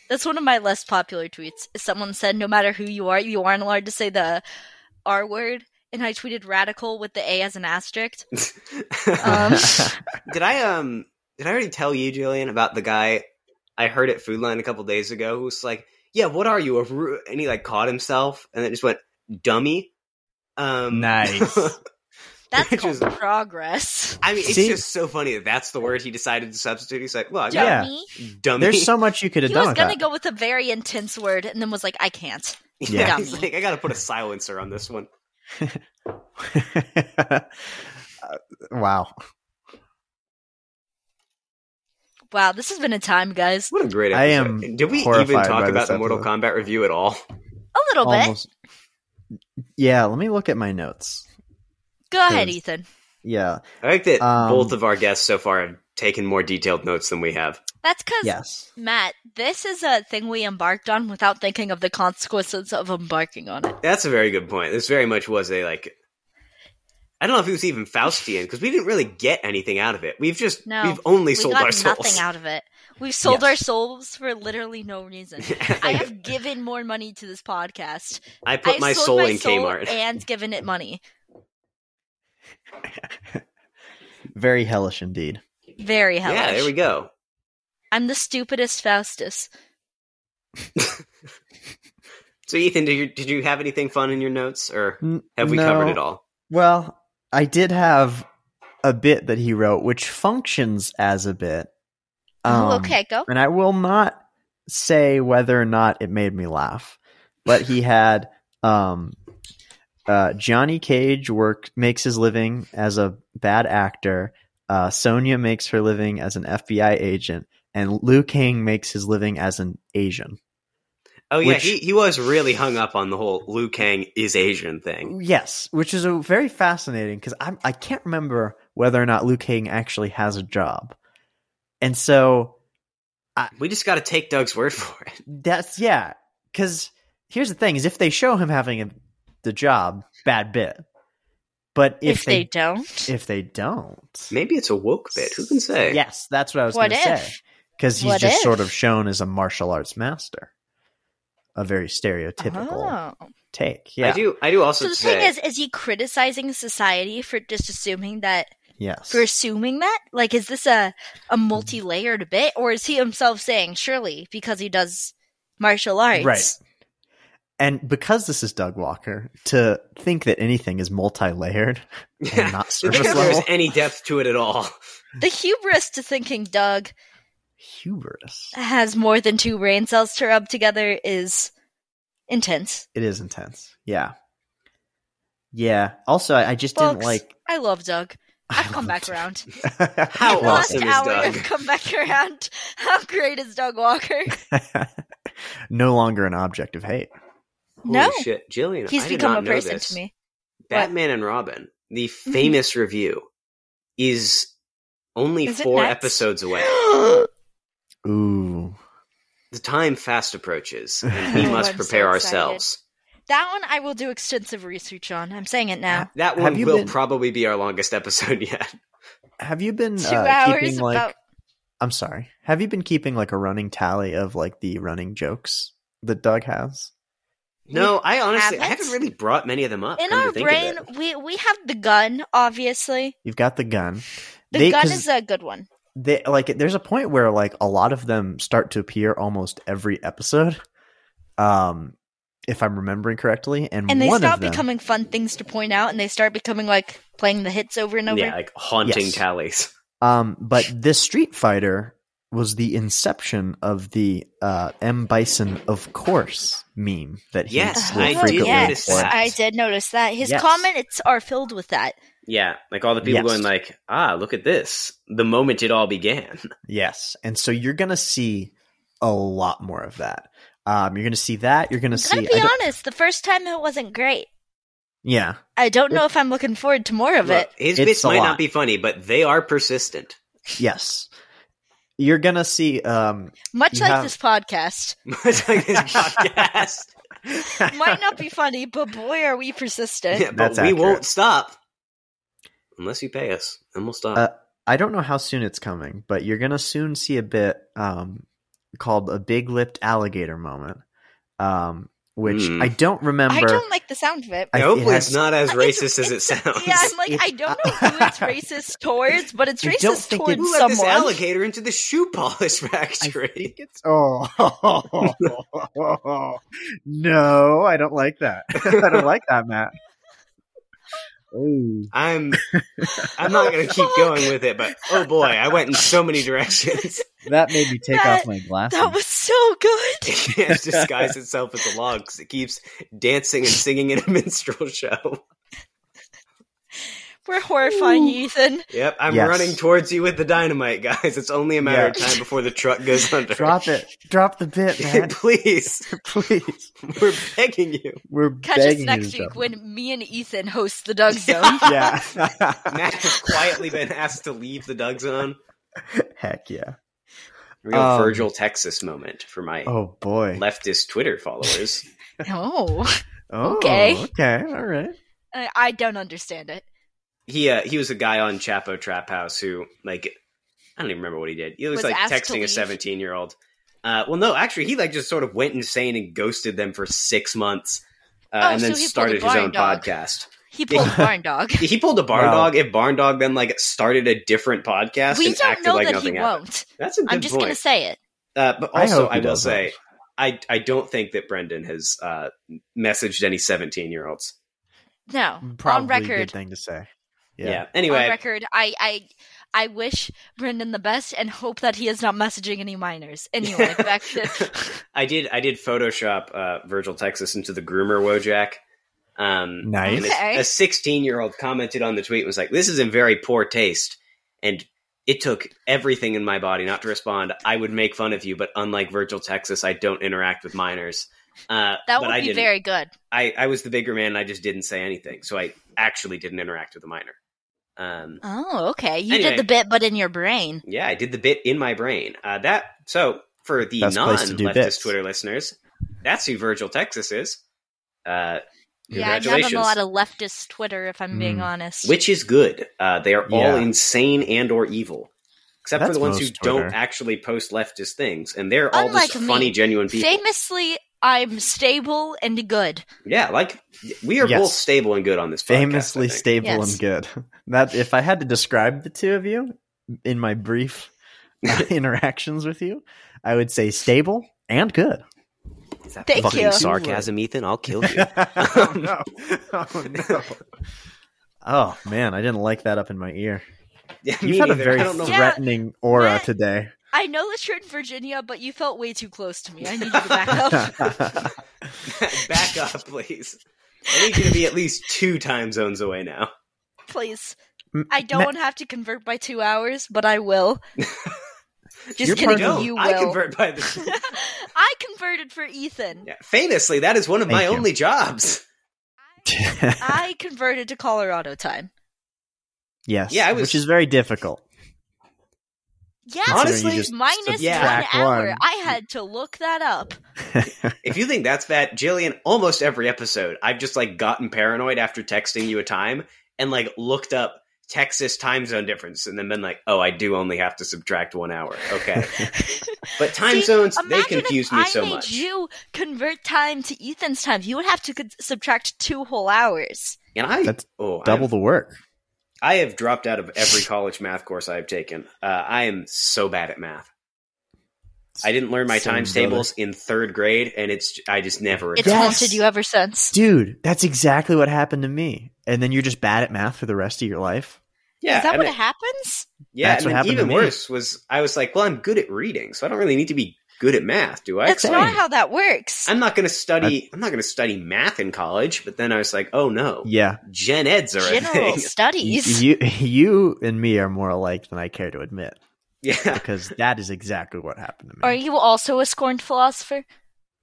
S1: That's one of my less popular tweets. Someone said, "No matter who you are, you aren't allowed to say the R word." And I tweeted "radical" with the A as an asterisk. Um,
S2: did I um did I already tell you, Jillian, about the guy I heard at Food Line a couple days ago who was like, "Yeah, what are you?" A ru-? And he like caught himself and then just went, "Dummy." Um,
S3: Nice.
S1: That's
S2: Which
S1: called
S2: is-
S1: progress.
S2: I mean, it's
S3: See?
S2: just so funny that that's the word he decided to substitute. He's like, "Look,
S3: Yeah.
S1: Dummy.
S2: dummy."
S3: There's so much you could have
S1: he
S3: done.
S1: was
S3: with
S1: gonna
S3: that.
S1: go with a very intense word and then was like, I can't.
S2: Yeah,
S1: Yeah.
S2: he's like, I gotta put a silencer on this one.
S3: Uh, wow.
S1: Wow, this has been a time, guys.
S2: What a great episode!
S3: I am
S2: Did we even
S3: horrified by
S2: talk
S3: this
S2: about the Mortal Kombat review at all?
S1: A little
S3: Almost. Yeah, let me look at my notes.
S1: bit. Go ahead,
S3: is-
S1: Ethan.
S3: Yeah.
S2: I like that
S3: Um,
S2: both of our guests so far have taken more detailed notes than we have.
S1: That's because,
S3: Yes.
S1: Matt, this is a thing we embarked on without thinking of the consequences of embarking on it.
S2: That's a very good point. This very much was a like. I don't know if it was even Faustian because we didn't really get anything out of it. We've just
S1: No,
S2: we've only
S1: we
S2: sold
S1: got
S2: our
S1: nothing
S2: souls.
S1: out of it. We've sold
S3: Yes.
S1: our souls for literally no reason. I have given more money to this podcast.
S2: I
S1: I
S2: put
S1: have
S2: my
S1: sold
S2: soul
S1: my
S2: in
S1: soul
S2: Kmart.
S1: and given it money.
S3: Very hellish indeed.
S1: Very hellish.
S2: yeah, there we go.
S1: I'm the stupidest Faustus.
S2: So Ethan, did you did you have anything fun in your notes, or
S3: N-
S2: have we
S3: no.
S2: covered it all?
S3: Well, I did have a bit that he wrote, which functions as a bit.
S1: Oh,
S3: Um,
S1: okay, go.
S3: And I will not say whether or not it made me laugh, but he had um, uh, Johnny Cage work makes his living as a bad actor. Uh, Sonia makes her living as an FBI agent, and Liu Kang makes his living as an Asian.
S2: Oh yeah,
S3: Which-
S2: he, he was really hung up on the whole Liu Kang is Asian thing.
S3: Yes, which is a very fascinating because I I can't remember whether or not Liu Kang actually has a job, and so
S2: We just got to take Doug's word for it.
S3: that's yeah. Because here's the thing: is if they show him having a, the job, bad bit. But if,
S1: If, they, don't,
S3: if they don't,
S2: Maybe it's a woke bit. Who can say?
S3: Yes, that's what I was
S1: What
S3: going to
S1: if?
S3: say. Because he's
S1: What
S3: just
S1: if?
S3: sort of shown as a martial arts master, a very stereotypical
S1: Oh.
S3: take. Yeah.
S2: I do. I do also
S1: So the
S2: say.
S1: thing is, is he criticizing society for just assuming that
S3: Yes.
S1: for assuming that? Like, is this a a multi layered bit, or is he himself saying surely because he does martial arts?
S3: Right. and because this is Doug Walker, to think that anything is multi-layered
S2: Yeah.
S3: and not
S2: if
S3: surface
S2: there's
S3: level,
S2: any depth to it at all.
S1: The hubris to thinking Doug
S3: hubris.
S1: has more than two brain cells to rub together is intense.
S3: It is intense. Yeah. Yeah. Also, I, I just didn't
S1: Folks,
S3: like.
S1: I love Doug. I've come back around.
S2: How
S1: In the last
S2: awesome is
S1: hour,
S2: Doug?
S1: I've come back around. How great is Doug Walker?
S3: no longer an object of hate.
S1: no,
S2: Holy shit, Jillian.
S1: he's
S2: I did
S1: become a
S2: not know
S1: person
S2: this.
S1: to me. Mm-hmm.
S2: Batman and Robin, the famous review, is only
S1: Is it
S2: four
S1: next?
S2: episodes away.
S3: Ooh.
S2: The time fast approaches, and we
S1: Oh,
S2: must
S1: I'm so
S2: prepare
S1: excited.
S2: ourselves.
S1: That one I will do extensive research on. I'm saying it now.
S2: That
S3: Have
S2: one
S3: you
S2: will
S3: been-
S2: probably be our longest episode yet.
S3: Have you been
S1: Two
S3: uh,
S1: hours
S3: keeping like?
S1: about
S3: I'm sorry. Have you been keeping like a running tally of like the running jokes that Doug has?
S2: No, I honestly I
S1: haven't?
S2: haven't really brought many of them up.
S1: In
S2: come to
S1: our
S2: think of
S1: brain,
S2: it.
S1: we we have the gun, obviously.
S3: You've got the gun.
S1: The
S3: They-
S1: gun
S3: 'cause-
S1: is a good one.
S3: they like there's a point where like a lot of them start to appear almost every episode um if i'm remembering correctly and,
S1: And they
S3: one
S1: stop
S3: of them,
S1: becoming fun things to point out and they start becoming like playing the hits over and over. Uh,
S2: yeah, like haunting
S3: Yes.
S2: tallies.
S3: um but this street fighter was the inception of the uh m bison of course meme that he
S2: Yes,
S3: will
S2: I did
S3: frequently
S1: yes,
S2: notice
S3: employ.
S2: that.
S1: I did notice that. His
S3: Yes.
S1: comments are filled with that.
S2: Yeah, like all the people
S3: Yes.
S2: going like, ah, look at this. The moment it all began.
S3: yes and so you're gonna see a lot more of that um you're gonna see that you're gonna
S1: I'm
S3: see
S1: gonna
S3: I
S1: be
S3: don't-
S1: honest, the first time it wasn't great.
S3: yeah
S1: I don't know if I'm looking forward to more of
S2: Look,
S1: it.
S2: his
S3: It's
S2: bits
S3: a
S2: might
S3: lot.
S2: not be funny, but they are persistent.
S3: yes you're gonna see um
S1: Much
S3: you
S1: like
S3: have-
S1: this podcast.
S2: Much like this podcast.
S1: Might not be funny, but boy are we persistent.
S2: Yeah, but
S3: That's
S2: we
S3: accurate.
S2: won't stop unless you pay us, and we'll stop.
S3: Uh, I don't know how soon it's coming, but you're gonna soon see a bit um, called a big lipped alligator moment, um, which
S2: Hmm.
S3: I don't remember.
S1: I don't like the sound of it.
S3: I-
S2: Hopefully,
S3: it
S2: it's
S3: has-
S2: not as
S1: Uh,
S2: racist as it
S1: it's-
S2: sounds.
S1: Yeah, I'm like,
S3: It-
S1: I don't know who it's racist towards, but it's
S3: I don't
S1: racist
S3: think
S1: towards
S3: it's-
S2: Who let this
S1: someone.
S2: alligator into the shoe polish
S3: I
S2: factory?
S3: think it's oh no, I don't like that. I don't like that, Matt. Ooh.
S2: I'm I'm not gonna keep going with it, but oh boy, I went in so many directions.
S3: That made me take
S1: That-
S3: off my glasses.
S1: That was so good.
S2: It can't disguise itself as a log because it keeps dancing and singing in a minstrel show.
S1: We're horrifying, Ethan.
S2: Yep, I'm
S3: Yes.
S2: running towards you with the dynamite, guys. It's only a matter of
S3: Yeah.
S2: time before the truck goes under.
S3: Drop it. Drop the bit, man.
S2: Please,
S3: Please.
S2: we're begging you.
S3: We're
S1: Catch us
S3: begging you
S1: next
S3: to
S1: week
S3: drop it.
S1: when me and Ethan host the Doug Zone.
S3: Yeah.
S2: Matt has quietly been asked to leave the Doug Zone.
S3: Heck yeah.
S2: Real
S3: Um,
S2: Virgil Texas moment for my
S3: Oh boy.
S2: leftist Twitter followers.
S1: no,
S3: Oh,
S1: Okay.
S3: Okay. All right.
S1: I, I don't understand it.
S2: he uh, he was a guy on Chapo Trap House who like I don't even remember what he did. He was,
S1: Was
S2: like
S1: asked to
S2: texting a
S1: leave.
S2: seventeen year old. Uh, well, no, actually, he like just sort of went insane and ghosted them for six months, uh,
S1: Oh,
S2: and
S1: so
S2: then
S1: he pulled a
S2: started his
S1: barn
S2: own
S1: dog.
S2: podcast.
S1: He pulled Barn Dog.
S2: He pulled a barn
S3: Wow.
S2: dog. If barn dog then like started a different podcast
S1: we
S2: and
S1: don't
S2: acted
S1: know
S2: like
S1: that he
S2: nothing happened.
S1: won't.
S2: That's a good
S1: I'm just
S2: point.
S1: gonna say it.
S2: uh, but
S3: I
S2: also,
S3: hope
S2: I,
S3: he
S2: will
S3: does
S2: say,
S3: that.
S2: I I don't think that Brendan has uh, messaged any seventeen year olds.
S1: No, on
S3: Probably A
S1: record.
S3: good thing to say.
S2: Yeah.
S3: Yeah.
S1: On
S2: Anyway,
S1: record, I, I, I wish Brendan the best and hope that he is not messaging any minors. Anyway, back to
S2: I did I did Photoshop uh, Virgil Texas into the groomer Wojak. Um,
S3: Nice.
S2: and a-
S1: Okay.
S2: A 16 year old commented on the tweet and was like, "This is in very poor taste," and it took everything in my body not to respond. I would make fun of you, but unlike Virgil Texas, I don't interact with minors. Uh,
S1: that
S2: but
S1: would
S2: I
S1: be
S2: didn't-
S1: very good.
S2: I, I was the bigger man, and I just didn't say anything, so I actually didn't interact with a minor. Um,
S1: Oh, okay. You
S2: Anyway.
S1: did the bit, but in your brain.
S2: yeah, I did the bit in my brain. Uh, that so for the
S3: Best place to do bits.
S2: non-leftist Twitter listeners, that's who Virgil Texas is. Uh,
S1: Yeah, not on
S2: Congratulations. Hmm.
S1: a lot of leftist Twitter, if I'm being
S3: Mm.
S1: honest.
S2: which is good. Uh, they are all
S3: Yeah.
S2: insane and or evil, except for
S3: That's
S2: the ones who
S3: most Twitter.
S2: don't actually post leftist things, and they're all
S1: Unlike
S2: just
S1: me.
S2: funny, genuine people.
S1: Famously, I'm stable and good.
S2: Yeah, like we are
S3: Yes.
S2: both stable and good on this. podcast, I
S3: Famously
S2: think.
S3: stable
S1: Yes.
S3: and good. That if I had to describe the two of you in my brief uh, interactions with you, I would say stable and good.
S2: Is that
S1: Thank
S2: fucking
S1: you.
S2: sarcasm, Ethan. I'll kill you.
S3: oh no! Oh no! Oh man, I didn't like that up in my ear.
S2: Yeah,
S3: You
S2: me
S3: had a
S2: neither.
S3: very
S2: I don't know.
S1: Yeah,
S3: threatening aura
S1: Matt-
S3: today.
S1: I know that you're in Virginia, but you felt way too close to me. I need you to back up.
S2: Back up, please. I need you to be at least two time zones away now.
S1: Please.
S3: M-
S1: I don't want to have to convert by two hours, but I will. Just
S3: You're
S1: kidding,
S3: part
S2: No,
S1: you will.
S2: I convert by the.
S1: I converted for Ethan.
S2: Yeah, famously, that is one of
S3: Thank
S2: my
S3: you.
S2: only jobs.
S1: I converted to Colorado time.
S3: yes.
S2: Yeah, I was-
S3: which is very difficult.
S1: Yes,
S3: Considering
S2: Honestly,
S3: you just
S1: minus one
S3: subtract
S1: hour.
S3: one.
S1: I had to look that up.
S2: If you think that's bad, Jillian, almost every episode, I've just like gotten paranoid after texting you a time and like looked up Texas time zone difference and then been like, oh, I do only have to subtract one hour. Okay. but time
S1: See,
S2: zones, they
S1: Imagine
S2: confuse
S1: if
S2: me
S1: I
S2: so
S1: made
S2: much.
S1: you convert time to Ethan's time. You would have to con- subtract two whole hours.
S2: and I,
S3: That's
S2: oh, I
S3: Double the work.
S2: I have dropped out of every college math course I've taken. Uh, I am so bad at math. I didn't learn my
S3: Same
S2: times
S3: brother.
S2: tables in third grade, and it's I just never.
S1: It's
S3: Yes.
S1: haunted you ever since.
S3: Dude, that's exactly what happened to me. And then you're just bad at math for the rest of your life.
S2: yeah,
S1: Is that
S2: and
S1: what
S2: it-
S1: happens?
S2: yeah.
S3: That's
S2: and then
S3: what happened
S2: even
S3: to me.
S2: worse was I was like, well, I'm good at reading, so I don't really need to be good at math, do I?
S1: That's
S2: So
S1: not
S3: Same.
S1: how that works.
S2: I'm not going to study. I'm not going to study math in college. But then I was like, oh no,
S3: Yeah.
S2: gen eds are a
S1: General
S2: thing.
S3: Y-
S1: studies.
S3: You you and me are more alike than I care to admit
S2: Yeah,
S3: because that is exactly what happened to me.
S1: Are you also a scorned philosopher?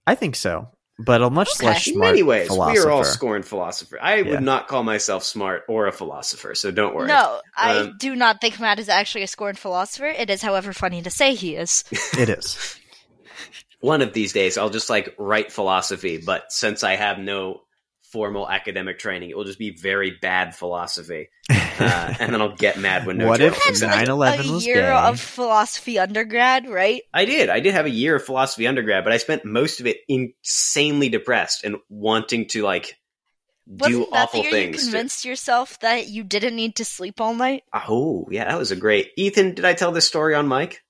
S3: I think so, but a much
S1: Okay.
S3: less
S2: in
S3: smart
S2: many ways, we
S3: philosopher.
S2: are all scorned philosopher. I
S3: Yeah.
S2: would not call myself smart or a philosopher, so don't worry.
S1: No, I
S2: Um,
S1: do not think Matt is actually a scorned philosopher. It is, however, funny to say he is.
S3: It is.
S2: one of these days I'll just like write philosophy, but since I have no formal academic training, it will just be very bad philosophy. Uh, and then I'll get mad when no
S3: what
S2: joke
S3: if
S2: comes out.
S3: 9-11
S1: a
S3: was
S1: year
S3: gay?
S1: of philosophy undergrad, right?
S2: I did. I did have a year of philosophy undergrad, but I spent most of it insanely depressed and wanting to like do
S1: Wasn't that
S2: awful
S1: the year you
S2: things. to-
S1: convinced yourself that you didn't need to sleep all night?
S2: oh, yeah, that was a great. Ethan, did I tell this story on Mike?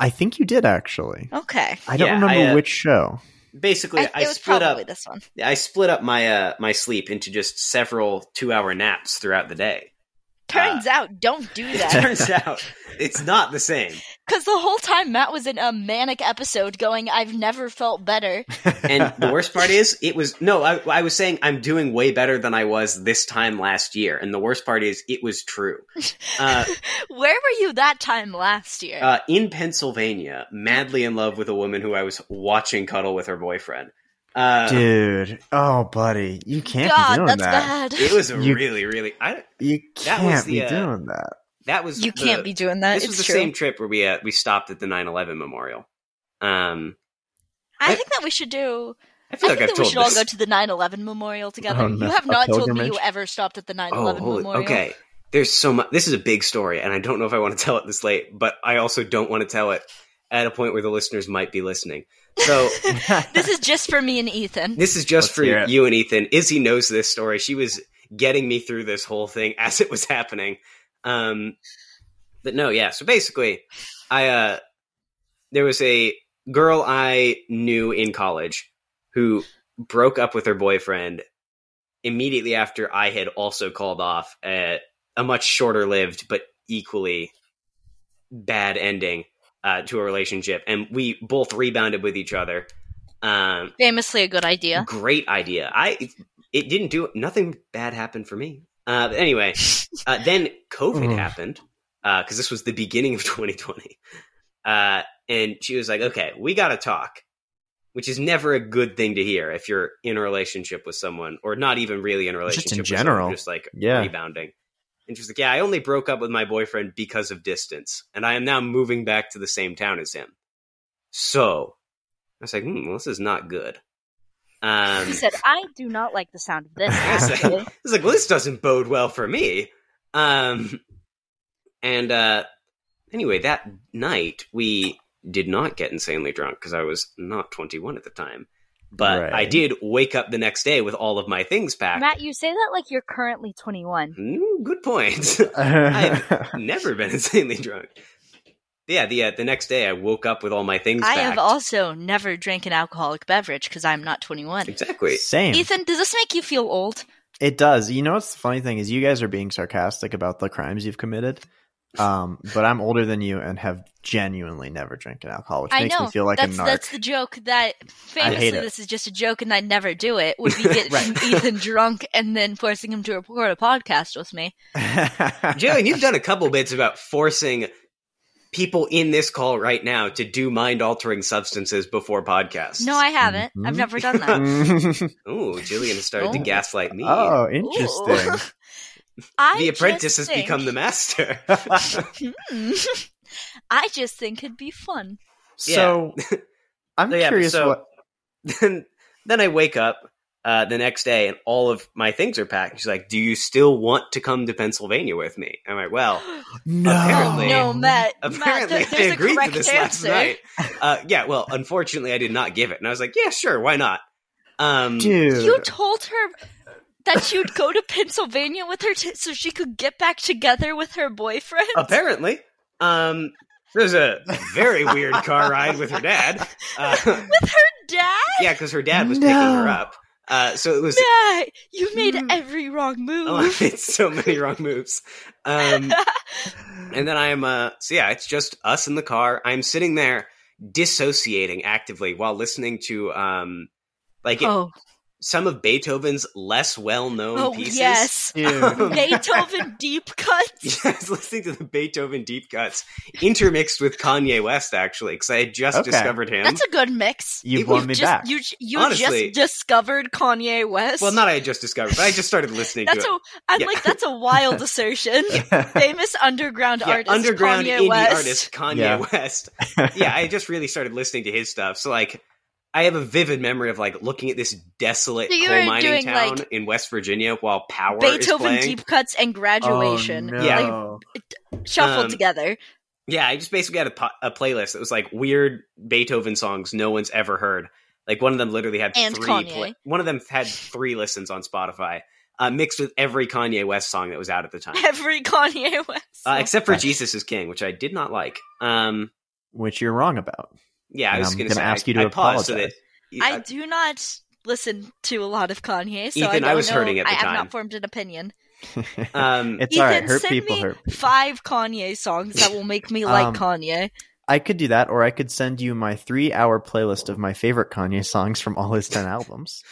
S3: I think you did actually.
S1: Okay.
S3: I don't
S2: Yeah,
S3: remember
S2: I, uh,
S3: which show.
S2: Basically,
S1: I,
S2: I,
S1: it was
S2: split
S1: probably
S2: up.
S1: this one.
S2: I split up my uh, my sleep into just several two hour naps throughout the day.
S1: Turns
S2: Ah.
S1: out, don't do
S2: It
S1: that.
S2: turns out it's not the same.
S1: Because the whole time Matt was in a manic episode going, I've never felt better.
S2: And the worst part is, it was no. I, I was saying I'm doing way better than I was this time last year, and the worst part is, it was true. Uh,
S1: Where were you that time last year?
S2: uh, in Pennsylvania, madly in love with a woman who I was watching cuddle with her boyfriend. Uh,
S3: Dude, oh buddy, you can't be
S1: God,
S3: doing
S1: that's
S3: that.
S1: bad.
S2: It was a
S3: You-
S2: really, really. I
S3: You
S2: That
S3: can't
S2: was the,
S3: be
S2: uh,
S3: doing that.
S2: that was
S1: You
S2: the-
S1: can't be doing that.
S2: This
S1: it's
S2: was the
S1: true.
S2: same trip where we uh, we stopped at the 9/11 memorial. Um,
S1: I think that we should do.
S2: I
S1: I
S2: feel
S1: think
S2: like I've
S1: that we
S2: told
S1: should all
S2: this.
S1: go to the 9/11 memorial together.
S3: Oh, no.
S1: You have
S3: A
S1: not told me
S3: pilgrimage?
S1: you ever stopped at the 9/11
S2: oh, holy,
S1: memorial.
S2: okay. There's so much. This is a big story, and I don't know if I want to tell it this late, but I also don't want to tell it at a point where the listeners might be listening. So
S1: This is just for me and Ethan.
S2: this is just
S3: Let's
S2: for
S3: hear it.
S2: you and Ethan. Izzy knows this story. She was getting me through this whole thing as it was happening. Um, but no, yeah. So basically, I uh, there was a girl I knew in college who broke up with her boyfriend immediately after I had also called off at a much shorter lived but equally bad ending uh, to a relationship, and we both rebounded with each other. Um,
S1: Famously a good idea.
S2: great idea. I it, it didn't do nothing bad happened for me. Uh, but anyway, uh, then COVID
S3: Oof.
S2: happened because this was the beginning of 2020, uh, and she was like, "Okay, we got to talk," which is never a good thing to hear if you're in a relationship with someone, or not even really in a relationship.
S3: Just in
S2: with someone,
S3: general.
S2: just like
S3: Yeah.
S2: rebounding. And she was like, "Yeah, I only broke up with my boyfriend because of distance, and I am now moving back to the same town as him." So I was like, hmm, well, "This is not good." Um,
S1: He said, "I do not like the sound of this."
S2: I was
S1: actually."
S2: like, I was like, well, this doesn't bode well for me. Um, and uh, anyway, that night we did not get insanely drunk because I was not 21 at the time. But I
S3: Right.
S2: did wake up the next day with all of my things packed.
S1: Matt, you say that like you're currently 21.
S2: Mm, good point. Never been insanely drunk. Yeah, the uh, the next day I woke up with all my things
S1: I
S2: packed.
S1: have also never drank an alcoholic beverage because I'm not 21.
S2: exactly.
S3: Same.
S1: Ethan, does this make you feel old?
S3: It does. You know what's the funny thing is you guys are being sarcastic about the crimes you've committed. Um, but I'm older than you and have genuinely never drank an alcohol, which
S1: I
S3: makes
S1: know.
S3: me feel like
S1: that's
S3: a narc.
S1: that's the joke that famously
S3: it.
S1: this is just a joke and I never do it. Would be getting
S3: Right.
S1: Ethan drunk and then forcing him to record a podcast with me.
S2: Jalen, you've done a couple bits about forcing people in this call right now to do mind altering substances before podcasts.
S1: No, I haven't.
S3: Mhm.
S1: I've never done that.
S2: Ooh, Jillian has started to
S1: Oh.
S2: gaslight me.
S3: oh,
S1: Ooh.
S3: interesting.
S1: I
S2: the
S1: just
S2: apprentice has
S1: think-
S2: become the master.
S1: Hmm. I just think it'd be fun.
S3: So I'm
S2: Yeah, but
S3: curious
S2: so-
S3: what
S2: then, then I wake up uh, the next day and all of my things are packed. She's like, Do you still want to come to Pennsylvania with me? I'm like, Well,
S3: No.
S2: Apparently-
S1: no, Matt. Matt,
S2: apparently
S1: th-
S2: I
S1: there's a
S2: agreed to
S1: correct
S2: this last
S1: answer.
S2: night. Uh, yeah, well, unfortunately, I did not give it. And I was like, Yeah, sure, why not? Um,
S3: Dude.
S1: You told her that you'd go to Pennsylvania with her t- so she could get back together with her boyfriend.
S2: apparently. Um, it was a very weird car ride with her dad. Uh,
S1: Dad,
S2: yeah, because her dad was picking her
S3: No.
S2: up. Uh, so it was
S1: Matt, you made
S3: Mm.
S1: every wrong move.
S2: Oh, I made so many wrong moves. Um, and then I'm, uh, so yeah, it's just us in the car. I'm sitting there dissociating actively while listening to, um, like it-
S1: oh,
S2: some of Beethoven's less well known
S1: oh
S2: pieces.
S1: yes.
S3: Dude.
S1: Beethoven deep cuts.
S2: Yeah, I was listening to the Beethoven deep cuts intermixed with Kanye West, actually, because I had just
S3: Okay.
S2: discovered him.
S1: That's a good mix.
S3: You've
S2: People
S3: won me
S1: just,
S3: back.
S1: You you
S2: Honestly.
S1: just discovered Kanye West.
S2: well, not I had just discovered, but I just started listening
S1: that's
S2: to
S1: a I'm
S2: Yeah.
S1: like that's a wild assertion. Famous underground
S2: it. Yeah,
S1: artist
S2: underground
S1: Kanye
S2: indie
S1: West.
S2: artist Kanye
S3: Yeah.
S2: West. yeah, I just really started listening to his stuff. So like I have a vivid memory of like looking at this desolate
S1: So you
S2: coal
S1: were
S2: mining
S1: doing,
S2: town
S1: like,
S2: in West Virginia while power is
S1: Beethoven
S2: playing.
S1: deep cuts and graduation.
S3: Oh,
S2: Yeah.
S3: no.
S1: Like shuffled
S2: Um,
S1: together.
S2: yeah, I just basically had a, po- a playlist that was like weird Beethoven songs no one's ever heard. Like one of them literally had
S1: And
S2: three.
S1: Kanye.
S2: one of them had three listens on Spotify, uh, mixed with every Kanye West song that was out at the time,
S1: Every Kanye West.
S2: uh,
S1: song.
S2: except for
S3: Nice.
S2: "Jesus Is King," which I did not like. Um,
S3: Which you're wrong about.
S2: yeah, I
S3: And
S2: was
S3: I'm
S2: going
S3: gonna
S2: say
S3: ask
S2: I,
S3: you to
S2: I paused so that-
S3: apologize.
S1: I do not listen to a lot of Kanye, so I,
S2: uh, Ethan, I
S1: don't
S2: was
S1: know.
S2: hurting at the
S1: I have
S2: time.
S1: not formed an opinion.
S2: um,
S3: it's
S1: Ethan,
S3: all right. Hurt
S1: send
S3: people
S1: me
S3: hurt.
S1: Five Kanye songs that will make me like
S3: Um,
S1: Kanye.
S3: I could do that, or I could send you my three hour playlist of my favorite Kanye songs from all his 10 albums.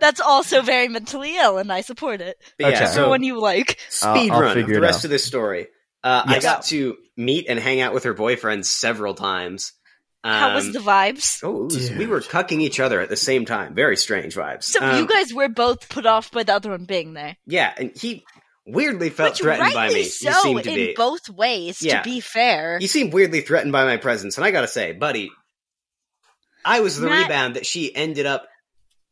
S1: That's also very mentally ill, and I support it.
S2: but yeah,
S3: Okay.
S2: so-
S1: The one you like.
S2: speed
S3: I'll
S2: run of
S3: figure
S2: the
S3: it
S2: rest
S3: out.
S2: of this story. Uh, I
S3: Yes.
S2: got to meet and hang out with her boyfriend several times. Um,
S1: How was the vibes?
S2: Oh, it was-
S3: Dude.
S2: we were cucking each other at the same time. Very strange vibes.
S1: So
S2: Um,
S1: you guys were both put off by the other one being there,
S2: yeah, and he weirdly felt
S1: which
S2: threatened by me.
S1: rightly
S2: He
S1: so
S2: seemed
S1: in
S2: to be.
S1: both ways.
S2: Yeah.
S1: To be fair,
S2: he seemed weirdly threatened by my presence, and I gotta say, buddy, I was the
S1: Matt-
S2: rebound that she ended up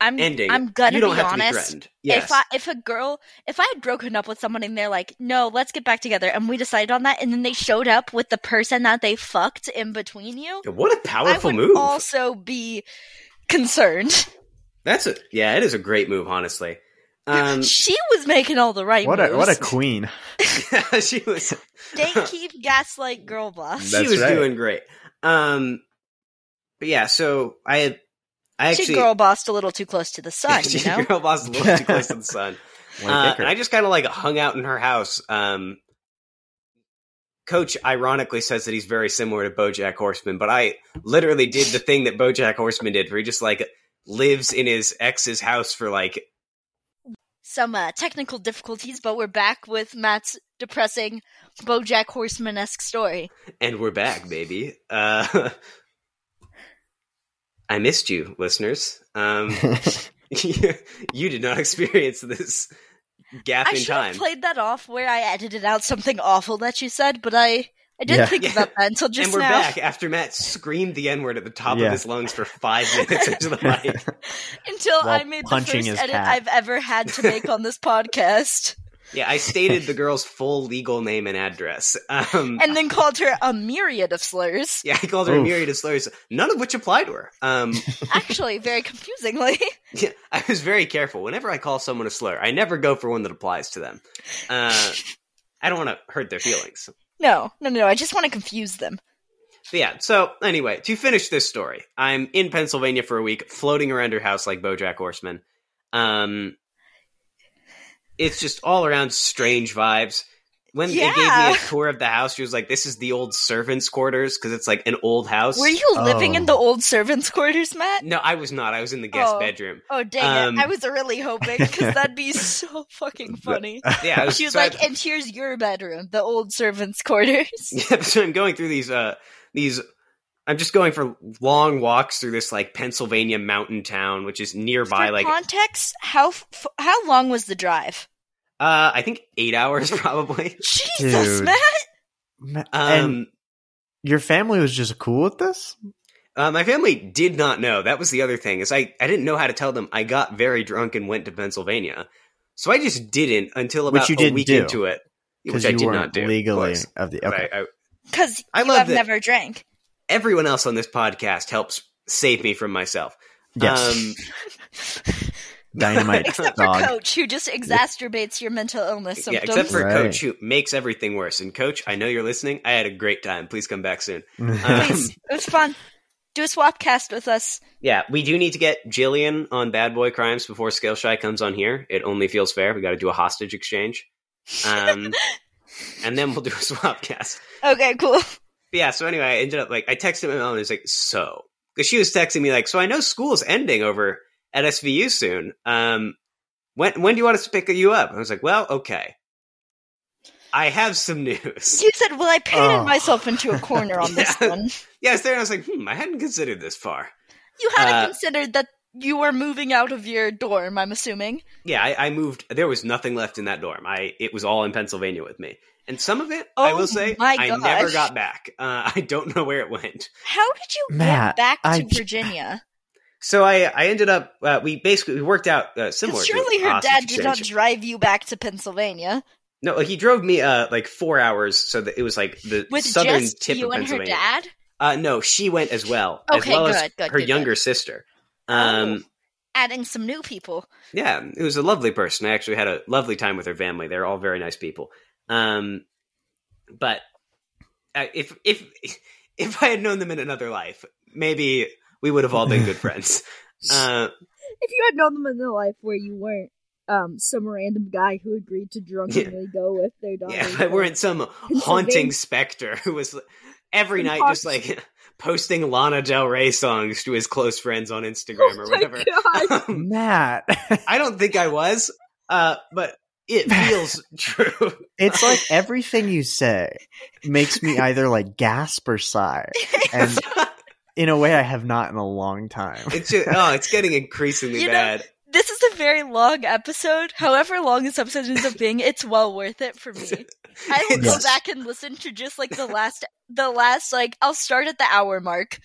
S1: I'm
S2: ending.
S1: I'm gonna
S2: you don't
S1: be
S2: have to be
S1: honest.
S2: threatened. Yes,
S1: If I if a girl if I had broken up with someone and they're like, no, let's get back together, and we decided on that, and then they showed up with the person that they fucked in between you,
S2: what a
S1: I
S2: powerful
S1: would
S2: move!
S1: also be concerned.
S2: That's a yeah, it is a great move, honestly. Um,
S1: she was making all the right
S3: What
S1: moves.
S3: a, what a queen.
S2: she was
S1: gatekeep gaslight girl boss.
S3: That's
S2: she was
S3: right.
S2: doing great. Um, but yeah, so I had, I
S1: she
S2: actually
S1: girl bossed a little too close to the sun,
S2: she
S1: you know.
S2: girl bossed a little too close to the sun,
S3: Way to
S2: uh,
S3: pick her.
S2: and I just kind of like hung out in her house. Um, Coach ironically says that he's very similar to BoJack Horseman, but I literally did the thing that BoJack Horseman did, where he just like lives in his ex's house for like
S1: Some uh, technical difficulties, but we're back with Matt's depressing BoJack Horseman esque story.
S2: And we're back, baby. Uh, I missed you, listeners. Um, you did not experience this gap
S1: I
S2: in
S1: should have
S2: time.
S1: played that off where I edited out something awful that you said, but I I didn't
S3: Yeah.
S1: think
S2: Yeah.
S1: about that until just
S2: and we're
S1: now.
S2: back after Matt screamed the N word at the top
S3: Yeah.
S2: of his lungs for five minutes into the mic.
S1: Until
S3: While
S1: I made the first
S3: punching his
S1: edit
S3: cat.
S1: I've ever had to make on this podcast,
S2: Yeah, I stated the girl's full legal name and address. Um,
S1: and then called her a myriad of slurs.
S2: yeah, I called her a
S3: Oof.
S2: myriad of slurs, none of which applied to her. Um,
S1: Actually, very confusingly.
S2: Yeah, I was very careful. Whenever I call someone a slur, I never go for one that applies to them. Uh, I don't want to hurt their feelings.
S1: No, no, no. I just want to confuse them.
S2: But yeah. So anyway, to finish this story, I'm in Pennsylvania for a week, floating around her house like BoJack Horseman. Um, it's just all around strange vibes. When they gave
S1: Yeah.
S2: me a tour of the house, she was like, "This is the old servants' quarters because it's like an old house."
S1: Were you living in
S3: Oh.
S1: the old servants' quarters, Matt?
S2: No, I was not. I was in the guest
S1: Oh.
S2: bedroom.
S1: Oh dang
S2: Um,
S1: it! I was really hoping because that'd be so fucking funny.
S2: Yeah, I was,
S1: She was
S2: so I-
S1: like, "And here's your bedroom, the old servants' quarters."
S2: Yeah, so I'm going through these uh these I'm just going for long walks through this like Pennsylvania mountain town, which is nearby
S1: For
S2: like uh
S1: context, how f- how long was the drive?
S2: uh, I think eight hours probably.
S1: Jesus,
S3: Dude.
S1: Matt.
S3: Ma-
S2: Um
S3: and your family was just cool with this?
S2: Uh, my family did not know. That was the other thing is I, I didn't know how to tell them I got very drunk and went to Pennsylvania. So I just didn't until
S3: Which
S2: about
S3: you
S2: a
S3: didn't
S2: week
S3: do,
S2: into it,
S3: because
S2: which I
S3: you
S2: did
S3: weren't
S2: not do of
S3: legally
S2: course.
S3: of the.
S2: But
S3: Okay,
S2: I- I-
S1: because
S2: I
S1: you
S2: love
S1: have
S2: that-
S1: never drank.
S2: everyone else on this podcast helps save me from myself.
S3: yes,
S2: Um,
S3: dynamite
S1: Except for
S3: dog.
S1: Coach, who just exacerbates your mental illness
S2: yeah,
S1: symptoms.
S2: except for
S3: Right.
S2: Coach, who makes everything worse. And Coach, I know you're listening. I had a great time. Please come back soon. Um,
S1: Please, it was fun. Do a swap cast with us.
S2: Yeah, we do need to get Jillian on Bad Boy Crimes before Scale Shy comes on here. It only feels fair. We got to do a hostage exchange, um, and then we'll do a swap cast.
S1: Okay, cool.
S2: But yeah. So anyway, I ended up like I texted my mom and I was like, "So," because she was texting me like, "So I know school's ending over at SVU soon. Um, when when do you want us to pick you up?" I was like, "Well, okay." I have some news.
S1: You said, "Well, I painted
S3: Oh.
S1: myself into a corner on this
S2: Yeah.
S1: one."
S2: Yeah, I was there and I was like, "Hmm, I hadn't considered this far."
S1: You hadn't
S2: Uh,
S1: considered that you were moving out of your dorm. I'm assuming.
S2: Yeah, I, I moved. There was nothing left in that dorm. I it was all in Pennsylvania with me, and some of it I
S1: Oh
S2: will say
S1: my
S2: I
S1: gosh.
S2: never got back. Uh, I don't know where it went.
S1: How did you get
S3: Matt,
S1: back to
S3: I-
S1: Virginia?
S2: So I I ended up uh, we basically we worked out uh, similar.
S1: 'Cause
S2: to
S1: surely her
S2: hostage
S1: dad did not
S2: exchange.
S1: drive you back to Pennsylvania
S2: No, he drove me uh like four hours, so that it was like the
S1: with
S2: southern
S1: just
S2: tip
S1: you
S2: of
S1: and her
S2: Pennsylvania.
S1: dad.
S2: Uh, no, she went as well,
S1: Okay,
S2: as well as
S1: good, good,
S2: her
S1: good, Oh.
S2: younger sister. Um,
S1: Adding some new people.
S2: yeah, it was a lovely person. I actually had a lovely time with her family. They're all very nice people. Um, but uh, if if if I had known them in another life, maybe we would have all been good friends. Uh,
S1: If you had known them in a life where you weren't um, some random guy who agreed to
S2: drunkenly
S1: go with their daughter,
S2: Uh, yeah, if I weren't some haunting specter who was every night just like posting Lana Del Rey songs to his close friends on
S1: Oh
S2: Instagram or whatever. Um,
S3: Matt,
S2: I don't think I was, uh, but it feels true.
S3: it's like everything you say makes me either like gasp or sigh, and in a way I have not in a long time.
S2: It's just, oh, it's getting increasingly
S1: You know-
S2: bad.
S1: This is a very long episode. However long this episode ends up being, it's well worth it for me. I will go
S3: Yes.
S1: back and listen to just like the last, the last like I'll start at the hour mark.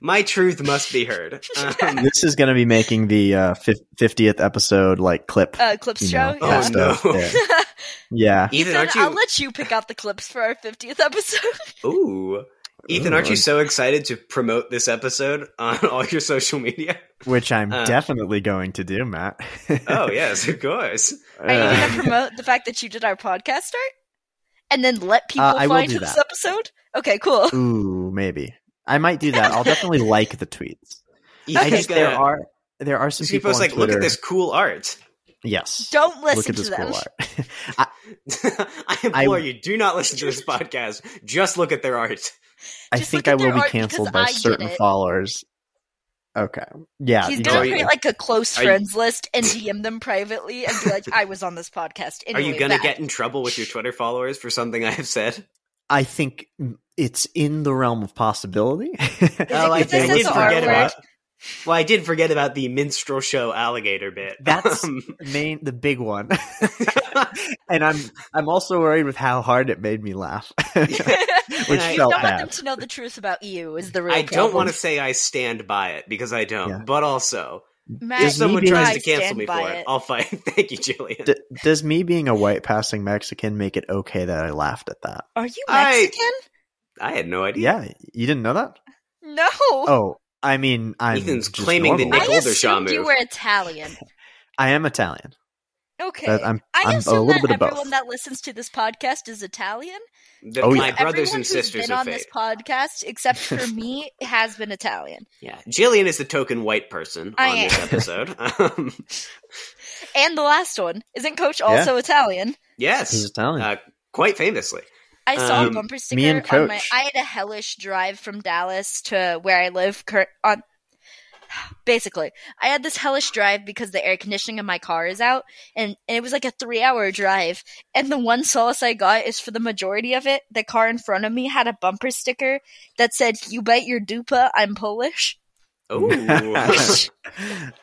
S2: My truth must be heard. Um,
S3: This is going to be making the uh, fiftieth episode like clip.
S1: Uh, clips
S3: you
S1: show.
S3: know,
S2: Oh,
S3: that
S1: yeah.
S3: stuff.
S2: no.
S3: Yeah. Yeah.
S2: Ethan,
S1: Ethan,
S2: aren't
S1: I'll
S2: you?
S1: let you pick out the clips for our 50th episode.
S2: Ooh, Ethan, aren't
S3: Ooh.
S2: you so excited to promote this episode on all your social media?
S3: Which I'm
S2: Uh,
S3: definitely going to do, Matt.
S2: Oh yes, of course.
S1: Are you going
S2: Uh,
S1: to promote the fact that you did our podcast art? And then let people
S3: Uh, I will
S1: find
S3: do
S1: this
S3: that.
S1: episode? Okay, cool.
S3: Ooh, maybe I might do that. I'll definitely like the tweets. I
S2: Ethan's
S3: just there
S2: gonna-
S3: are there are some
S2: She
S3: people
S2: posts
S3: on
S2: like,
S3: Twitter.
S2: look at this cool art.
S3: Yes.
S1: Don't
S3: look
S1: listen
S3: at
S1: to
S3: this
S1: them.
S3: cool art.
S2: I implore you, do not listen to this podcast. Just look at their art.
S3: I
S1: Just
S3: think
S1: look at
S3: I will
S1: their
S3: be
S1: art
S3: canceled
S1: because
S3: by
S1: I did
S3: certain
S1: it.
S3: followers. Okay. Yeah.
S1: He's
S2: Are
S1: gonna
S2: you-
S1: create like a close
S2: are you-
S1: friends list and DM them privately and be like, "I was on this podcast."
S2: Are you
S1: Anyway,
S2: gonna
S1: bye."
S2: get in trouble with your Twitter followers for something I have said?
S3: I think it's in the realm of possibility.
S1: Oh, I
S3: If they
S1: think
S3: look
S1: that's
S3: for
S1: the
S3: that-
S1: R word.
S2: about. Well, I did forget about the minstrel show alligator bit.
S3: That's-
S2: Um,
S3: main the big one. and I'm I'm also worried with how hard it made me laugh.
S1: you
S3: Which
S1: don't
S2: I-
S3: felt
S1: want them
S3: bad.
S1: to know the truth about you is the real.
S2: I don't want
S1: problem.
S2: to say I stand by it because I don't,
S3: Yeah.
S2: but also
S1: Matt,
S3: Is
S2: if
S3: me
S2: someone
S3: being-
S2: tries
S1: I
S2: to cancel
S1: stand
S2: me
S1: by
S2: for it, I'll fight. Thank you, Jillian.
S3: D- does me being a white passing Mexican make it okay that I laughed at that?
S1: Are you
S2: I-
S1: Mexican?
S2: I had no idea.
S3: Yeah, you didn't know that?
S1: No.
S3: Oh, I mean, I'm
S2: Ethan's
S3: just
S2: claiming the
S3: normal.
S1: I
S2: Nick Oldershaw
S1: assumed you
S2: move.
S1: were Italian.
S3: I am Italian.
S1: Okay.
S3: but I'm
S1: I
S3: I'm a
S1: assume
S3: little
S1: that
S3: bit of
S1: everyone
S3: both.
S1: that listens to this podcast is Italian.
S2: The-
S3: Oh,
S2: my
S3: yeah.
S2: brothers
S1: Everyone
S2: and
S1: who's
S2: sisters
S1: been
S2: of
S1: on
S2: faith.
S1: this podcast, except for me, has been Italian,
S2: yeah, Jillian is the token white person
S1: I
S2: on
S1: am.
S2: this episode. um,
S1: and the last one isn't Coach also Italian?
S3: He's
S2: yes,
S3: Italian.
S2: uh, quite famously.
S1: I saw
S2: Um,
S1: a bumper sticker
S3: me and
S1: on my.
S3: Coach.
S1: I had a hellish drive from Dallas to where I live. Cur- on basically, I had this hellish drive because the air conditioning in my car is out, and, and it was like a three-hour drive. And the one solace I got is for the majority of it, the car in front of me had a bumper sticker that said "You bet your dupa, I'm Polish."
S2: Oh, Uh,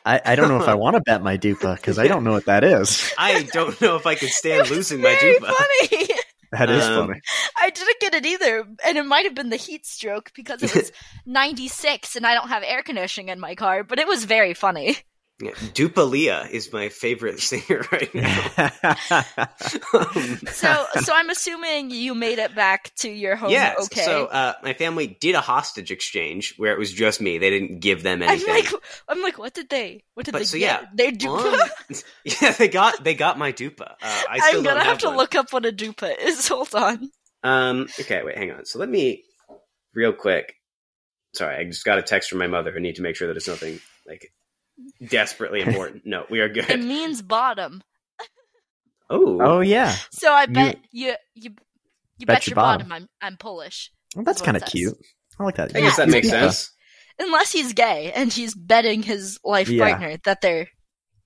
S3: I, I don't know if I want to bet my dupa because I don't know what that is.
S2: I don't know if I could stand losing my
S1: Very
S2: dupa.
S1: funny.
S3: That is
S2: Um,
S3: funny.
S1: I didn't get it either, and it might have been the heat stroke because it was 96 and I don't have air conditioning in my car, but it was very funny.
S2: Yeah. Dupalia is my favorite singer right now. Um,
S1: So, so I'm assuming you made it back to your home.
S2: yeah.
S1: Oh, okay.
S2: So uh, my family did a hostage exchange where it was just me. They didn't give them
S1: I'm
S2: anything.
S1: like, I'm like, what did they? What did
S2: But
S1: they
S2: so,
S1: get?
S2: yeah,
S1: They do.
S2: One- yeah, they got they got my dupa. Uh, I still
S1: I'm
S2: don't
S1: gonna have to
S2: one.
S1: look up what a dupa is. Hold on.
S2: Um. Okay. Wait. Hang on. So let me, real quick. Sorry, I just got a text from my mother. I need to make sure that it's nothing like desperately important. No, we are
S1: It
S2: good.
S1: means bottom.
S2: Oh.
S3: oh yeah,
S1: So I
S3: You-
S1: bet you you you bet, your bottom. I'm I'm Polish,
S3: well, that's
S1: That's what
S3: kind
S1: it
S3: of
S1: says.
S3: cute. I like that.
S2: I guess that makes
S3: Yeah.
S2: sense.
S1: unless he's gay and he's betting his life
S3: Yeah.
S1: partner that they're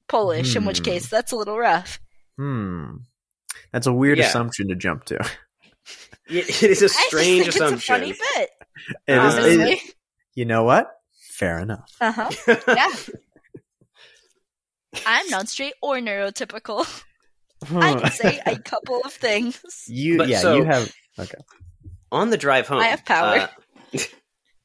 S1: Polish. In which
S3: Hmm.
S1: case, that's a little rough.
S3: Hmm, that's a weird
S2: Yeah.
S3: assumption to jump to.
S2: Y- It is a strange
S1: I just think
S2: assumption.
S1: It's a funny bit.
S3: It is-
S2: Um,
S3: it- you know what? Fair enough.
S1: Uh huh. Yeah. I'm non-straight or neurotypical. I can say a couple of things.
S3: you
S2: But
S3: yeah,
S2: so-
S3: you have
S2: on the drive home,
S1: I have power.
S2: uh,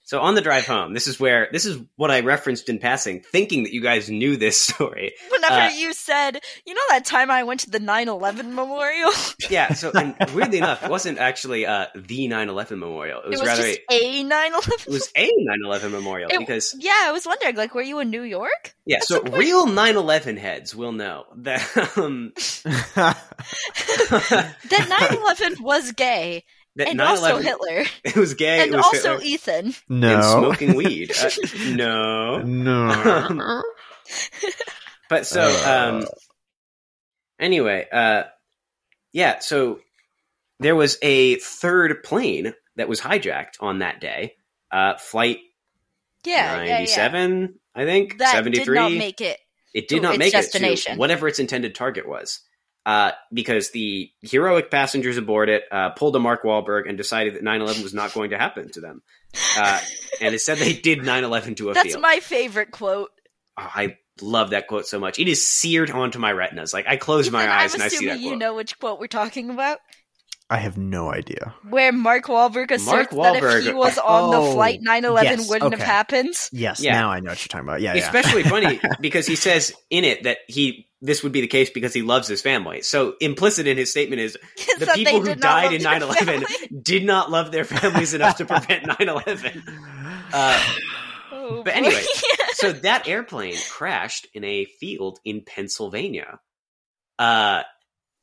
S2: so on the drive home, this is where this is what I referenced in passing, thinking that you guys knew this story.
S1: Whenever
S2: Uh,
S1: you said, you know that time I went to the 9/11 memorial,
S2: Yeah. So and weirdly enough, it wasn't actually uh, the 9/11 memorial. It
S1: it
S2: was,
S1: was,
S2: rather
S1: just
S2: a,
S1: a 9/11.
S2: it was a 9/11 memorial
S1: It-
S2: because
S1: Yeah, I was wondering, like, were you in New York?
S2: Yeah, so real 9/11 heads will know that um, that
S1: That 9/11 was gay, and
S2: 9/11
S1: also Hitler,
S2: it was gay,
S1: and
S2: it was
S1: also
S2: Hitler,
S1: Ethan.
S2: and
S3: no,
S2: smoking weed. Uh, no,
S3: no.
S2: but so um, anyway, uh, yeah, so there was a third plane that was hijacked on that day, uh, flight
S1: Yeah, yeah, yeah.
S2: 97, I think
S1: That
S2: 73.
S1: did not make it.
S2: It
S1: to
S2: did not
S1: its
S2: make it
S1: destination.
S2: to whatever its intended target was, uh, because the heroic passengers aboard it uh, pulled a Mark Wahlberg and decided that 9/11 was not going to happen to them, uh, and instead they did 9/11 to a
S1: That's
S2: field.
S1: my favorite quote.
S2: Oh, I love that quote so much; it is seared onto my retinas. Like I close my
S1: Ethan,
S2: eyes
S1: I'm
S2: and I see
S1: assuming
S2: that quote.
S1: you know which quote we're talking about,
S3: I have no idea.
S1: where Mark Wahlberg asserts
S2: Mark
S1: that
S2: Wahlberg-
S1: if he was on
S3: Oh,
S1: the flight, 9/11
S3: yes,
S1: wouldn't
S3: okay.
S1: have happened.
S3: Yes,
S2: Yeah.
S3: now I know what you're talking about. Yeah, yeah.
S2: Especially funny because he says in it that he this would be the case because he loves his family. So implicit in his statement is
S1: Is
S2: The
S1: that
S2: people
S1: they
S2: who
S1: did not
S2: died
S1: love
S2: in
S1: their
S2: 9/11.
S1: family?
S2: did not love their families enough to prevent 9/11. Uh,
S1: Oh,
S2: But
S1: boy.
S2: anyway. so that airplane crashed in a field in Pennsylvania. Uh,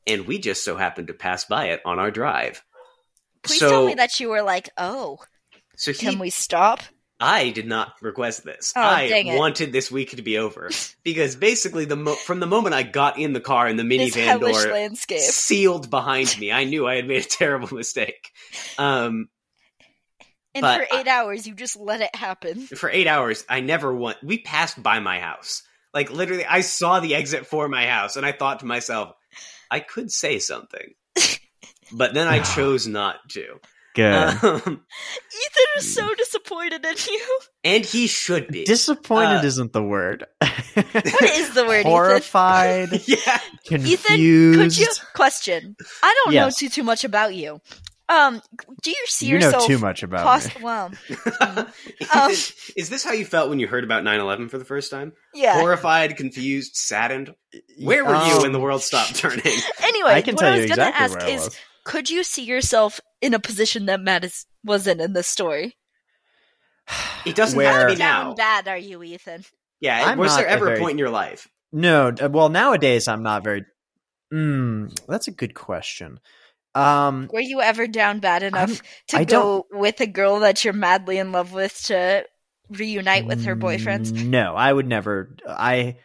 S2: and we just so happened to pass by it on our drive.
S1: please
S2: so,
S1: tell me that you were like, oh,
S2: So he,
S1: can we stop?
S2: I did not request this.
S1: Oh,
S2: I
S1: dang it.
S2: wanted this week to be over because basically, the mo- from the moment I got in the car and the
S1: This
S2: minivan
S1: hellish
S2: door
S1: landscape.
S2: sealed behind me, I knew I had made a terrible mistake. Um,
S1: And
S2: But
S1: for eight hours, you just let it happen.
S2: for eight hours, I never want. We passed by my house. Like literally, I saw the exit for my house, and I thought to myself, I could say something, but then I chose not to.
S3: Good.
S2: Um,
S1: Ethan is so disappointed in you.
S2: and he should be.
S3: Disappointed
S2: Uh,
S3: isn't the word.
S1: What is the word, Ethan?
S3: Horrified,
S2: yeah,
S3: confused.
S1: Could you question? I don't
S3: Yes.
S1: know too too much about you. Um, do you see
S3: You know
S1: yourself?
S3: too much about
S1: poss-
S3: me.
S1: Well, Um.
S2: is, is this how you felt when you heard about 9-11 for the first time?
S1: yeah.
S2: Horrified, confused, saddened. Where were you
S3: Um,
S2: when the world stopped turning?
S1: anyway,
S3: I can
S1: what
S3: tell
S1: I was
S3: you
S1: gonna
S3: exactly
S1: ask
S3: where I
S1: is,
S3: was.
S1: could you see yourself in a position that Matt is, was in in this story?
S2: It doesn't
S3: Where-
S2: have to
S1: How
S2: be now.
S1: down bad are you, Ethan?
S2: Yeah,
S3: I'm
S2: was there
S3: not a
S2: ever a
S3: very-
S2: point in your life?
S3: No, d- well nowadays I'm not very. Mm, that's a good question. Um,
S1: Were you ever down bad enough
S3: I'm-
S1: to
S3: I
S1: go with a girl that you're madly in love with to reunite with her boyfriend?
S3: No, I would never. I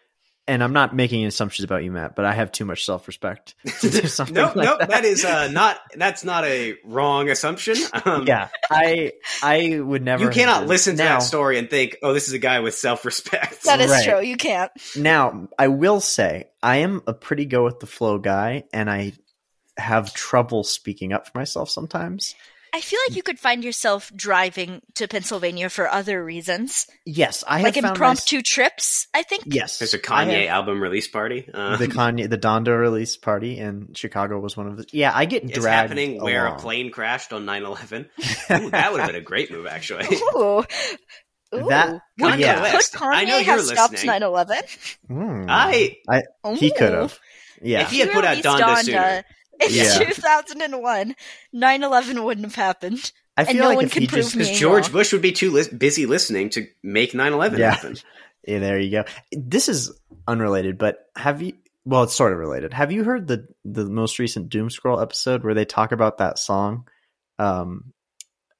S3: and I'm not making assumptions about you, Matt, but I have too much self respect to do something.
S2: Nope,
S3: like
S2: nope.
S3: that.
S2: that is uh, not. That's not a wrong assumption. Um,
S3: yeah, I I would never.
S2: you cannot
S3: have-
S2: listen to
S3: now,
S2: that story and think, "Oh, this is a guy with self-respect."
S1: That is
S3: Right.
S1: true. You can't.
S3: Now, I will say I am a pretty go with the flow guy, and I have trouble speaking up for myself sometimes.
S1: I feel like you could find yourself driving to Pennsylvania for other reasons,
S3: Yes, I
S1: like
S3: have found
S1: impromptu trips. I think.
S3: mys- yes,
S2: There's a
S3: I
S2: Kanye
S3: have-
S2: album release party. Uh,
S3: the Kanye, the Donda release party in Chicago was one of the. Yeah, I get
S2: it's
S3: dragged
S2: happening where
S3: along.
S2: a plane crashed on 9-11. Ooh, that would have been a great move, actually.
S1: Ooh. Ooh.
S3: That-
S1: would,
S3: yeah.
S1: could Kanye
S2: I know you're
S1: have stopped
S2: listening.
S1: 9 11?
S3: Hmm.
S2: I
S3: he could have. Yeah,
S2: If he had put out Donda sooner.
S1: uh, In
S3: Yeah.
S1: 2001, 9 11 wouldn't have happened.
S3: I
S1: and
S3: feel
S1: no
S3: like
S1: one
S3: if
S1: can
S3: he
S1: prove
S3: just
S1: me.
S2: because
S1: Yeah.
S2: George Bush would be too lis- busy listening to make 9-11
S3: Yeah.
S2: happen.
S3: Yeah, there you go. This is unrelated, but have you? Well, it's sort of related. Have you heard the the most recent Doom Scroll episode where they talk about that song, um,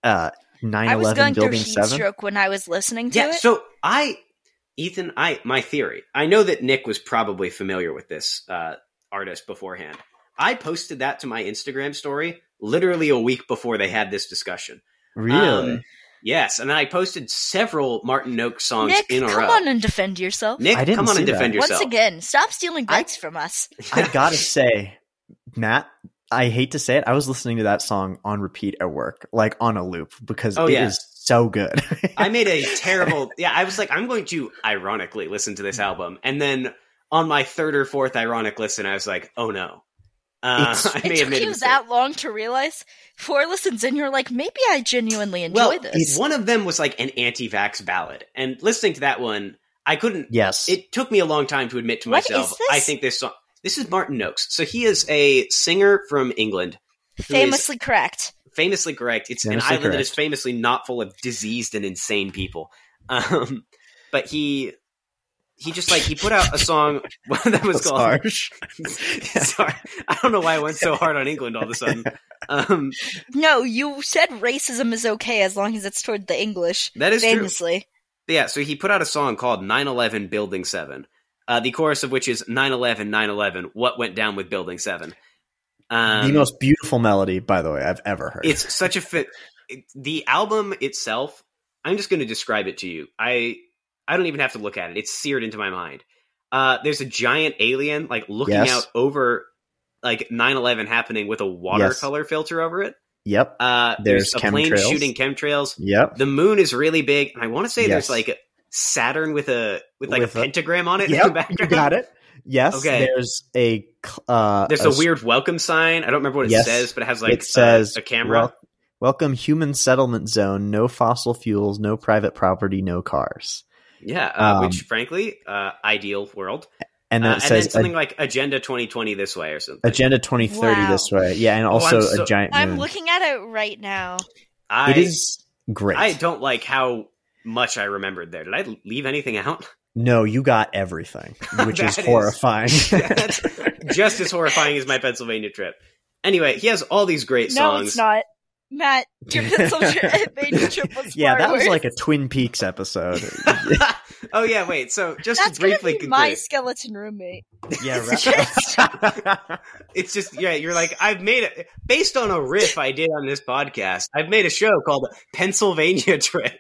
S3: uh, nine
S1: I was
S3: eleven
S1: going through
S3: building
S1: heat
S3: seven?
S1: stroke when I was listening to
S2: Yeah,
S1: it.
S2: so I, Ethan, I my theory. I know that Nick was probably familiar with this uh, artist beforehand. I posted that to my Instagram story literally a week before they had this discussion.
S3: Really?
S2: Um, yes, and I posted several Martin Oak songs
S1: Nick,
S2: in a
S1: come
S2: row.
S1: on and defend yourself.
S2: Nick,
S3: I didn't
S2: come on and
S3: see that.
S2: defend
S1: Once
S2: yourself.
S1: again, stop stealing
S2: I-
S1: bets from us.
S3: I gotta say, Matt, I hate to say it, I was listening to that song on repeat at work, like on a loop, because it
S2: Oh,
S3: is
S2: yeah.
S3: so good.
S2: I made a terrible. Yeah, I was like, I'm going to ironically listen to this album, and then on my third or fourth ironic listen, I was like, oh no. Uh,
S3: It's-
S2: I
S1: It
S2: may have
S1: took
S2: made a
S1: you
S2: mistake.
S1: that long to realize. Four listens in, you're like, maybe I genuinely enjoy
S2: well,
S1: this.
S2: One of them was like an anti-vax ballad, and listening to that one, I couldn't.
S3: yes.
S2: It took me a long time to admit to
S1: What is
S2: myself.
S1: this?
S2: I think this song. This is Martin Noakes. So he is a singer from England,
S1: Famously cracked.
S2: famously correct. It's an
S3: Famously
S2: island that is
S3: correct.
S2: famously not full of diseased and insane people. Um, but he, he just like he put out a song that was
S3: That's
S2: called
S3: harsh.
S2: Sorry, I don't know why I went so hard on England all of a sudden. Um,
S1: No, you said racism is okay as long as it's toward the English.
S2: that is true.
S1: Famously.
S2: Yeah, so he put out a song called 911 Building 7. Uh, the chorus of which is 911 911 what went down with building 7. Um,
S3: the most beautiful melody, by the way, I've ever heard.
S2: it's such a fit it, the album itself, I'm just going to describe it to you. I I don't even have to look at it. It's seared into my mind. Uh, there's a giant alien like looking
S3: Yes.
S2: out over like 911 happening with a watercolor filter over it.
S3: yep.
S2: Uh, there's,
S3: There's
S2: a plane
S3: chemtrails.
S2: shooting chemtrails.
S3: Yep.
S2: The moon is really big, and I want to say
S3: Yes.
S2: there's like a Saturn with a with like
S3: With
S2: a
S3: a-
S2: pentagram on it in the
S3: Yep. You
S2: background.
S3: got it. Yes.
S2: Okay.
S3: There's a cl- uh,
S2: There's a, weird welcome sign. I don't remember what it
S3: Yes.
S2: says, but it has like
S3: it says
S2: a, a camera.
S3: "Wel- welcome human settlement zone. No fossil fuels. No private property. No cars.
S2: yeah, uh,
S3: um,
S2: which frankly, uh, ideal world.
S3: And then
S2: Uh, and
S3: it
S2: then
S3: says
S2: something like Agenda 2020 this way or something.
S3: Agenda 2030
S1: Wow.
S3: this way. Yeah, and
S2: Oh,
S3: also
S2: I'm so-
S3: a giant moon.
S1: I'm looking at it right now.
S2: I,
S3: it is great.
S2: I don't like how much I remembered there. Did I leave anything out?
S3: no, you got everything, which is
S2: That is-
S3: horrifying.
S2: That's just as horrifying as my Pennsylvania trip. Anyway, he has all these great
S1: No,
S2: songs.
S1: it's not. Matt, your Pennsylvania trip was
S3: yeah,
S1: far
S3: that was
S1: worse.
S3: like a Twin Peaks episode.
S2: oh yeah, wait. So just
S1: That's
S2: to
S1: gonna
S2: briefly
S1: be
S2: conclude,
S1: my skeleton roommate.
S3: yeah,
S1: It's
S3: right.
S1: just-
S2: it's just yeah. You're like I've made it based on a riff I did on this podcast. I've made a show called Pennsylvania Trip.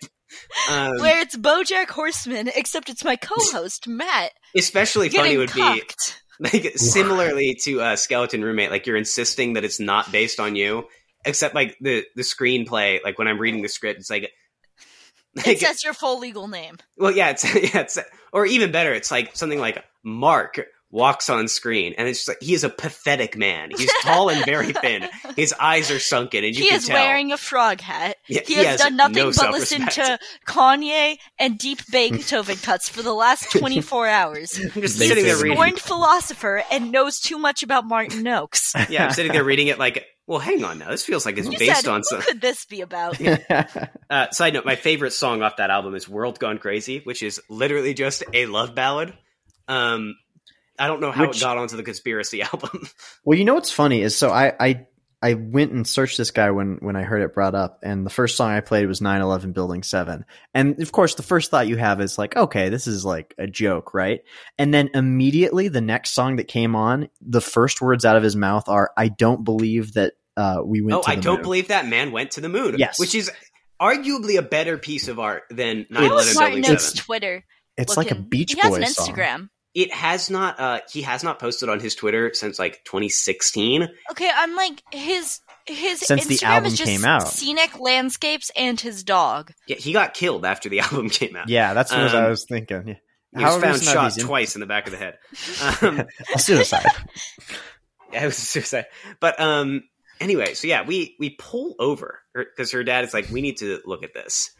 S2: Um,
S1: where it's BoJack Horseman, except it's my co-host Matt
S2: especially funny
S1: getting
S2: would be
S1: cucked.
S2: like similarly to uh, skeleton roommate like you're insisting that it's not based on you except like the the screenplay like when i'm reading the script it's like,
S1: It
S2: like
S1: says your full legal name.
S2: well yeah it's yeah it's or even better it's like something like mark walks on screen and it's just like he is a pathetic man he's tall and very thin his eyes are sunken and you
S1: He
S2: can
S1: is
S2: tell
S1: wearing a frog hat.
S2: Yeah,
S1: He, has, done nothing
S2: no
S1: but listen to
S2: self-respect.
S1: Kanye and deep Beethoven cuts for the last 24 hours.
S2: I'm just
S3: They
S2: sitting there
S3: say-
S2: reading
S1: Born philosopher and knows too much about Martin Oakes.
S2: yeah i'm sitting there reading it like well hang on now this feels like it's
S1: You
S2: based
S1: said,
S2: on
S1: Who
S2: some
S1: could this be about?
S2: Uh, side note: My favorite song off that album is "World Gone Crazy," which is literally just a love ballad. Um, I don't know how
S3: Which-
S2: it got onto the conspiracy album.
S3: Well, you know what's funny is so I I I went and searched this guy when when I heard it brought up, and the first song I played was 9/11 Building Seven, and of course the first thought you have is like, okay, this is like a joke, right? And then immediately the next song that came on, the first words out of his mouth are, "I don't believe that uh, we went."
S2: oh,
S3: to
S2: I
S3: the
S2: don't
S3: moon."
S2: believe that man went to the moon.
S3: Yes.
S2: which is arguably a better piece of art than
S1: I
S2: 9
S1: was
S2: 11
S1: Martin
S2: Building
S1: Oakes'
S2: 7.
S1: Twitter.
S3: It's like a
S1: looking.
S3: Beach
S1: He has
S3: Boys
S1: an
S3: song.
S1: Instagram.
S2: It has not, uh, he has not posted on his Twitter since like 2016.
S1: Okay, I'm like his his
S3: Since
S1: Instagram
S3: the album
S1: is just
S3: came out.
S1: Scenic landscapes and his dog.
S2: Yeah, he got killed after the album came out.
S3: Yeah, that's what I
S2: Um,
S3: was thinking. Yeah.
S2: He was
S3: However,
S2: found
S3: it's not
S2: shot
S3: these in-
S2: twice in the back of the head. Um,
S3: A suicide.
S2: yeah, it was a suicide. But um, anyway, so yeah, we we pull over because her dad is like, we need to look at this,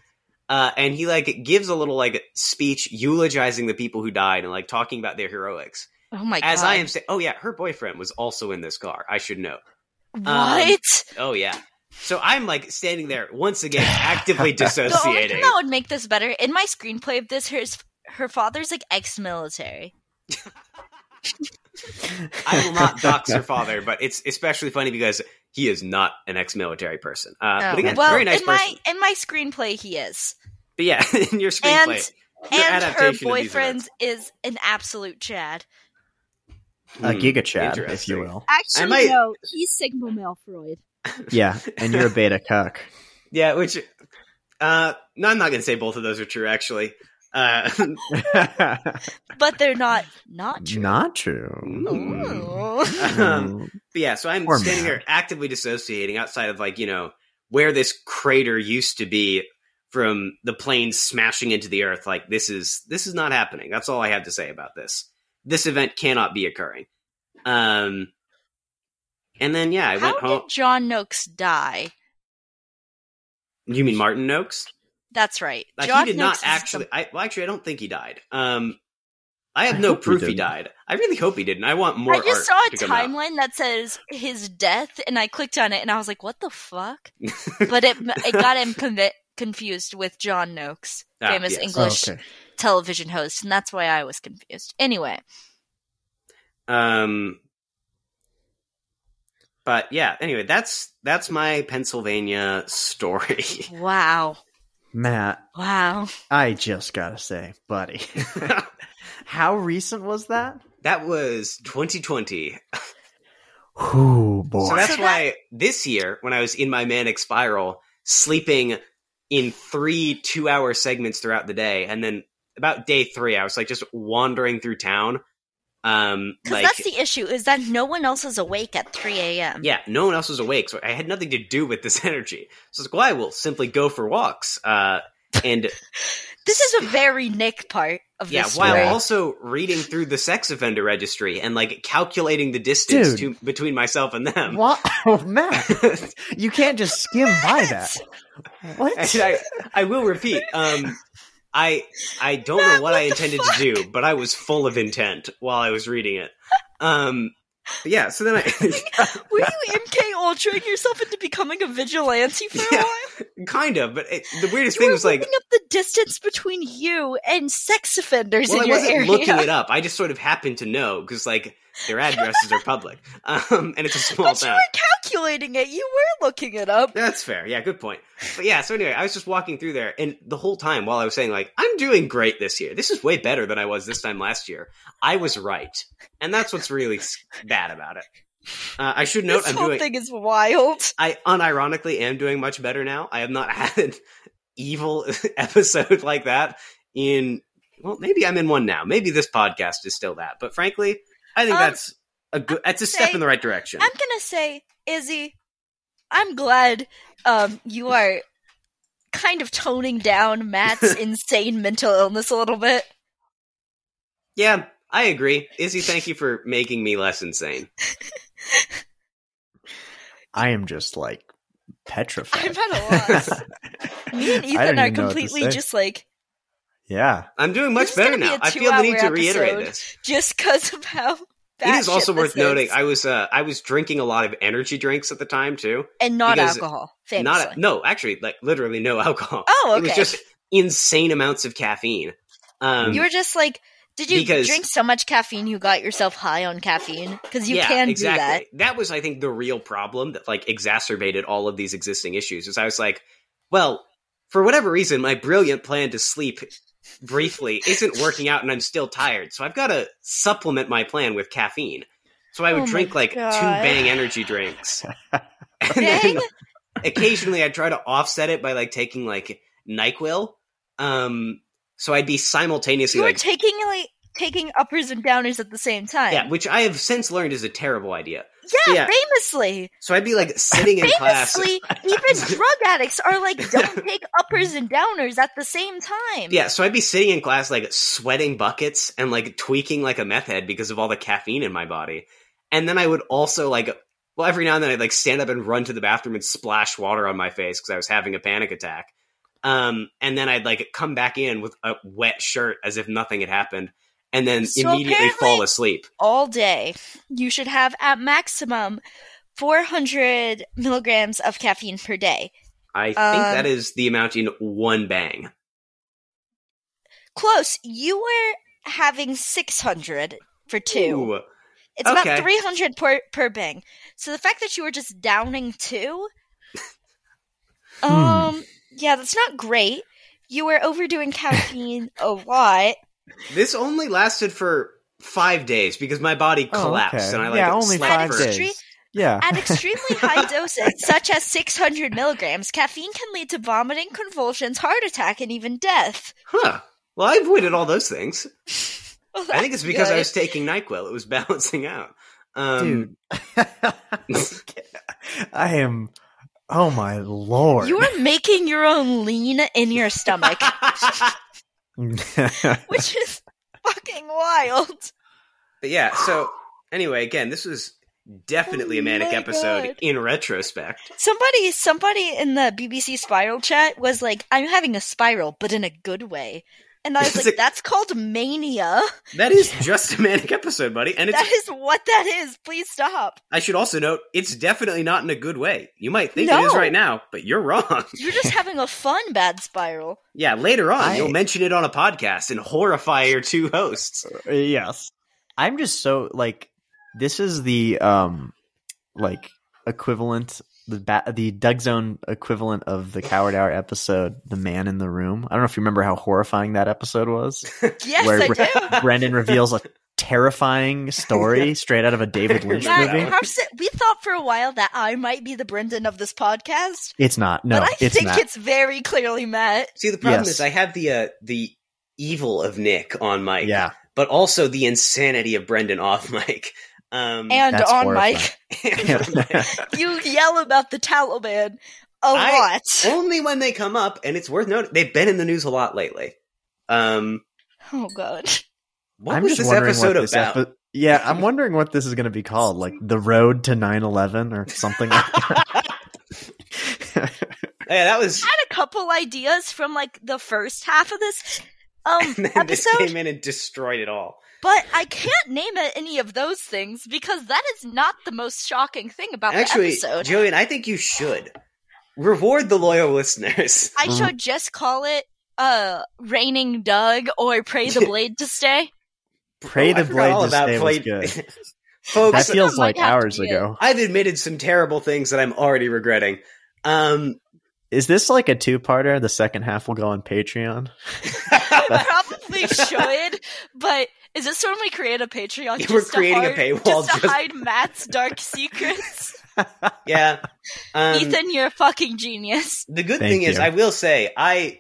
S2: uh, and he like gives a little like speech eulogizing the people who died and like talking about their heroics.
S1: Oh my
S2: As
S1: god!
S2: I am saying, oh yeah, her boyfriend was also in this car. I should know. um,
S1: what?
S2: Oh yeah. So I'm like standing there once again, actively
S1: the only
S2: dissociating.
S1: thing that would make this better in my screenplay of this, her her father's like ex-military.
S2: I will not dox her father, but it's especially funny because he is not an ex-military person. Uh,
S1: Oh,
S2: but again,
S1: well,
S2: very nice
S1: in
S2: person.
S1: my in my screenplay, he is,
S2: But yeah, in your
S1: and
S2: screenplay, your
S1: and her
S2: adaptation of these
S1: boyfriend is an absolute Chad.
S3: a
S2: Hmm.
S3: giga chad, if
S2: interesting.
S3: you will.
S4: Actually,
S2: I might-
S4: no, he's Sigma Malfroid.
S3: Yeah, and you're a beta cuck.
S2: yeah, which uh, no, I'm not going to say both of those are true. Actually, uh,
S1: But they're not not true.
S3: Not true.
S2: Mm.
S3: Mm.
S1: Ooh.
S2: um, but yeah, so I'm
S3: Poor
S2: standing
S3: man.
S2: there actively dissociating outside of like you know where this crater used to be from the plane smashing into the earth. Like this is this is not happening. That's all I have to say about this. This event cannot be occurring. Um, and then yeah, I
S1: How
S2: went
S1: did
S2: home.
S1: John Noakes die?
S2: You mean Martin Oakes?
S1: That's right.
S2: Like,
S1: John
S2: he did
S1: Noakes
S2: not
S1: is the-
S2: actually. I, well, actually, I don't think he died. Um, I have
S3: I
S2: no
S3: hope he
S2: proof he,
S3: didn't.
S2: died. I really hope he didn't. I want more.
S1: I just saw
S2: art
S1: a
S2: to come out.
S1: timeline that says his death, and I clicked on it, and I was like, "What the fuck?" but it it got him convi- confused with John Noakes,
S2: Ah,
S1: famous
S2: yes.
S1: English
S3: okay.
S1: television host, and that's why I was confused. Anyway,
S2: Um, but yeah. Anyway, that's that's my Pennsylvania story.
S1: wow,
S3: Matt,
S1: wow,
S3: I just gotta say, buddy, how recent was that?
S2: that was 2020.
S3: Ooh, boy.
S2: So that's
S1: So that-
S2: why this year, when I was in my manic spiral, sleeping in three two-hour segments throughout the day, and then about day three, I was like just wandering through town. Um,
S1: because
S2: like
S1: that's the issue is that no one else is awake at three a.m.
S2: yeah, no one else was awake, so I had nothing to do with this energy. So it's like, well, I will simply go for walks. Uh, and
S1: This is a very Nick part of
S2: Yeah,
S1: this
S2: while
S1: story.
S2: also reading through the sex offender registry and like calculating the distance
S3: Dude.
S2: to between myself and them.
S3: What? Oh, Matt, you can't just skim by that.
S2: And
S3: What?
S2: I, I will repeat. Um, I I don't know what I intended to do, but I was full of intent while I was reading it. Um, but yeah. So then I
S1: Were you MK Ultraing yourself into becoming a vigilante for a
S2: Yeah.
S1: while?
S2: kind of, but it, the weirdest
S1: you
S2: thing
S1: were
S2: was like,
S1: looking up the distance between you and sex offenders
S2: well,
S1: in
S2: I
S1: your
S2: wasn't
S1: area.
S2: looking it up. I just sort of happened to know because like their addresses are public, um, and it's a small
S1: but you
S2: town.
S1: were calculating it. You were looking it up.
S2: That's fair. Yeah, good point. But yeah, so anyway, I was just walking through there, and the whole time while I was saying, like, I'm doing great this year. This is way better than I was this time last year. I was right. And that's what's really s- bad about it. Uh, I should note
S1: this
S2: I'm
S1: whole
S2: doing,
S1: thing is wild.
S2: I unironically am doing much better now. I have not had an evil episode like that in, well, maybe I'm in one now. Maybe this podcast is still that. But frankly, I think
S1: Um,
S2: that's a good, that's a step
S1: say-
S2: in the right direction.
S1: I'm gonna say, Izzy, I'm glad um, you are kind of toning down Matt's insane mental illness a little bit.
S2: yeah, I agree. Izzy, thank you for making me less insane.
S3: I am just like
S1: I'm at
S3: petrified.
S1: a loss. Me and
S3: I don't
S1: Ethan are
S3: even know what to
S1: completely
S3: say.
S1: just like
S3: Yeah.
S2: I'm doing
S1: This
S2: much
S1: is gonna
S2: better
S1: be
S2: now.
S1: a
S2: I feel the need to
S1: two-hour
S2: reiterate
S1: episode.
S2: this.
S1: just because of how.
S2: It is also
S1: batshit
S2: worth
S1: this
S2: noting.
S1: is.
S2: I was uh, I was drinking a lot of energy drinks at the time too.
S1: and not
S2: because-
S1: alcohol.
S2: Not
S1: Famously.
S2: no, actually, like literally no alcohol.
S1: oh, okay.
S2: It was just insane amounts of caffeine. Um,
S1: You were just like, did you
S2: Because-
S1: drink so much caffeine you got yourself high on caffeine? Because you
S2: yeah,
S1: can
S2: exactly. that. was, I think, the real problem that like exacerbated all of these existing issues. Is I was like, well, for whatever reason, my brilliant plan to sleep briefly isn't working out, and I'm still tired. So I've got to supplement my plan with caffeine. So I
S1: Oh
S2: would
S1: my
S2: drink like
S1: God.
S2: two bang energy drinks, and
S1: do that.
S2: then
S1: Dang.
S2: occasionally I'd try to offset it by like taking like Nyquil. Um, so I'd be simultaneously
S1: You were
S2: like
S1: taking like taking uppers and downers at the same time.
S2: Yeah, which I have since learned is a terrible idea.
S1: Yeah,
S2: Yeah.
S1: famously.
S2: So I'd be like sitting in class.
S1: Famously, even drug addicts are like, don't take uppers and downers at the same time.
S2: Yeah, so I'd be sitting in class like sweating buckets and like tweaking like a meth head because of all the caffeine in my body. And then I would also like, well, every now and then I'd like stand up and run to the bathroom and splash water on my face because I was having a panic attack. Um, and then I'd like come back in with a wet shirt as if nothing had happened and then
S1: So
S2: immediately fall
S1: apparently-
S2: asleep.
S1: all day, you should have at maximum 400 milligrams of caffeine per day.
S2: I think
S1: Um,
S2: that is the amount in one bang.
S1: Close, you were having 600 for two.
S2: Ooh.
S1: it's
S2: okay.
S1: about 300 per, per bang. So the fact that you were just downing two,
S2: Hmm.
S1: um, yeah, that's not great. You were overdoing caffeine a lot.
S2: This only lasted for five days because my body
S3: Oh,
S2: collapsed
S3: okay.
S2: and I like
S3: yeah, only
S2: slept
S1: At
S3: five
S2: for
S1: extreme-
S3: days. Yeah,
S1: At extremely high doses, such as 600 milligrams, caffeine can lead to vomiting, convulsions, heart attack, and even death.
S2: Huh. Well, I avoided all those things.
S1: Well,
S2: I think it's because I
S1: good.
S2: was taking NyQuil. It was balancing out. Um,
S3: dude. I am. Oh my lord!
S1: You are making your own lean in your stomach,
S3: Dude.
S1: which is fucking wild.
S2: but yeah, so anyway, again, this was definitely a
S1: Oh
S2: manic
S1: my
S2: episode
S1: God.
S2: in retrospect.
S1: Somebody, somebody in the BBC Spiral chat was like, "I'm having a spiral, but in a good way," and I was
S2: It's
S1: like,
S2: a-
S1: "That's called mania.
S2: That is just a manic episode, buddy. And it's,
S1: That is what that is. Please stop.
S2: I should also note, it's definitely not in a good way. You might think it
S1: No.
S2: is right now, but you're wrong.
S1: You're just having a fun bad spiral."
S2: Yeah, later on,
S3: I-
S2: you'll mention it on a podcast and horrify your two hosts.
S3: yes, I'm just so like this is the um like equivalent the ba- the Doug Zone equivalent of the Coward Hour episode, The Man in the Room. I don't know if you remember how horrifying that episode was.
S1: Yes,
S3: Where-
S1: I do.
S3: Brendan reveals a terrifying story straight out of a David Lynch
S2: Yeah,
S1: Matt,
S3: movie.
S2: movie.
S1: how si- we thought for a while that I might be the Brendan of this podcast,
S3: It's not. No,
S1: but I
S3: it's
S1: think
S3: not.
S1: it's very clearly Matt.
S2: See, the problem
S3: Yes.
S2: is I have the uh, the evil of Nick on mic,
S3: yeah,
S2: but also the insanity of Brendan off mic. Um,
S1: and
S3: Mm, That's
S1: on
S3: horrifying.
S1: mic.
S3: Yeah.
S1: You yell about the Taliban a
S2: I-
S3: Oh.
S1: lot.
S2: only when they come up, and it's worth noting they've been in the news a lot lately. Um,
S1: Oh god.
S2: what
S3: I'm
S2: was
S3: just
S2: this
S3: wondering
S2: episode
S3: what this
S2: about?
S3: epi- yeah, I'm wondering what this is going to be called, like the road to 9/11 or something. like that.
S2: yeah, that was.
S1: I had a couple ideas from like the first half of this um
S2: And then this
S1: episode,
S2: came in and destroyed it all.
S1: but I can't name it any of those things because that is not the most shocking thing about the
S2: Actually,
S1: episode.
S2: Julian, I think you should reward the loyal listeners.
S1: I should just call it uh Raining Doug or Pray the Blade to Stay.
S3: Pray
S2: Oh, I
S3: the
S2: forgot
S3: blade
S2: all
S3: to
S2: about
S3: stay
S2: Blade-
S3: was good.
S2: Folks,
S3: That feels
S1: That might
S3: like
S1: have to
S3: hours
S1: be it.
S3: ago.
S2: I've admitted some terrible things that I'm already regretting. Um,
S3: Is this like a two-parter? The second half will go on Patreon.
S1: We probably should, but is this when we create a Patreon?
S2: Yeah,
S1: Just
S2: we're
S1: to
S2: creating a
S1: hide-
S2: paywall
S1: just to
S2: just-
S1: hide Matt's dark secrets.
S2: yeah. Um,
S1: Ethan, you're a fucking genius.
S2: The good
S3: Thank
S2: thing is,
S3: you.
S2: I will say, I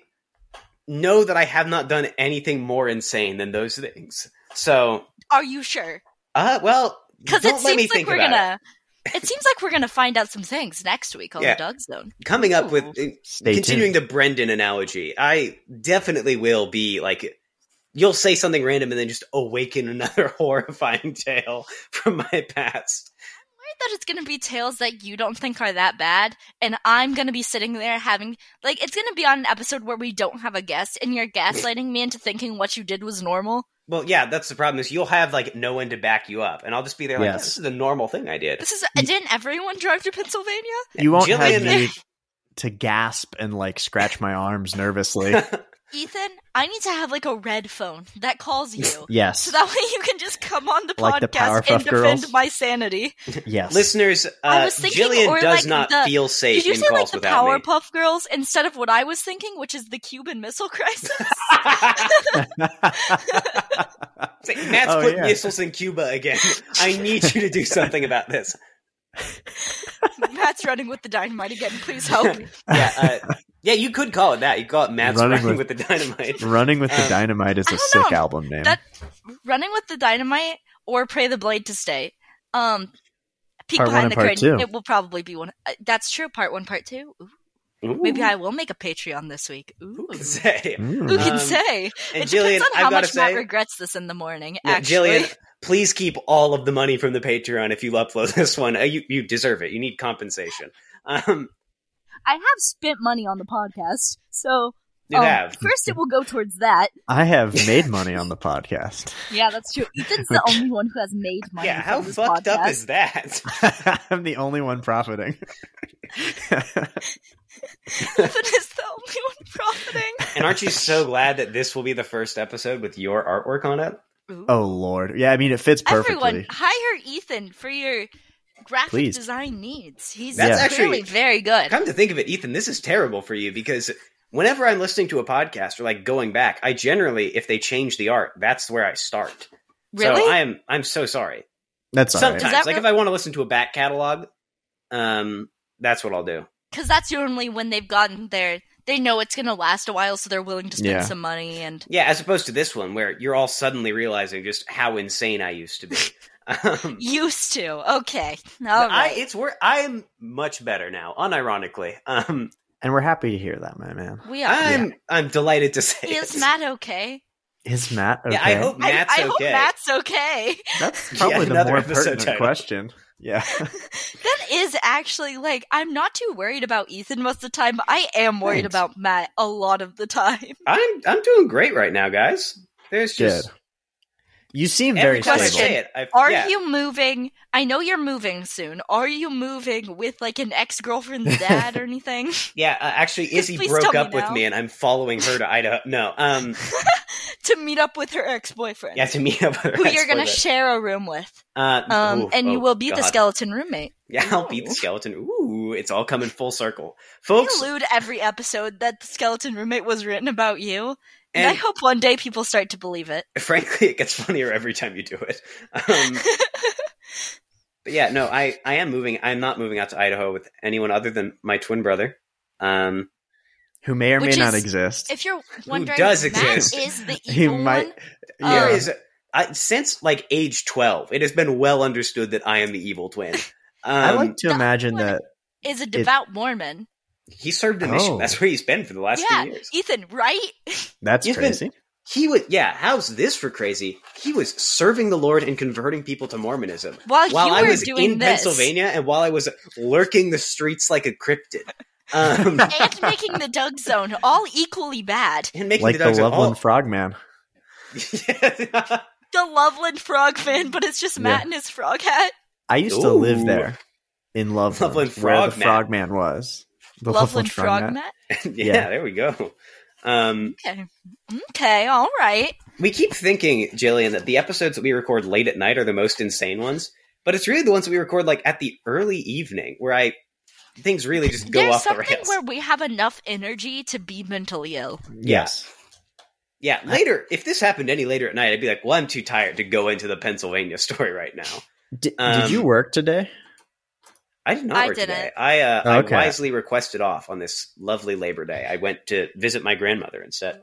S2: know that I have not done anything more insane than those things. So,
S1: Are you sure?
S2: uh, well,
S1: Because it
S2: don't let me
S1: seems like
S2: think
S1: we're
S2: about
S1: gonna. It. seems like we're gonna find out some things next week on
S2: Yeah.
S1: the Doug Zone.
S2: it. Coming up with
S3: Stay
S2: continuing
S3: tuned.
S2: the Brendan analogy, I definitely will be like, you'll say something random and then just awaken another horrifying tale from my past.
S1: Right, that it's gonna be tales that you don't think are that bad, and I'm gonna be sitting there having like it's gonna be on an episode where we don't have a guest, and you're gaslighting me into thinking what you did was normal.
S2: Well, yeah, that's the problem is you'll have like no one to back you up, and I'll just be there like,
S3: Yes.
S2: this is the normal thing I did.
S1: This is didn't everyone drive to Pennsylvania?
S3: You won't have
S2: Jillian-
S3: me to gasp and like scratch my arms nervously.
S1: Ethan, I need to have like a red phone that calls you.
S3: Yes,
S1: so that way you can just come on the
S3: Like the
S1: podcast
S3: Powerpuff
S1: and defend
S3: Girls?
S1: my sanity.
S3: yes.
S2: Listeners,
S1: I
S2: uh,
S1: was thinking,
S2: Jillian
S1: or, like,
S2: does not
S1: the-
S2: feel safe
S1: Did you
S2: in
S1: say like
S2: calls
S1: the
S2: without me.
S1: Powerpuff Girls instead of what I was thinking, which is the Cuban Missile Crisis?
S2: It's like, Matt's
S3: Oh,
S2: put
S3: yeah.
S2: missiles in Cuba again. I need you to do something about this.
S1: Matt's running with the dynamite again. Please help.
S2: Yeah, uh, Yeah, you could call it that. You call it Matt's
S3: Running
S2: running,
S3: with-
S2: with, the dynamite.
S3: Running with the
S2: Um,
S3: Dynamite is
S1: I
S3: a
S1: don't know.
S3: sick album name.
S1: That- Running with the Dynamite or Pray the Blade to Stay. Um, peek
S3: Part one
S1: behind
S3: and
S1: the
S3: part
S1: curtain.
S3: two.
S1: It will probably be one. uh, That's true. Part one, part two. Ooh,
S2: Ooh.
S1: Maybe I will make a Patreon this week. Ooh.
S2: Who can say?
S3: Mm.
S1: Who can
S2: Um,
S1: say?
S2: And
S1: it
S2: Jillian,
S1: depends on how
S2: I've got to
S1: much Matt
S2: say,
S1: regrets this in the morning.
S2: Yeah,
S1: actually,
S2: Jillian, please keep all of the money from the Patreon if you upload this one. Uh, You you deserve it. You need compensation. Um,
S4: I have spent money on the podcast, so
S2: you
S1: Oh,
S4: um,
S2: have.
S4: first it will go towards that.
S3: I have made money on the podcast.
S4: Yeah, that's true. Ethan's the only one who has made money.
S2: Yeah, how
S4: from this
S2: fucked
S4: podcast.
S2: up is that?
S3: I'm the only one profiting.
S1: Ethan is the only one profiting.
S2: And aren't you so glad that this will be the first episode with your artwork on it?
S1: Ooh.
S3: oh lord. Yeah, I mean it fits perfectly.
S1: Everyone, hire Ethan for your graphic
S3: Please.
S1: design needs. He's
S2: That's
S1: really
S2: actually-
S1: very good.
S2: Come to think of it, Ethan, this is terrible for you because whenever I'm listening to a podcast or like going back, I generally, if they change the art, that's where I start.
S1: Really?
S2: So I'm I'm so sorry.
S3: That's all
S2: Sometimes,
S3: right.
S1: Is that
S2: like
S1: real-
S2: if I want to listen to a back catalog, um, that's what I'll do.
S1: Because that's normally when they've gotten there. They know it's going to last a while, so they're willing to spend
S3: Yeah.
S1: some money. And
S2: Yeah, as opposed to this one where you're all suddenly realizing just how insane I used to be. Um,
S1: used to. Okay. All
S2: but I
S1: right.
S2: it's where I'm much better now, unironically. Um,
S3: And we're happy to hear that, my man.
S1: we are.
S2: I'm I'm delighted to say
S1: Is
S2: it.
S1: Matt okay?
S3: Is Matt okay?
S2: Yeah, I hope
S1: I-
S2: Matt's
S1: I,
S2: okay.
S1: hope Matt's okay.
S3: That's
S2: Yeah,
S3: probably the
S2: another
S3: more
S2: episode
S3: pertinent
S2: title.
S3: question. Yeah.
S1: That is actually like I'm not too worried about Ethan most of the time. But I am worried
S3: Thanks.
S1: about Matt a lot of the time.
S2: I'm I'm doing great right now, guys. There's just
S3: You seem
S2: every
S3: very
S2: time I
S3: stable.
S1: question.
S2: say it, I,
S1: Are
S2: yeah.
S1: you moving? I know you're moving soon. Are you moving with like an ex girlfriend's dad or anything?
S2: Yeah, uh, actually, Izzy
S1: Please
S2: broke
S1: tell me
S2: up with
S1: now.
S2: me, and I'm following her to Idaho. No, um,
S1: to meet up with her ex boyfriend,
S2: yeah, to meet up with her.
S1: who you're gonna
S2: ex-boyfriend.
S1: share a room with,
S2: uh,
S1: um,
S2: oof,
S1: and you
S2: oh,
S1: will be the
S2: God.
S1: skeleton roommate.
S2: Yeah, I'll be the
S1: Ooh.
S2: skeleton. Ooh, it's all coming full circle,
S1: You
S2: folks.
S1: allude every episode that the skeleton roommate was written about you, and, I
S2: And
S1: hope one day people start to believe it.
S2: frankly, it gets funnier every time you do it. Um, but yeah, no, I I am moving. I'm not moving out to Idaho with anyone other than my twin brother. Um,
S3: Who may or may
S1: Which
S3: not
S1: is-
S3: exist.
S1: If you're wondering,
S2: does
S1: Matt
S2: exist?
S1: is the
S3: He
S1: evil
S3: might
S1: one.
S3: yeah.
S2: There
S1: Um,
S2: is I, since like age twelve, it has been well understood that I am the evil twin. Um,
S3: I like to
S1: the
S3: imagine
S1: other
S3: that
S1: Is a devout Mormon.
S2: he served in mission.
S3: Oh.
S2: That's where he's been for the last
S1: Yeah,
S2: few years.
S1: Ethan, right?
S3: that's
S2: You've been-
S3: crazy.
S2: He was yeah. How's this for crazy? He was serving the Lord and converting people to Mormonism
S1: While,
S2: while
S1: you
S2: I
S1: were
S2: was
S1: doing
S2: in
S1: this
S2: Pennsylvania and while I was lurking the streets like a cryptid. Um,
S1: and making the Doug Zone all equally bad.
S2: and making
S3: like
S2: the
S3: the
S2: dogs
S3: Loveland
S2: all.
S3: Frogman.
S1: the Loveland Frog fan, but it's just Matt in his frog hat.
S3: I used to live
S2: Ooh.
S3: there in Loveland,
S2: Loveland
S3: where the
S2: Frogman.
S3: Frogman was. The
S1: Loveland, Frog
S3: Frogman.
S1: Matt.
S2: yeah,
S3: Yeah.
S2: there we go. Um,
S1: Okay. Okay, all right.
S2: we keep thinking, Jillian, that the episodes that we record late at night are the most insane ones, but it's really the ones that we record like at the early evening where I things really just go
S1: There's
S2: off the
S1: something
S2: rails.
S1: where we have enough energy to be mentally ill.
S3: Yes.
S2: Yeah, later. If this happened any later at night, I'd be like, "Well, I'm too tired to go into the Pennsylvania story right now."
S3: Did,
S2: Um,
S3: did you work today?
S2: I did not
S1: I
S2: work
S1: didn't.
S2: today. I uh,
S3: Okay.
S2: I wisely requested off on this lovely Labor Day. I went to visit my grandmother instead.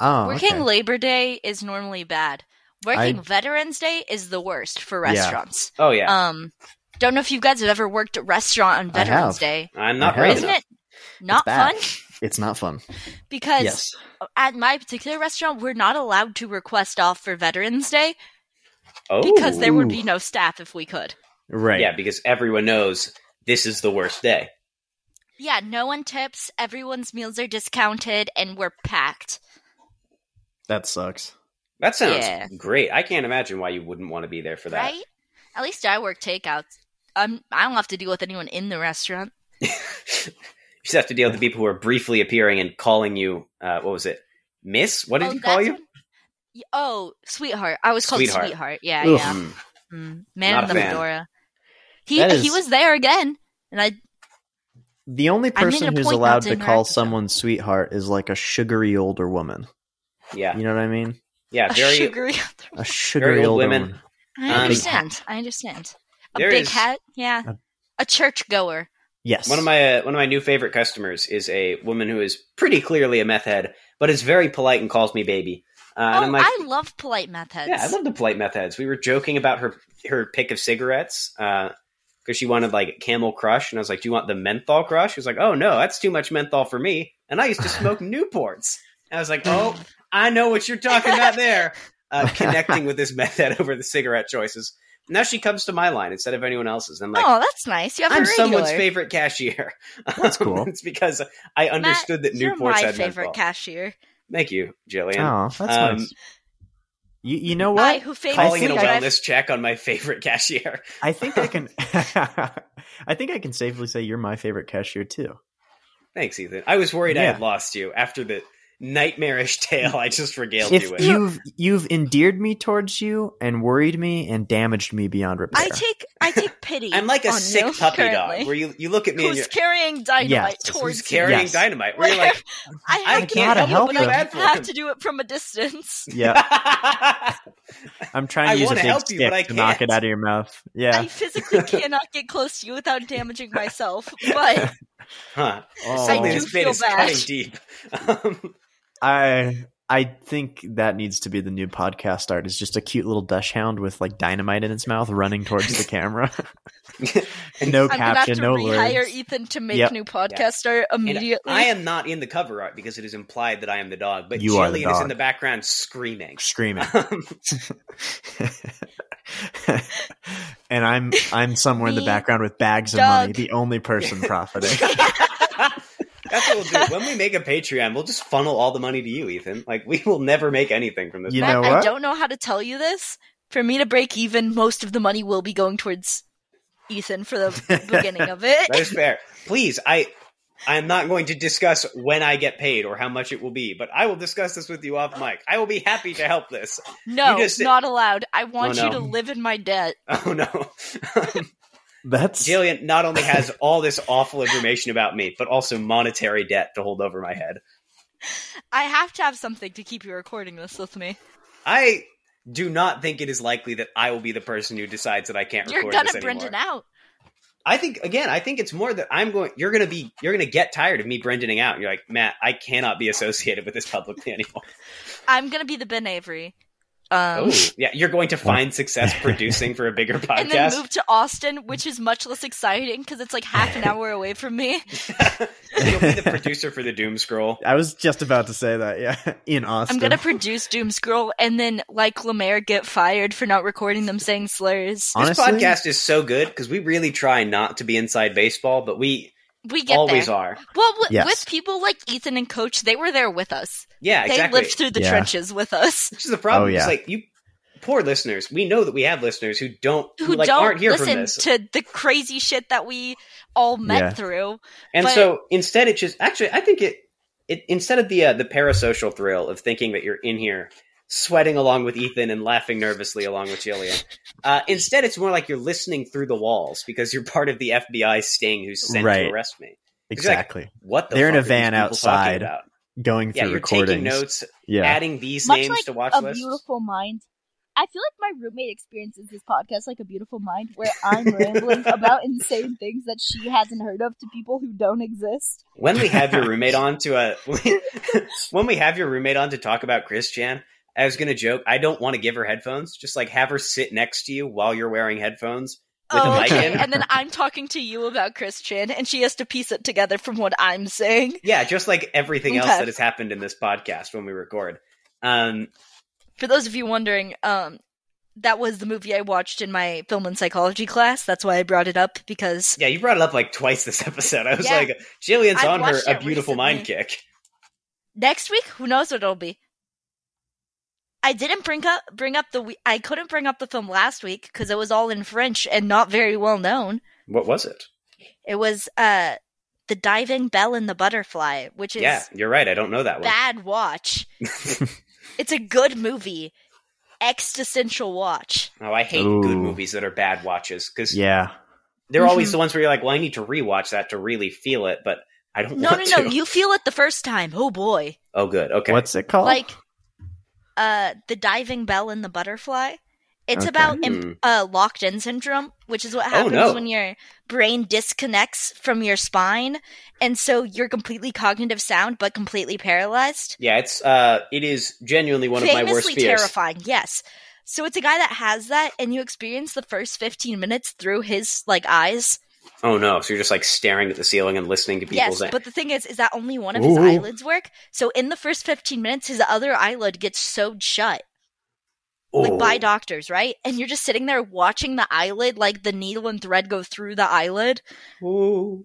S3: Oh,
S1: Working
S3: okay.
S1: Labor Day is normally bad. Working Veterans Day is the worst for
S3: Yeah.
S1: restaurants.
S2: Oh yeah,
S1: Um, don't know if you guys have ever worked at a restaurant on
S3: I
S1: Veterans
S3: have.
S1: Day.
S2: I'm not
S3: I have.
S2: brave
S1: Isn't
S2: enough.
S1: it not fun?
S3: bad. it's not fun.
S1: Because
S3: Yes.
S1: at my particular restaurant, we're not allowed to request off for Veterans Day
S2: Oh,
S1: because there would
S3: Ooh.
S1: be no staff if we could.
S3: Right.
S2: yeah, because everyone knows this is the worst day.
S1: Yeah, no one tips. Everyone's meals are discounted, and we're packed.
S3: That sucks.
S2: That sounds
S1: Yeah.
S2: great. I can't imagine why you wouldn't want to be there for that.
S1: Right? At least I work takeouts. I'm. I don't have to deal with anyone in the restaurant.
S2: You just have to deal with the people who are briefly appearing and calling you. Uh, what was it, Miss? What did
S1: Oh,
S2: he call
S1: that's
S2: you?
S1: when- Y- oh, sweetheart. I was called
S2: Sweetheart.
S1: sweetheart. Yeah,
S3: Ugh.
S1: yeah.
S2: Mm.
S1: Mm. Man
S2: Not
S1: in
S2: a
S1: the
S2: fan.
S1: fedora. He
S3: That is-
S1: he was there again, and I
S3: The only
S1: I made it
S3: person
S1: a
S3: who's
S1: point not
S3: allowed
S1: to
S3: to
S1: interact
S3: call
S1: with them.
S3: someone sweetheart is like a sugary older woman.
S2: Yeah,
S3: You know what I mean?
S2: yeah,
S1: a
S2: very
S1: sugary.
S3: A sugary
S2: old
S3: older
S2: women.
S3: woman.
S1: I
S2: Um,
S1: understand. I understand. A
S2: there
S1: big
S2: is-
S1: hat. Yeah.
S3: a-
S1: A church goer.
S3: Yes.
S2: One of my uh, one of my new favorite customers is a woman who is pretty clearly a meth head, but is very polite and calls me baby. Uh, and
S1: oh,
S2: I'm like,
S1: I love polite meth heads.
S2: yeah, I love the polite meth heads. We were joking about her her pick of cigarettes because she wanted like Camel Crush, and I was like, do you want the menthol crush? She was like, oh no, that's too much menthol for me. And I used to smoke Newports. And I was like, oh, I know what you're talking about there. Uh, connecting with this meth head over the cigarette choices. Now she comes to my line instead of anyone else's. And I'm like,
S1: oh, that's nice. You have
S2: I'm
S1: a regular.
S2: someone's favorite cashier.
S3: That's cool.
S2: it's because I understood that
S1: You're
S2: Newport's
S1: my
S2: had
S1: favorite
S2: menthol.
S1: cashier.
S2: Thank you, Jillian.
S3: oh, that's
S2: Um,
S3: nice. You, you know what?
S1: I who
S2: Calling
S1: famously
S2: in a
S3: think
S1: drive-
S2: wellness check on my favorite cashier.
S3: I think I can. I think I can safely say you're my favorite cashier too.
S2: Thanks, Ethan. I was worried I
S3: Yeah.
S2: had lost you after the nightmarish tale I just regaled
S3: If
S2: you with.
S3: you've you've endeared me towards you and worried me and damaged me beyond repair.
S1: I take I take pity.
S2: I'm like a
S1: on
S2: sick
S1: you
S2: puppy
S1: currently,
S2: dog where you, you look at me and
S1: Oh, who's
S2: you're
S1: carrying dynamite
S3: Yes, who's
S1: towards
S2: who's carrying
S3: Yes.
S2: dynamite. Where you're like,
S1: I have
S2: I
S1: to
S2: can't
S1: help, you,
S3: help
S1: but
S3: you.
S1: I
S2: Bad for
S1: have
S2: him.
S1: to do it from a distance.
S3: yeah, I'm trying to
S2: I
S3: use a
S2: wanna
S3: big
S2: help you,
S3: stick
S2: but I
S3: to knock it
S2: can't.
S3: out of your mouth. Yeah.
S1: I physically cannot get close to you without damaging myself, but
S2: huh,
S1: I
S2: something
S1: do
S3: oh,
S2: this bit
S1: feel
S2: is
S1: bad.
S2: cutting deep. Um,
S3: I I think that needs to be the new podcast art. Is just a cute little dash hound with like dynamite in its mouth, running towards the camera. no
S1: I'm gonna have
S3: caption,
S1: to
S3: no
S1: rehire
S3: words.
S1: Ethan to make
S3: Yep.
S1: new podcast art
S2: and
S1: immediately.
S2: I am not in the cover art because it is implied that I am the dog, but
S3: You are the
S2: Jillian is
S3: dog.
S2: in the background screaming.
S3: Screaming.
S2: Um,
S3: and I'm I'm somewhere in the
S1: The
S3: background with bags of
S1: dog.
S3: money, the only person profiting.
S2: That's what we'll do. When we make a Patreon, we'll just funnel all the money to you, Ethan. Like we will never make anything from this.
S3: You
S1: Matt,
S3: know
S1: I
S3: what?
S1: don't know how to tell you this. For me to break even, most of the money will be going towards Ethan for the beginning of it.
S2: That is fair. Please, I I'm not going to discuss when I get paid or how much it will be, but I will discuss this with you off mic. I will be happy to help this.
S1: No,
S2: You just-
S1: not allowed. I want
S2: Oh,
S1: you to
S2: no.
S1: live in my debt.
S2: Oh no.
S3: That's
S2: Jillian not only has all this awful information about me, but also monetary debt to hold over my head.
S1: I have to have something to keep you recording this with me.
S2: I do not think it is likely that I will be the person who decides that I can't
S1: You're
S2: record
S1: gonna
S2: this anymore.
S1: Brendan out.
S2: I think again, I think it's more that I'm going. You're going to be. You're going to get tired of me Brendaning out. You're like Matt. I cannot be associated with this publicly anymore.
S1: I'm gonna be the Ben Avery. Um,
S2: Oh, yeah. You're going to find success producing for a bigger
S1: and then
S2: podcast.
S1: move to Austin, which is much less exciting because it's like half an hour away from me.
S2: You'll be the producer for the Doom Scroll.
S3: I was just about to say that, yeah. In Austin.
S1: I'm gonna produce Doom Scroll and then, like Lemaire, get fired for not recording them saying slurs.
S3: Honestly,
S2: this podcast is so good because we really try not to be inside baseball, but we
S1: We get
S2: always
S1: there.
S2: are.
S1: Well, w-
S3: Yes.
S1: with people like Ethan and Coach, they were there with us.
S2: Yeah, exactly.
S1: They lived through the
S3: Yeah.
S1: trenches with us.
S2: Which is the problem.
S3: Oh,
S2: It's
S3: yeah.
S2: like you, poor listeners. We know that we have listeners who don't who,
S1: Who
S2: like
S1: don't
S2: aren't here
S1: listen
S2: from this.
S1: to the crazy shit that we all met
S3: Yeah.
S1: through.
S2: And
S1: But-
S2: so instead, it's just actually I think it it instead of the uh, the parasocial thrill of thinking that you're in here sweating along with Ethan and laughing nervously along with Jillian, uh, instead it's more like you're listening through the walls because you're part of the FBI sting who's sent
S3: Right.
S2: to arrest me.
S3: exactly.
S2: What the
S3: They're
S2: fuck
S3: in a
S2: are these
S3: van
S2: people talking
S3: outside
S2: About?
S3: Going through
S2: Yeah, you're
S3: recordings.
S2: taking notes,
S3: yeah.
S2: adding these
S4: Much
S2: names
S4: like
S2: to watch
S4: a
S2: lists.
S4: beautiful mind. I feel like my roommate experiences this podcast like a beautiful mind, where I'm rambling about insane things that she hasn't heard of to people who don't exist.
S2: When we have your roommate on to a when we have your roommate on to talk about Chris Jan, I was gonna joke. I don't want to give her headphones. Just like have her sit next to you while you're wearing headphones. With a
S1: Oh,
S2: mic
S1: okay.
S2: in?
S1: and then I'm talking to you about Christian, and she has to piece it together from what I'm saying.
S2: Yeah, just like everything else
S1: Okay.
S2: that has happened in this podcast when we record. Um,
S1: For those of you wondering, um, that was the movie I watched in my film and psychology class. That's why I brought it up because
S2: yeah, you brought it up like twice this episode. I was
S1: Yeah.
S2: like, Jillian's
S1: I've
S2: on her
S1: watched
S2: a
S1: it
S2: beautiful mind kick.
S1: next week, who knows what it'll be. I didn't bring up bring up the we- I couldn't bring up the film last week because it was all in French and not very well known.
S2: What was it?
S1: It was uh, the diving bell and the butterfly, which is
S2: yeah, you're right. I don't know that one.
S1: bad watch. it's a good movie, existential watch.
S2: oh, I hate
S3: Ooh.
S2: good movies that are bad watches because
S3: yeah.
S2: they're
S1: Mm-hmm.
S2: always the ones where you're like, well, I need to rewatch that to really feel it, but I don't
S1: No, no,
S2: want
S1: no!
S2: to.
S1: You feel it the first time. Oh boy!
S2: oh, good. Okay.
S3: What's it called?
S1: like uh the diving bell and the butterfly It's
S3: Okay.
S1: about im-
S2: Hmm. Oh,
S1: uh, locked in syndrome, which is what happens
S2: no.
S1: when your brain disconnects from your spine. And so you're completely cognitive sound, but completely paralyzed.
S2: Yeah, it's uh, it is genuinely one of my worst
S1: Famously
S2: fears.
S1: terrifying, yes. So it's a guy that has that, and you experience the first 15 minutes through his like eyes.
S2: Oh no! So you're just like staring at the ceiling and listening to people's.
S1: yes, but the thing is, is that only one of his
S2: Ooh.
S1: eyelids work. So in the first 15 minutes, his other eyelid gets sewed shut. like by
S2: Oh.
S1: doctors, right? And you're just sitting there watching the eyelid, like the needle and thread go through the eyelid.
S2: Ooh.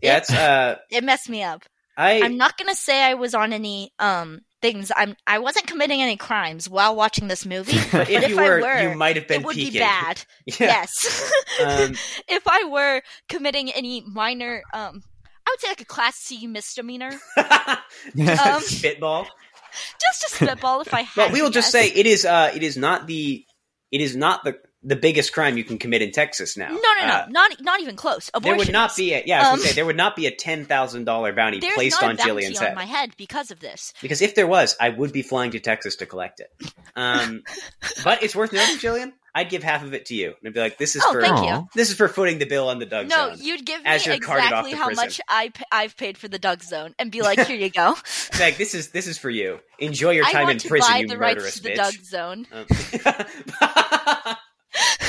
S2: Yeah, it's uh,
S1: It messed me up.
S2: I
S1: I'm not gonna say I was on any um things. I'm I wasn't committing any crimes while watching this movie.
S2: but if,
S1: if
S2: you
S1: I
S2: were,
S1: were,
S2: you might have been
S1: it would
S2: peeking.
S1: be bad.
S2: Yeah.
S1: Yes.
S2: Um,
S1: if I were committing any minor um I would say like a class C misdemeanor. Um,
S2: spitball.
S1: Just a spitball if I had
S2: But we
S1: to
S2: will just
S1: guess.
S2: say it is. Uh, it is not the. It is not the the biggest crime you can commit in Texas now.
S1: No no no,
S2: Uh,
S1: not not even close. Abortion.
S2: there would not be a yeah. I was
S1: Um,
S2: gonna say there would not be a ten thousand dollar bounty
S1: There's
S2: placed
S1: not
S2: on
S1: a bounty
S2: Jillian's
S1: on
S2: head
S1: my head because of this.
S2: because if there was, I would be flying to Texas to collect it. Um, but it's worth noting, Jillian. I'd give half of it to you, and I'd be like, "This is
S1: Oh,
S2: for
S1: thank you.
S3: Aw.
S2: this is for footing the bill on the Doug
S1: No,
S2: Zone."
S1: you'd give me
S2: as you're carted off
S1: exactly
S2: to
S1: how
S2: prison.
S1: much I p- I've paid for the Doug Zone and be like, here you go.
S2: It's like this is this is for you. Enjoy your
S1: I
S2: time
S1: want
S2: in
S1: to
S2: prison,
S1: buy
S2: you
S1: the rights
S2: murderous
S1: to the
S2: bitch.
S1: Doug Zone.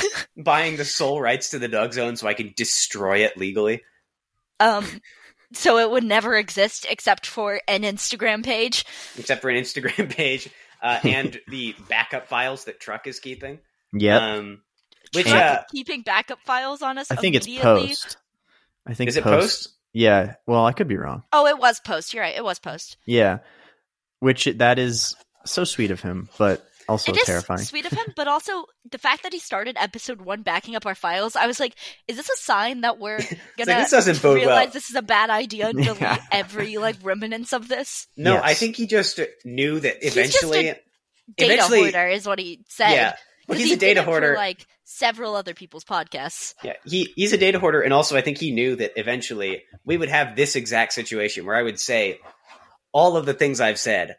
S2: Um, buying the sole rights to the Doug Zone so I can destroy it legally.
S1: Um, so it would never exist except for an Instagram page.
S2: except for an Instagram page uh, and the backup files that Truck is keeping.
S3: Yep.
S2: Um, which
S3: Truck-
S2: uh,
S1: Keeping backup files on us.
S3: I think it's
S1: immediately.
S3: post. I think
S2: is it
S3: post.
S2: post?
S3: Yeah. Well, I could be wrong.
S1: Oh, it was post. You're right. It was post.
S3: Yeah. Which that is so sweet of him, but also
S1: it is
S3: terrifying.
S1: sweet of him, but also the fact that he started episode one backing up our files. I was like, is this a sign that we're gonna
S2: this doesn't bode well.
S1: realize this is a bad idea and delete
S3: Yeah.
S1: every like remnants of this?
S2: No,
S3: Yes.
S2: I think he just knew that
S1: He's just
S2: eventually.
S1: data
S2: eventually,
S1: hoarder is what he said.
S2: yeah. Well,
S1: 'Cause
S2: he's
S1: he
S2: a data
S1: did it for,
S2: hoarder.
S1: like several other people's podcasts.
S2: yeah, he he's a data hoarder, and also I think he knew that eventually we would have this exact situation where I would say all of the things I've said,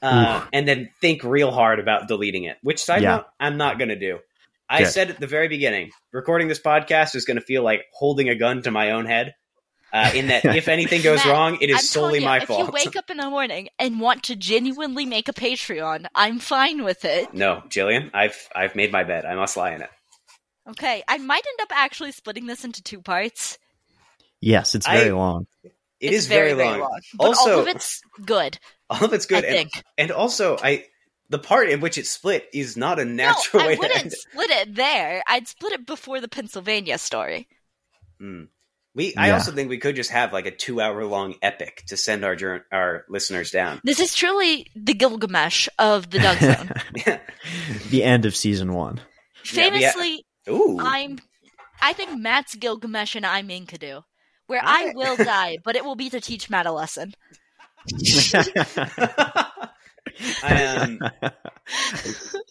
S2: uh, and then think real hard about deleting it. Which side
S3: Yeah.
S2: note, I'm not going to do. I
S3: Good.
S2: said at the very beginning, recording this podcast is going to feel like holding a gun to my own head. Uh, in that, if anything goes
S1: Matt,
S2: wrong, it is
S1: I'm telling
S2: solely
S1: you,
S2: my
S1: if
S2: fault.
S1: you wake up in the morning and want to genuinely make a Patreon, I'm fine with it.
S2: no, Jillian, I've I've made my bed. I must lie in it.
S1: Okay, I might end up actually splitting this into two parts.
S3: yes, it's very
S2: I-
S3: long.
S2: It
S1: it's
S2: is very, long.
S1: but
S2: also,
S1: all of it's good.
S2: all of it's good.
S1: I
S2: and-
S1: think.
S2: And also, I the part in which it's split is not a
S1: No,
S2: natural
S1: I
S2: way to end
S1: wouldn't
S2: it.
S1: split it there. I'd split it before the Pennsylvania story.
S2: Hmm. We, I
S3: Yeah.
S2: also think we could just have like a two-hour-long epic to send our jour- our listeners down.
S1: This is truly the Gilgamesh of the Doug Zone.
S3: the end of season one.
S2: Yeah, we ha-
S1: Famously,
S2: Ooh,
S1: I'm. I think Matt's Gilgamesh and I'm Enkidu, where
S2: Got
S1: I
S2: it.
S1: will die, but it will be to teach Matt a lesson.
S2: I, um,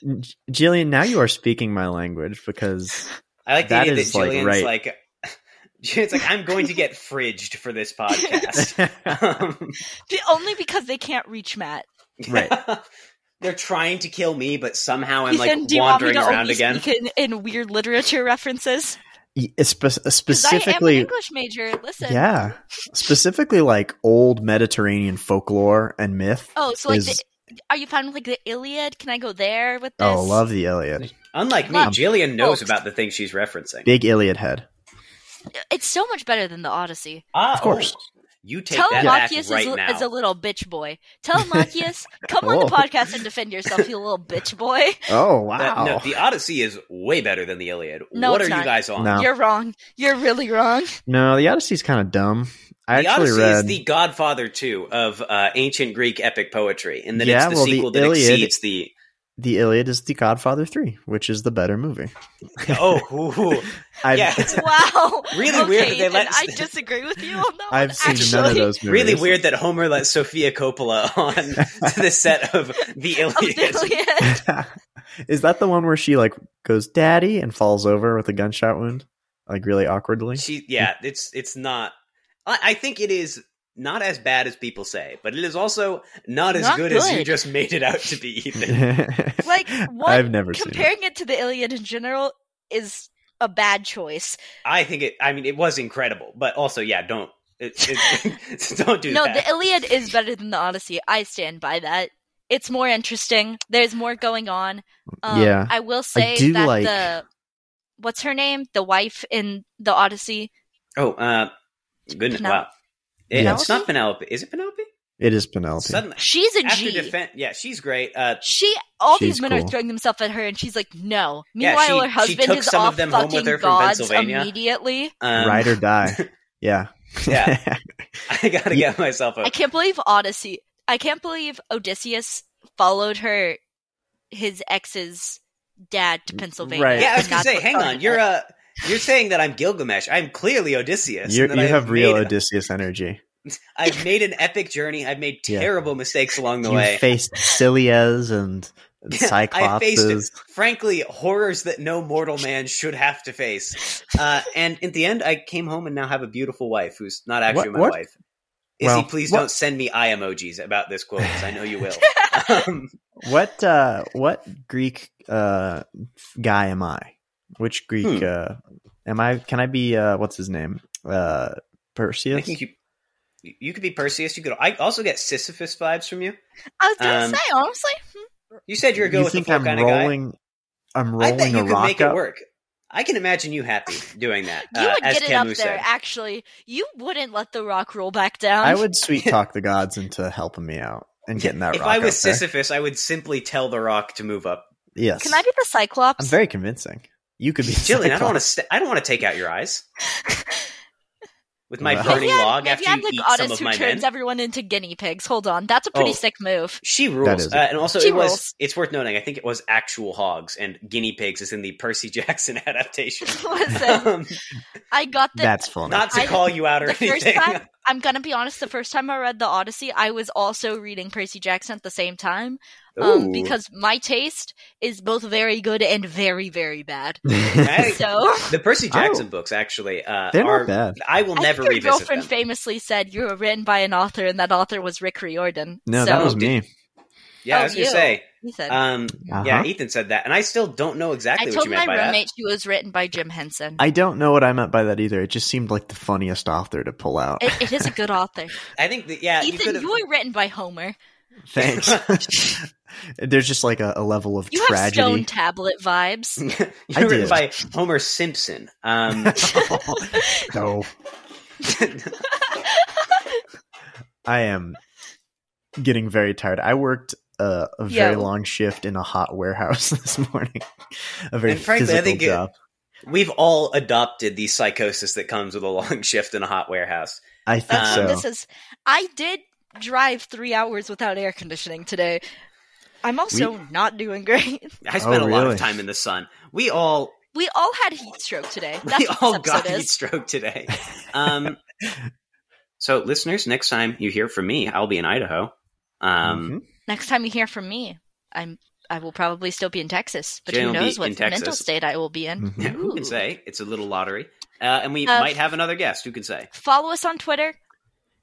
S3: J- Jillian, now you are speaking my language because
S2: I like the
S3: That
S2: idea that
S3: is, like,
S2: Jillian's
S3: right.
S2: like, it's like I'm going to get fridged for this podcast. Um,
S1: Be- Only because they can't reach Matt.
S3: Right.
S2: They're trying to kill me, but somehow I'm
S1: Ethan,
S2: like
S1: do you want me
S2: wandering
S1: to
S2: around
S1: only
S2: again.
S1: speak in, in weird literature references?
S3: y- spe- uh,
S1: 'Cause I am an
S3: specifically,
S1: English major. Listen.
S3: yeah, specifically like old Mediterranean folklore and myth.
S1: Oh, so like,
S3: is-
S1: the, are you fine with like the Iliad? Can I go there with this?
S3: oh, love the Iliad,
S2: Unlike me,
S1: Love
S2: Jillian knows
S1: books.
S2: about the thing she's referencing.
S3: big Iliad head.
S1: It's so much better than the Odyssey.
S2: Ah,
S3: Of course.
S2: oh, you take that back
S1: Telemachus
S2: right
S1: is,
S2: now.
S1: is a little bitch boy. Telemachus, come on the
S3: Whoa.
S1: podcast and defend yourself, you little bitch boy.
S3: Oh
S2: That-
S3: wow,
S2: no, the Odyssey is way better than the Iliad.
S1: No,
S2: what
S1: it's
S2: are you
S1: not.
S2: guys on?
S3: No.
S1: You're wrong. You're really wrong.
S3: no, the Odyssey's kind of dumb. I
S2: the
S3: actually
S2: Odyssey is
S3: read
S2: the Godfather too of uh, ancient Greek epic poetry, and then
S3: Yeah,
S2: it's the
S3: well, the
S2: sequel that
S3: Iliad-
S2: exceeds the.
S3: the Iliad is the Godfather three, which is the better movie.
S2: Oh, ooh, ooh.
S3: I've,
S2: yeah, it's
S1: Wow.
S2: Really weird that they
S1: Ethan,
S2: let-
S1: I disagree with you on that.
S3: I've
S1: one,
S3: seen
S1: actually.
S3: none of those movies.
S2: really weird that Homer let Sofia Coppola on to the set of the
S1: Of the
S2: Iliad.
S1: Iliad.
S3: is that the one where she like goes daddy and falls over with a gunshot wound, like really awkwardly?
S2: She, yeah, it's it's not. I, I think it is not as bad as people say, but it is also not as
S1: Not
S2: good, as you
S1: good.
S2: just made it out to be either.
S1: Like, what-
S3: I've never seen. It.
S1: Comparing it to the Iliad in general is a bad choice.
S2: I think it. I mean, it was incredible, but also, yeah, don't it, it, don't do
S1: no,
S2: that.
S1: the Iliad is better than the Odyssey. I stand by that. It's more interesting. There's more going on. Um,
S3: Yeah.
S1: I will say
S3: do
S1: that
S3: like-
S1: the what's her name, the wife in the Odyssey,
S2: oh, uh, goodness!
S1: Penel-
S2: Wow, It-
S3: Yes.
S2: it's not Penelope. Is it Penelope?
S3: it is Penelope.
S2: Suddenly,
S1: she's a G.
S2: after defense, yeah, she's great. Uh,
S1: she all
S3: She's
S1: these men
S3: cool.
S1: are throwing themselves at her and she's like no
S2: Yeah,
S1: meanwhile
S2: she-
S1: her
S2: she
S1: husband
S2: took
S1: is
S2: some of
S1: off
S2: them home with
S1: fucking
S2: her from
S1: gods
S2: Pennsylvania.
S1: immediately
S2: um,
S3: Ride or die. Yeah.
S2: Yeah. I gotta
S3: Yeah.
S2: get myself a
S1: i can't believe odyssey i can't believe odysseus followed her his ex's dad to pennsylvania
S3: Right.
S2: Yeah, I was
S1: and
S2: gonna
S1: not
S2: say,
S1: the
S2: hang on,
S1: government.
S2: you're uh, you're saying that I'm Gilgamesh. I'm clearly Odysseus.
S3: You're-
S2: and that
S3: you
S2: I
S3: have real
S2: made-
S3: Odysseus energy.
S2: I've made an epic journey. I've made
S3: Yeah.
S2: terrible mistakes along the
S3: you
S2: way.
S3: faced Cilias and
S2: I faced it.
S3: Cyclopses.
S2: Frankly, horrors that no mortal man should have to face. Uh, and in the end, I came home and now have a beautiful wife who's not actually
S3: What-
S2: my
S3: what?
S2: wife. Izzy,
S3: Well,
S2: please
S3: what-
S2: don't send me eye emojis about this quote 'cause I know you will. um,
S3: What uh, what Greek uh, guy am I? Which Greek
S2: Hmm.
S3: uh, am I? Can I be uh, what's his name? Uh,
S2: I
S3: Perseus.
S2: think you, you could be Perseus. You could. I also get Sisyphus vibes from you.
S1: i was gonna
S2: Um,
S1: say honestly hmm,
S2: You said you were good
S3: You
S2: with the
S3: think
S2: four
S3: I'm
S2: kind of guy.
S3: rolling? I'm
S2: I bet
S3: rolling
S2: you
S3: a
S2: could
S3: rock
S2: make
S3: up.
S2: it work. I can imagine you happy doing that.
S1: you
S2: uh,
S1: would
S2: as
S1: get it
S2: Ken
S1: up
S2: Wu
S1: there
S2: said.
S1: actually you wouldn't let the rock roll back down
S3: I would sweet talk the gods into helping me out and getting that
S2: If
S3: rock
S2: I was
S3: up there.
S2: Sisyphus, I would simply tell the rock to move up.
S3: Yes.
S1: can i be the cyclops
S3: I'm very convincing. You could be
S2: Jillian, I don't want to.
S3: Cyclops.
S2: St- I don't want to take out your eyes with my
S3: Well.
S2: burning
S1: Maybe I'd-
S2: log
S1: Maybe
S2: after
S1: I'm
S2: you
S1: like
S2: eat some
S1: Otis
S2: of
S1: who
S2: my
S1: turns
S2: men.
S1: everyone into guinea pigs. Hold on, that's a pretty
S2: Oh.
S1: sick move.
S2: She
S3: That
S2: rules,
S3: is
S2: uh, and also
S1: She
S2: it was.
S1: rules.
S2: It's worth noting. I think it was actual hogs and guinea pigs is in the Percy Jackson adaptation.
S1: Listen,
S2: um,
S1: I got the
S3: That's funny.
S2: not to
S1: I-
S2: call you out or
S1: the first
S2: anything.
S1: time I'm gonna be honest. The first time I read the Odyssey, I was also reading Percy Jackson at the same time um,
S2: Ooh.
S1: because my taste is both very good and very very bad.
S2: Hey,
S1: So
S2: the Percy
S3: I-
S2: Jackson books actually uh,
S3: They're
S2: are
S3: not bad.
S2: I will
S1: I
S2: never
S1: think your
S2: revisit
S1: girlfriend
S2: them.
S1: famously said you were written by an author, and that author was Rick Riordan.
S3: No,
S1: so,
S3: that was
S2: Oh,
S3: me.
S2: yeah, I
S1: Oh,
S2: was gonna
S1: you.
S2: say.
S1: he said.
S2: Um,
S3: Uh-huh.
S2: Yeah, Ethan said that, and I still don't know
S1: I
S2: exactly what
S1: told
S2: you
S1: my
S2: meant by that.
S1: roommate she was written by Jim Henson.
S3: I don't know what I meant by that either. It just seemed like the funniest author to pull out.
S1: it, it is a good author.
S2: I think that yeah, you
S1: Ethan,
S2: could
S1: you, were written by Homer.
S3: Thanks. There's just like a, a level of
S1: You have
S3: tragedy.
S1: stone tablet vibes.
S3: I
S2: You're written
S3: did.
S2: by Homer Simpson. Um,
S3: no, I am getting very tired. I worked uh, a very
S1: Yo.
S3: long shift in a hot warehouse this morning. A very
S2: And frankly, I
S3: physical
S2: think it-
S3: job.
S2: we've all adopted the psychosis that comes with a long shift in a hot warehouse.
S3: I think
S1: That's
S3: so.
S1: what Um, this is. I did drive three hours without air conditioning today. I'm also not doing great.
S2: I spent a lot
S3: really?
S2: of time in the sun. We all
S1: We all had heat stroke today. That's
S2: we
S1: what
S2: all
S1: this
S2: got
S1: episode
S2: heat
S1: is.
S2: stroke today. Um, so, listeners, next time you hear from me, I'll be in Idaho. Um,
S3: Mhm.
S1: Next time you hear from me, I'm I will probably still be in Texas, but
S2: Jane
S1: who
S2: will be
S1: knows what
S2: in Texas.
S1: mental state I will be in.
S3: Mhm.
S2: yeah, who can
S1: Ooh.
S2: say? It's a little lottery, uh, and we
S1: mm-hmm. Uh,
S2: might have another guest. Who can say?
S1: Follow us on Twitter.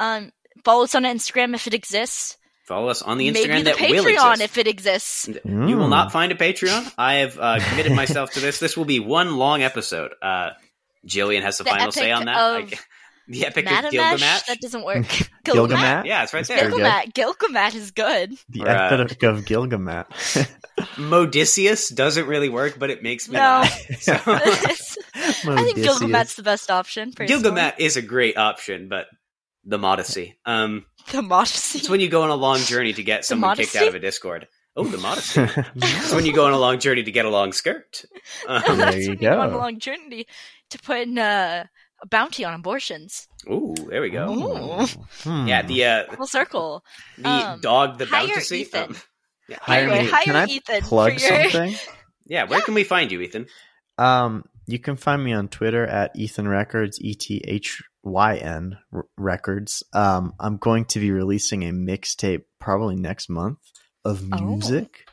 S1: Um, follow us on Instagram if it exists.
S2: Follow us on the Instagram
S1: Maybe the
S2: that will
S1: Patreon
S2: exist.
S1: if it exists.
S2: You will
S3: Mm.
S2: not find a Patreon. I have uh, committed myself to this. This will be one long episode. Uh, Jillian has the,
S1: The
S2: final say
S1: epic
S2: on that. I
S1: of
S2: g- the epic of
S1: Gilgamesh?
S2: Gilgamesh.
S1: That doesn't work.
S3: Gilgamesh.
S2: Yeah, it's right there.
S3: Very
S1: Gilgamesh.
S3: good.
S1: Gilgamesh is good.
S3: The
S2: Or, uh,
S3: epic of Gilgamesh.
S2: Modicius doesn't really work, but it makes me
S1: No.
S2: laugh. So,
S1: I think
S3: Odysseus.
S1: Gilgamesh's the best option. personally.
S2: Gilgamesh is a great option, but the modesty. Um,
S1: the modesty.
S2: it's when you go on a long journey to get someone kicked
S1: modesty?
S2: out of a Discord. Oh, the modesty. it's when you go on a long journey to get a long skirt. Um,
S1: That's
S3: There you
S1: when you go on
S3: go.
S1: a long journey to put in uh, a bounty on abortions.
S2: ooh, there we go.
S1: Ooh.
S3: Hmm.
S2: Yeah, the uh,
S1: Full circle.
S2: the
S1: Um,
S2: dog, the
S1: hire
S2: bouncy.
S1: Ethan.
S2: Um, yeah,
S3: Hire
S1: Anyway,
S3: me.
S1: hire
S3: Can I
S1: Ethan
S3: Hmm. plug
S1: for your.
S3: something.
S2: Yeah, where can we find you, Ethan?
S3: Um, you can find me on Twitter at Ethan Records, E T H Y N r- Records. Um, I'm going to be releasing a mixtape probably next month of
S1: Oh.
S3: music.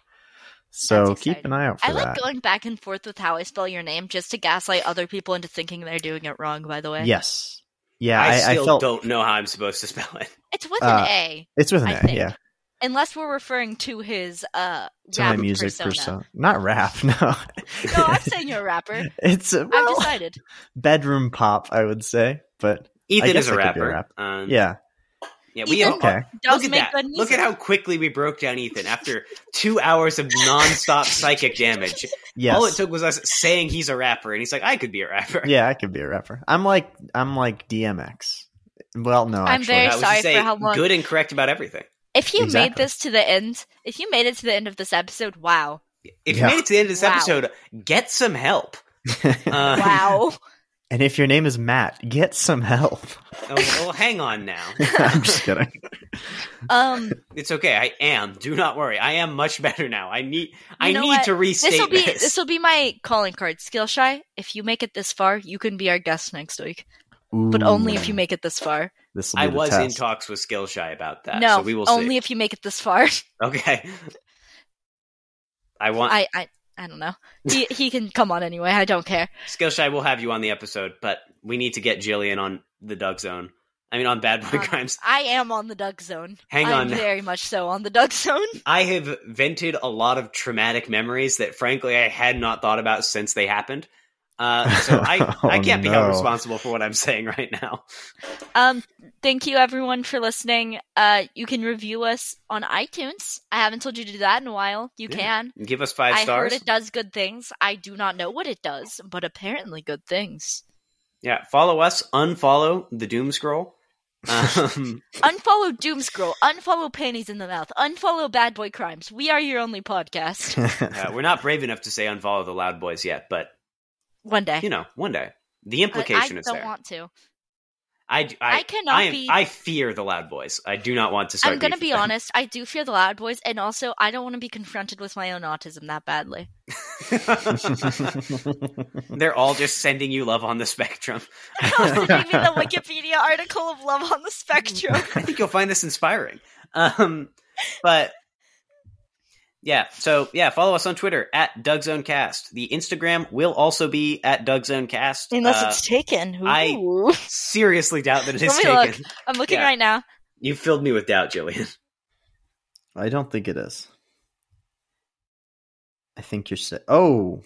S3: so
S1: That's
S3: keep an eye out for
S1: I like
S3: that.
S1: going back and forth with how I spell your name just to gaslight other people into thinking they're doing it wrong. By the way,
S3: yes. Yeah,
S2: I,
S3: I, I,
S2: still
S3: felt
S2: don't know how I'm supposed to spell it.
S1: It's with
S3: Uh,
S1: an A,
S3: it's with an
S1: I
S3: A,
S1: think.
S3: yeah.
S1: unless we're referring to his uh
S3: To my
S1: rap
S3: music persona.
S1: persona.
S3: Not rap, no.
S1: No, I'm saying you're a rapper.
S3: it's a
S1: I've
S3: well,
S1: decided.
S3: bedroom pop, I would say. But
S2: Ethan
S3: guess
S2: is a
S3: I could be a
S2: rapper.
S3: rapper.
S2: Um,
S3: yeah.
S2: yeah, we
S1: Ethan
S2: all,
S3: Okay.
S1: Does
S2: look at
S1: make
S2: that.
S1: good
S2: Look
S1: music.
S2: at how quickly we broke down Ethan after two hours of nonstop psychic damage.
S3: Yes.
S2: All it took was us saying he's a rapper, and he's like, "I could be a rapper."
S3: yeah, I could be a rapper. I'm like I'm like DMX. Well, no,
S1: I'm
S3: actually.
S1: very
S2: That was to
S1: sorry for
S2: say
S1: how long-
S2: Good and correct about everything.
S1: If you made
S3: Exactly.
S1: this to the end, if you made it to the end of this episode, wow,
S2: If
S3: Yeah.
S2: you made it to the end of this
S1: Wow.
S2: episode, get some help. Uh,
S1: wow.
S3: and if your name is Matt, get some help.
S2: oh, well, hang on now.
S3: I'm just kidding.
S1: um,
S2: It's okay. I am. Do not worry. I am much better now. I need. I
S1: know
S2: need
S1: what?
S2: to restate
S1: this
S2: this.
S1: will be this will be my calling card. Skillshy, if you make it this far, you can be our guest next week, but only if you make it this far.
S3: This
S2: I was in talks with Skillshy about that.
S1: no,
S2: so we will
S1: only
S2: see. Uh,
S1: if you make it this far.
S2: Okay. I want
S1: I I I don't know. He he can come on anyway. I don't care.
S2: Skillshy. We'll have you on the episode, but we need to get Jillian on the Doug Zone. I mean, on Bad Boy
S1: Um,
S2: Crimes.
S1: I am on the Doug Zone.
S2: Hang
S1: I'm
S2: on.
S1: very much so on the Doug Zone.
S2: I have vented a lot of traumatic memories that, frankly, I had not thought about since they happened. Uh, so I,
S3: Oh,
S2: I can't be held
S3: no.
S2: responsible for what I'm saying right now.
S1: Um, thank you everyone for listening. Uh, you can review us on iTunes. I haven't told you to do that in a while. You
S2: Yeah.
S1: can.
S2: Give us five
S1: I
S2: stars.
S1: heard it does good things. I do not know what it does, but apparently good things.
S2: Yeah, follow us. Unfollow the Doom Scroll. Um,
S1: Unfollow Doomscroll. Unfollow Panties in the Mouth. Unfollow Bad Boy Crimes. We are your only podcast.
S2: uh, we're not brave enough to say unfollow the Loud Boys yet, but
S1: One day.
S2: you know, one day the
S1: But
S2: implication
S1: I
S2: is
S1: don't
S2: there.
S1: want to.
S2: I, d-
S1: I,
S2: I,
S1: cannot
S2: I, am-
S1: be.
S2: I fear the Loud Boys. I do not want to start.
S1: I'm gonna
S2: beef
S1: be
S2: with them.
S1: honest. I do fear the Loud Boys, and also I don't want to be confronted with my own autism that badly.
S2: They're all just sending you love on the spectrum.
S1: also, give me the Wikipedia article of Love on the Spectrum.
S2: I think you'll find this inspiring. Um, but yeah, so yeah, follow us on Twitter at DougZoneCast. The Instagram will also be at DougZoneCast.
S1: Unless
S2: Uh,
S1: it's taken.
S2: I-
S1: Ooh.
S2: seriously doubt that it is
S1: Let me look.
S2: taken.
S1: I'm looking
S2: yeah.
S1: right now.
S2: You filled me with doubt, Jillian.
S3: I don't think it is. I think you're sick. Oh,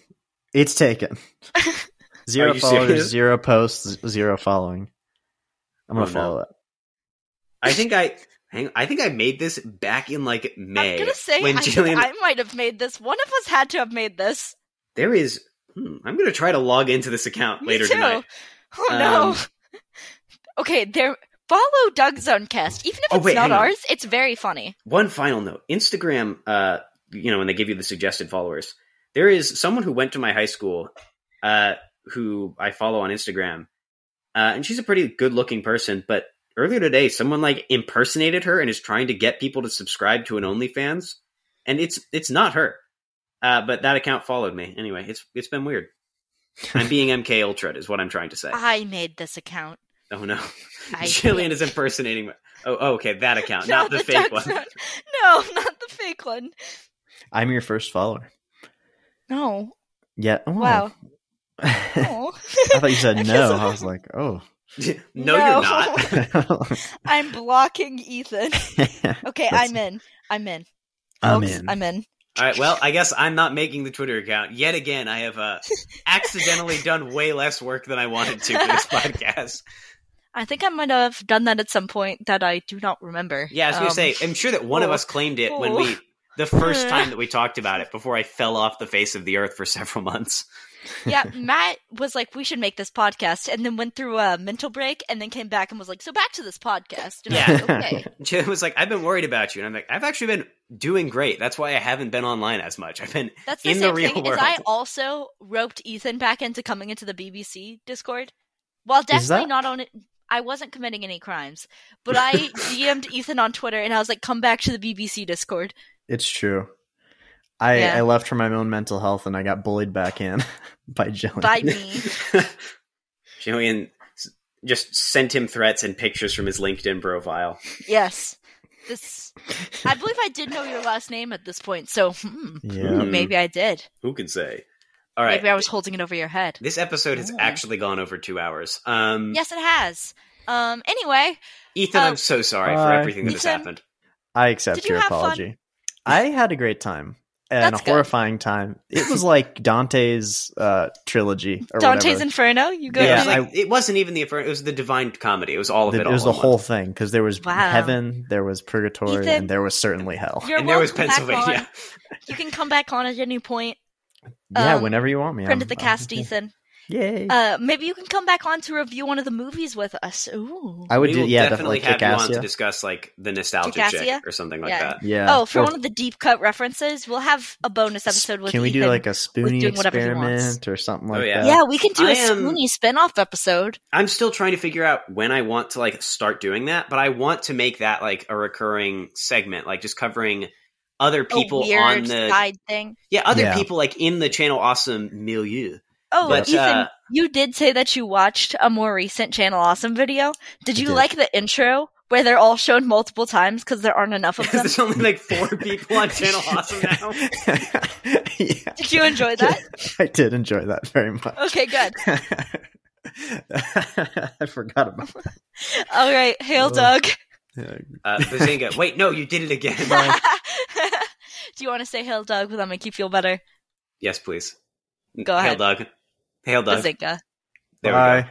S3: it's taken.
S2: Are
S3: zero
S2: you
S3: followers,
S2: serious?
S3: zero posts, z- zero following. I'm
S2: Oh,
S3: gonna
S2: no.
S3: follow it.
S2: I think I, hang, I think I made this back in like May.
S1: I'm gonna say
S2: when
S1: I,
S2: Jillian,
S1: I might have made this. One of us had to have made this.
S2: there is. Hmm, I'm gonna try to log into this account
S1: Me
S2: later
S1: too.
S2: tonight.
S1: Oh no.
S2: Um,
S1: okay, there. Follow Doug's Zonecast. Even if
S2: Oh,
S1: it's
S2: wait,
S1: not
S2: hang on.
S1: ours, it's very funny.
S2: One final note: Instagram. Uh, you know, when they give you the suggested followers, there is someone who went to my high school, uh, who I follow on Instagram, uh, and she's a pretty good-looking person. But earlier today, someone like impersonated her and is trying to get people to subscribe to an OnlyFans, and it's it's not her. Uh, but that account followed me anyway. It's it's been weird. I'm being MK Ultra is what I'm trying to say.
S1: I made this account.
S2: Oh no,
S1: Uh-huh. I
S2: Jillian
S1: did.
S2: is impersonating. my- Oh, oh, okay, that account,
S1: No,
S2: not the, fake
S1: Doug's
S2: one.
S1: Zone- No, not the fake one.
S3: I'm your first follower.
S1: No.
S3: Yeah. oh.
S1: Wow.
S3: I
S1: Oh.
S3: thought you said
S1: I
S3: no.
S1: guess-
S3: I was like, oh.
S2: no,
S1: No.
S2: you're not.
S1: I'm blocking Ethan. Okay,
S3: That's-
S1: I'm in. I'm in.
S3: I'm
S1: Folks,
S3: in.
S1: I'm in.
S2: All right. Well, I guess I'm not making the Twitter account yet again. I have uh, accidentally done way less work than I wanted to for this podcast.
S1: I think I might have done that at some point that I do not remember.
S2: Yeah, I was gonna
S1: Um,
S2: say, I'm sure that one of
S1: cool.
S2: us claimed it when we the first time that we talked about it before I fell off the face of the earth for several months.
S1: yeah, Matt was like, "We should make this podcast," and then went through a mental break, and then came back and was like, "So back to this podcast." And I was like,
S3: Yeah.
S1: okay.
S2: Jim was like, "I've been worried about you," and I'm like, "I've actually been doing great. That's why I haven't been online as much. I've been
S1: That's the
S2: In the
S1: same
S2: real
S1: thing.
S2: world.
S1: Is I also roped Ethan back into coming into the BBC Discord, while
S3: Is
S1: definitely
S3: that-
S1: not on it. I wasn't committing any crimes, but I DM'd Ethan on Twitter and I was like, "Come back to the BBC Discord."
S3: It's true. I,
S1: Yeah.
S3: I left for my own mental health and I got bullied back in by Jillian.
S1: By me,
S2: Jillian s- just sent him threats and pictures from his LinkedIn profile.
S1: yes. This, I believe I did know your last name at this point, so hmm,
S3: yeah.
S2: Hmm.
S1: maybe I did.
S2: Who can say? All right.
S1: Maybe I was holding it over your head.
S2: This episode has
S1: Oh.
S2: actually gone over two hours. Um,
S1: Yes, it has. Um. Anyway,
S2: Ethan,
S1: Uh,
S2: I'm so sorry for
S3: Bye.
S2: everything that has
S1: Ethan?
S2: happened.
S3: I accept
S1: Did you
S3: your
S1: have fun?
S3: apology. I had a great time and
S1: That's
S3: a
S1: good.
S3: horrifying time. It was like Dante's uh, trilogy or
S1: Dante's
S3: whatever.
S1: Inferno. You go.
S2: It,
S3: Yeah,
S2: was
S1: to
S2: like- it wasn't even the affirm- it was the divine comedy. It was all of
S3: The-
S2: it.
S3: it
S2: all
S3: was
S2: in
S3: the
S2: one.
S3: whole thing because there was
S1: Wow.
S3: heaven, there was purgatory,
S1: Ethan,
S3: and there was certainly hell.
S1: You're
S2: and there was
S1: welcome back on.
S2: Pennsylvania.
S1: You can come back on at any point.
S3: yeah,
S1: um,
S3: whenever you want me.
S1: Friend
S3: I'm-
S1: of the
S3: I'm-
S1: cast, Ethan.
S3: Yay!
S1: Uh, maybe you can come back on to review one of the movies with us. Ooh.
S3: I would
S2: we
S3: do.
S2: will
S3: Yeah,
S2: definitely
S3: definitely
S2: have
S3: kick
S2: you
S3: ass.
S2: on to
S3: Yeah.
S2: discuss like the nostalgia
S1: Kick-Assia?
S2: chick or something like
S1: Yeah.
S2: that.
S3: yeah.
S1: oh, for
S3: Or
S1: one of the deep cut references, we'll have a bonus episode with.
S3: Can we do
S1: Ethan.
S3: like uh, a spoonie
S1: doing whatever he
S3: experiment or something
S2: Oh,
S3: like
S2: yeah.
S3: that?
S1: Yeah, we can do a
S2: I am-
S1: Spoonie spin-off episode.
S2: I'm still trying to figure out when I want to like start doing that, but I want to make that like a recurring segment, like just covering other people
S1: a weird
S2: on the
S1: side thing.
S2: yeah other
S3: Yeah.
S2: people like in the channel awesome milieu.
S1: Oh,
S2: But,
S1: Ethan,
S2: uh,
S1: you did say that you watched a more recent Channel Awesome video. Did
S3: I
S1: you
S3: did.
S1: like the intro where they're all shown multiple times because there aren't enough of them?
S2: There's only like four people on channel awesome now.
S3: yeah.
S1: did you enjoy that?
S3: I did enjoy that very much.
S1: Okay, good.
S3: I forgot about that.
S1: All right, hail
S3: Oh.
S1: Doug.
S3: Yeah.
S2: Uh, Bazinga! Wait, no, you did it again.
S1: Do you want to say hail Doug? Will that make you feel better?
S2: yes, please.
S1: Go
S2: Hail
S1: ahead,
S2: Doug. Hail Doug.
S1: Bazinga.
S2: There we go.
S3: Bye.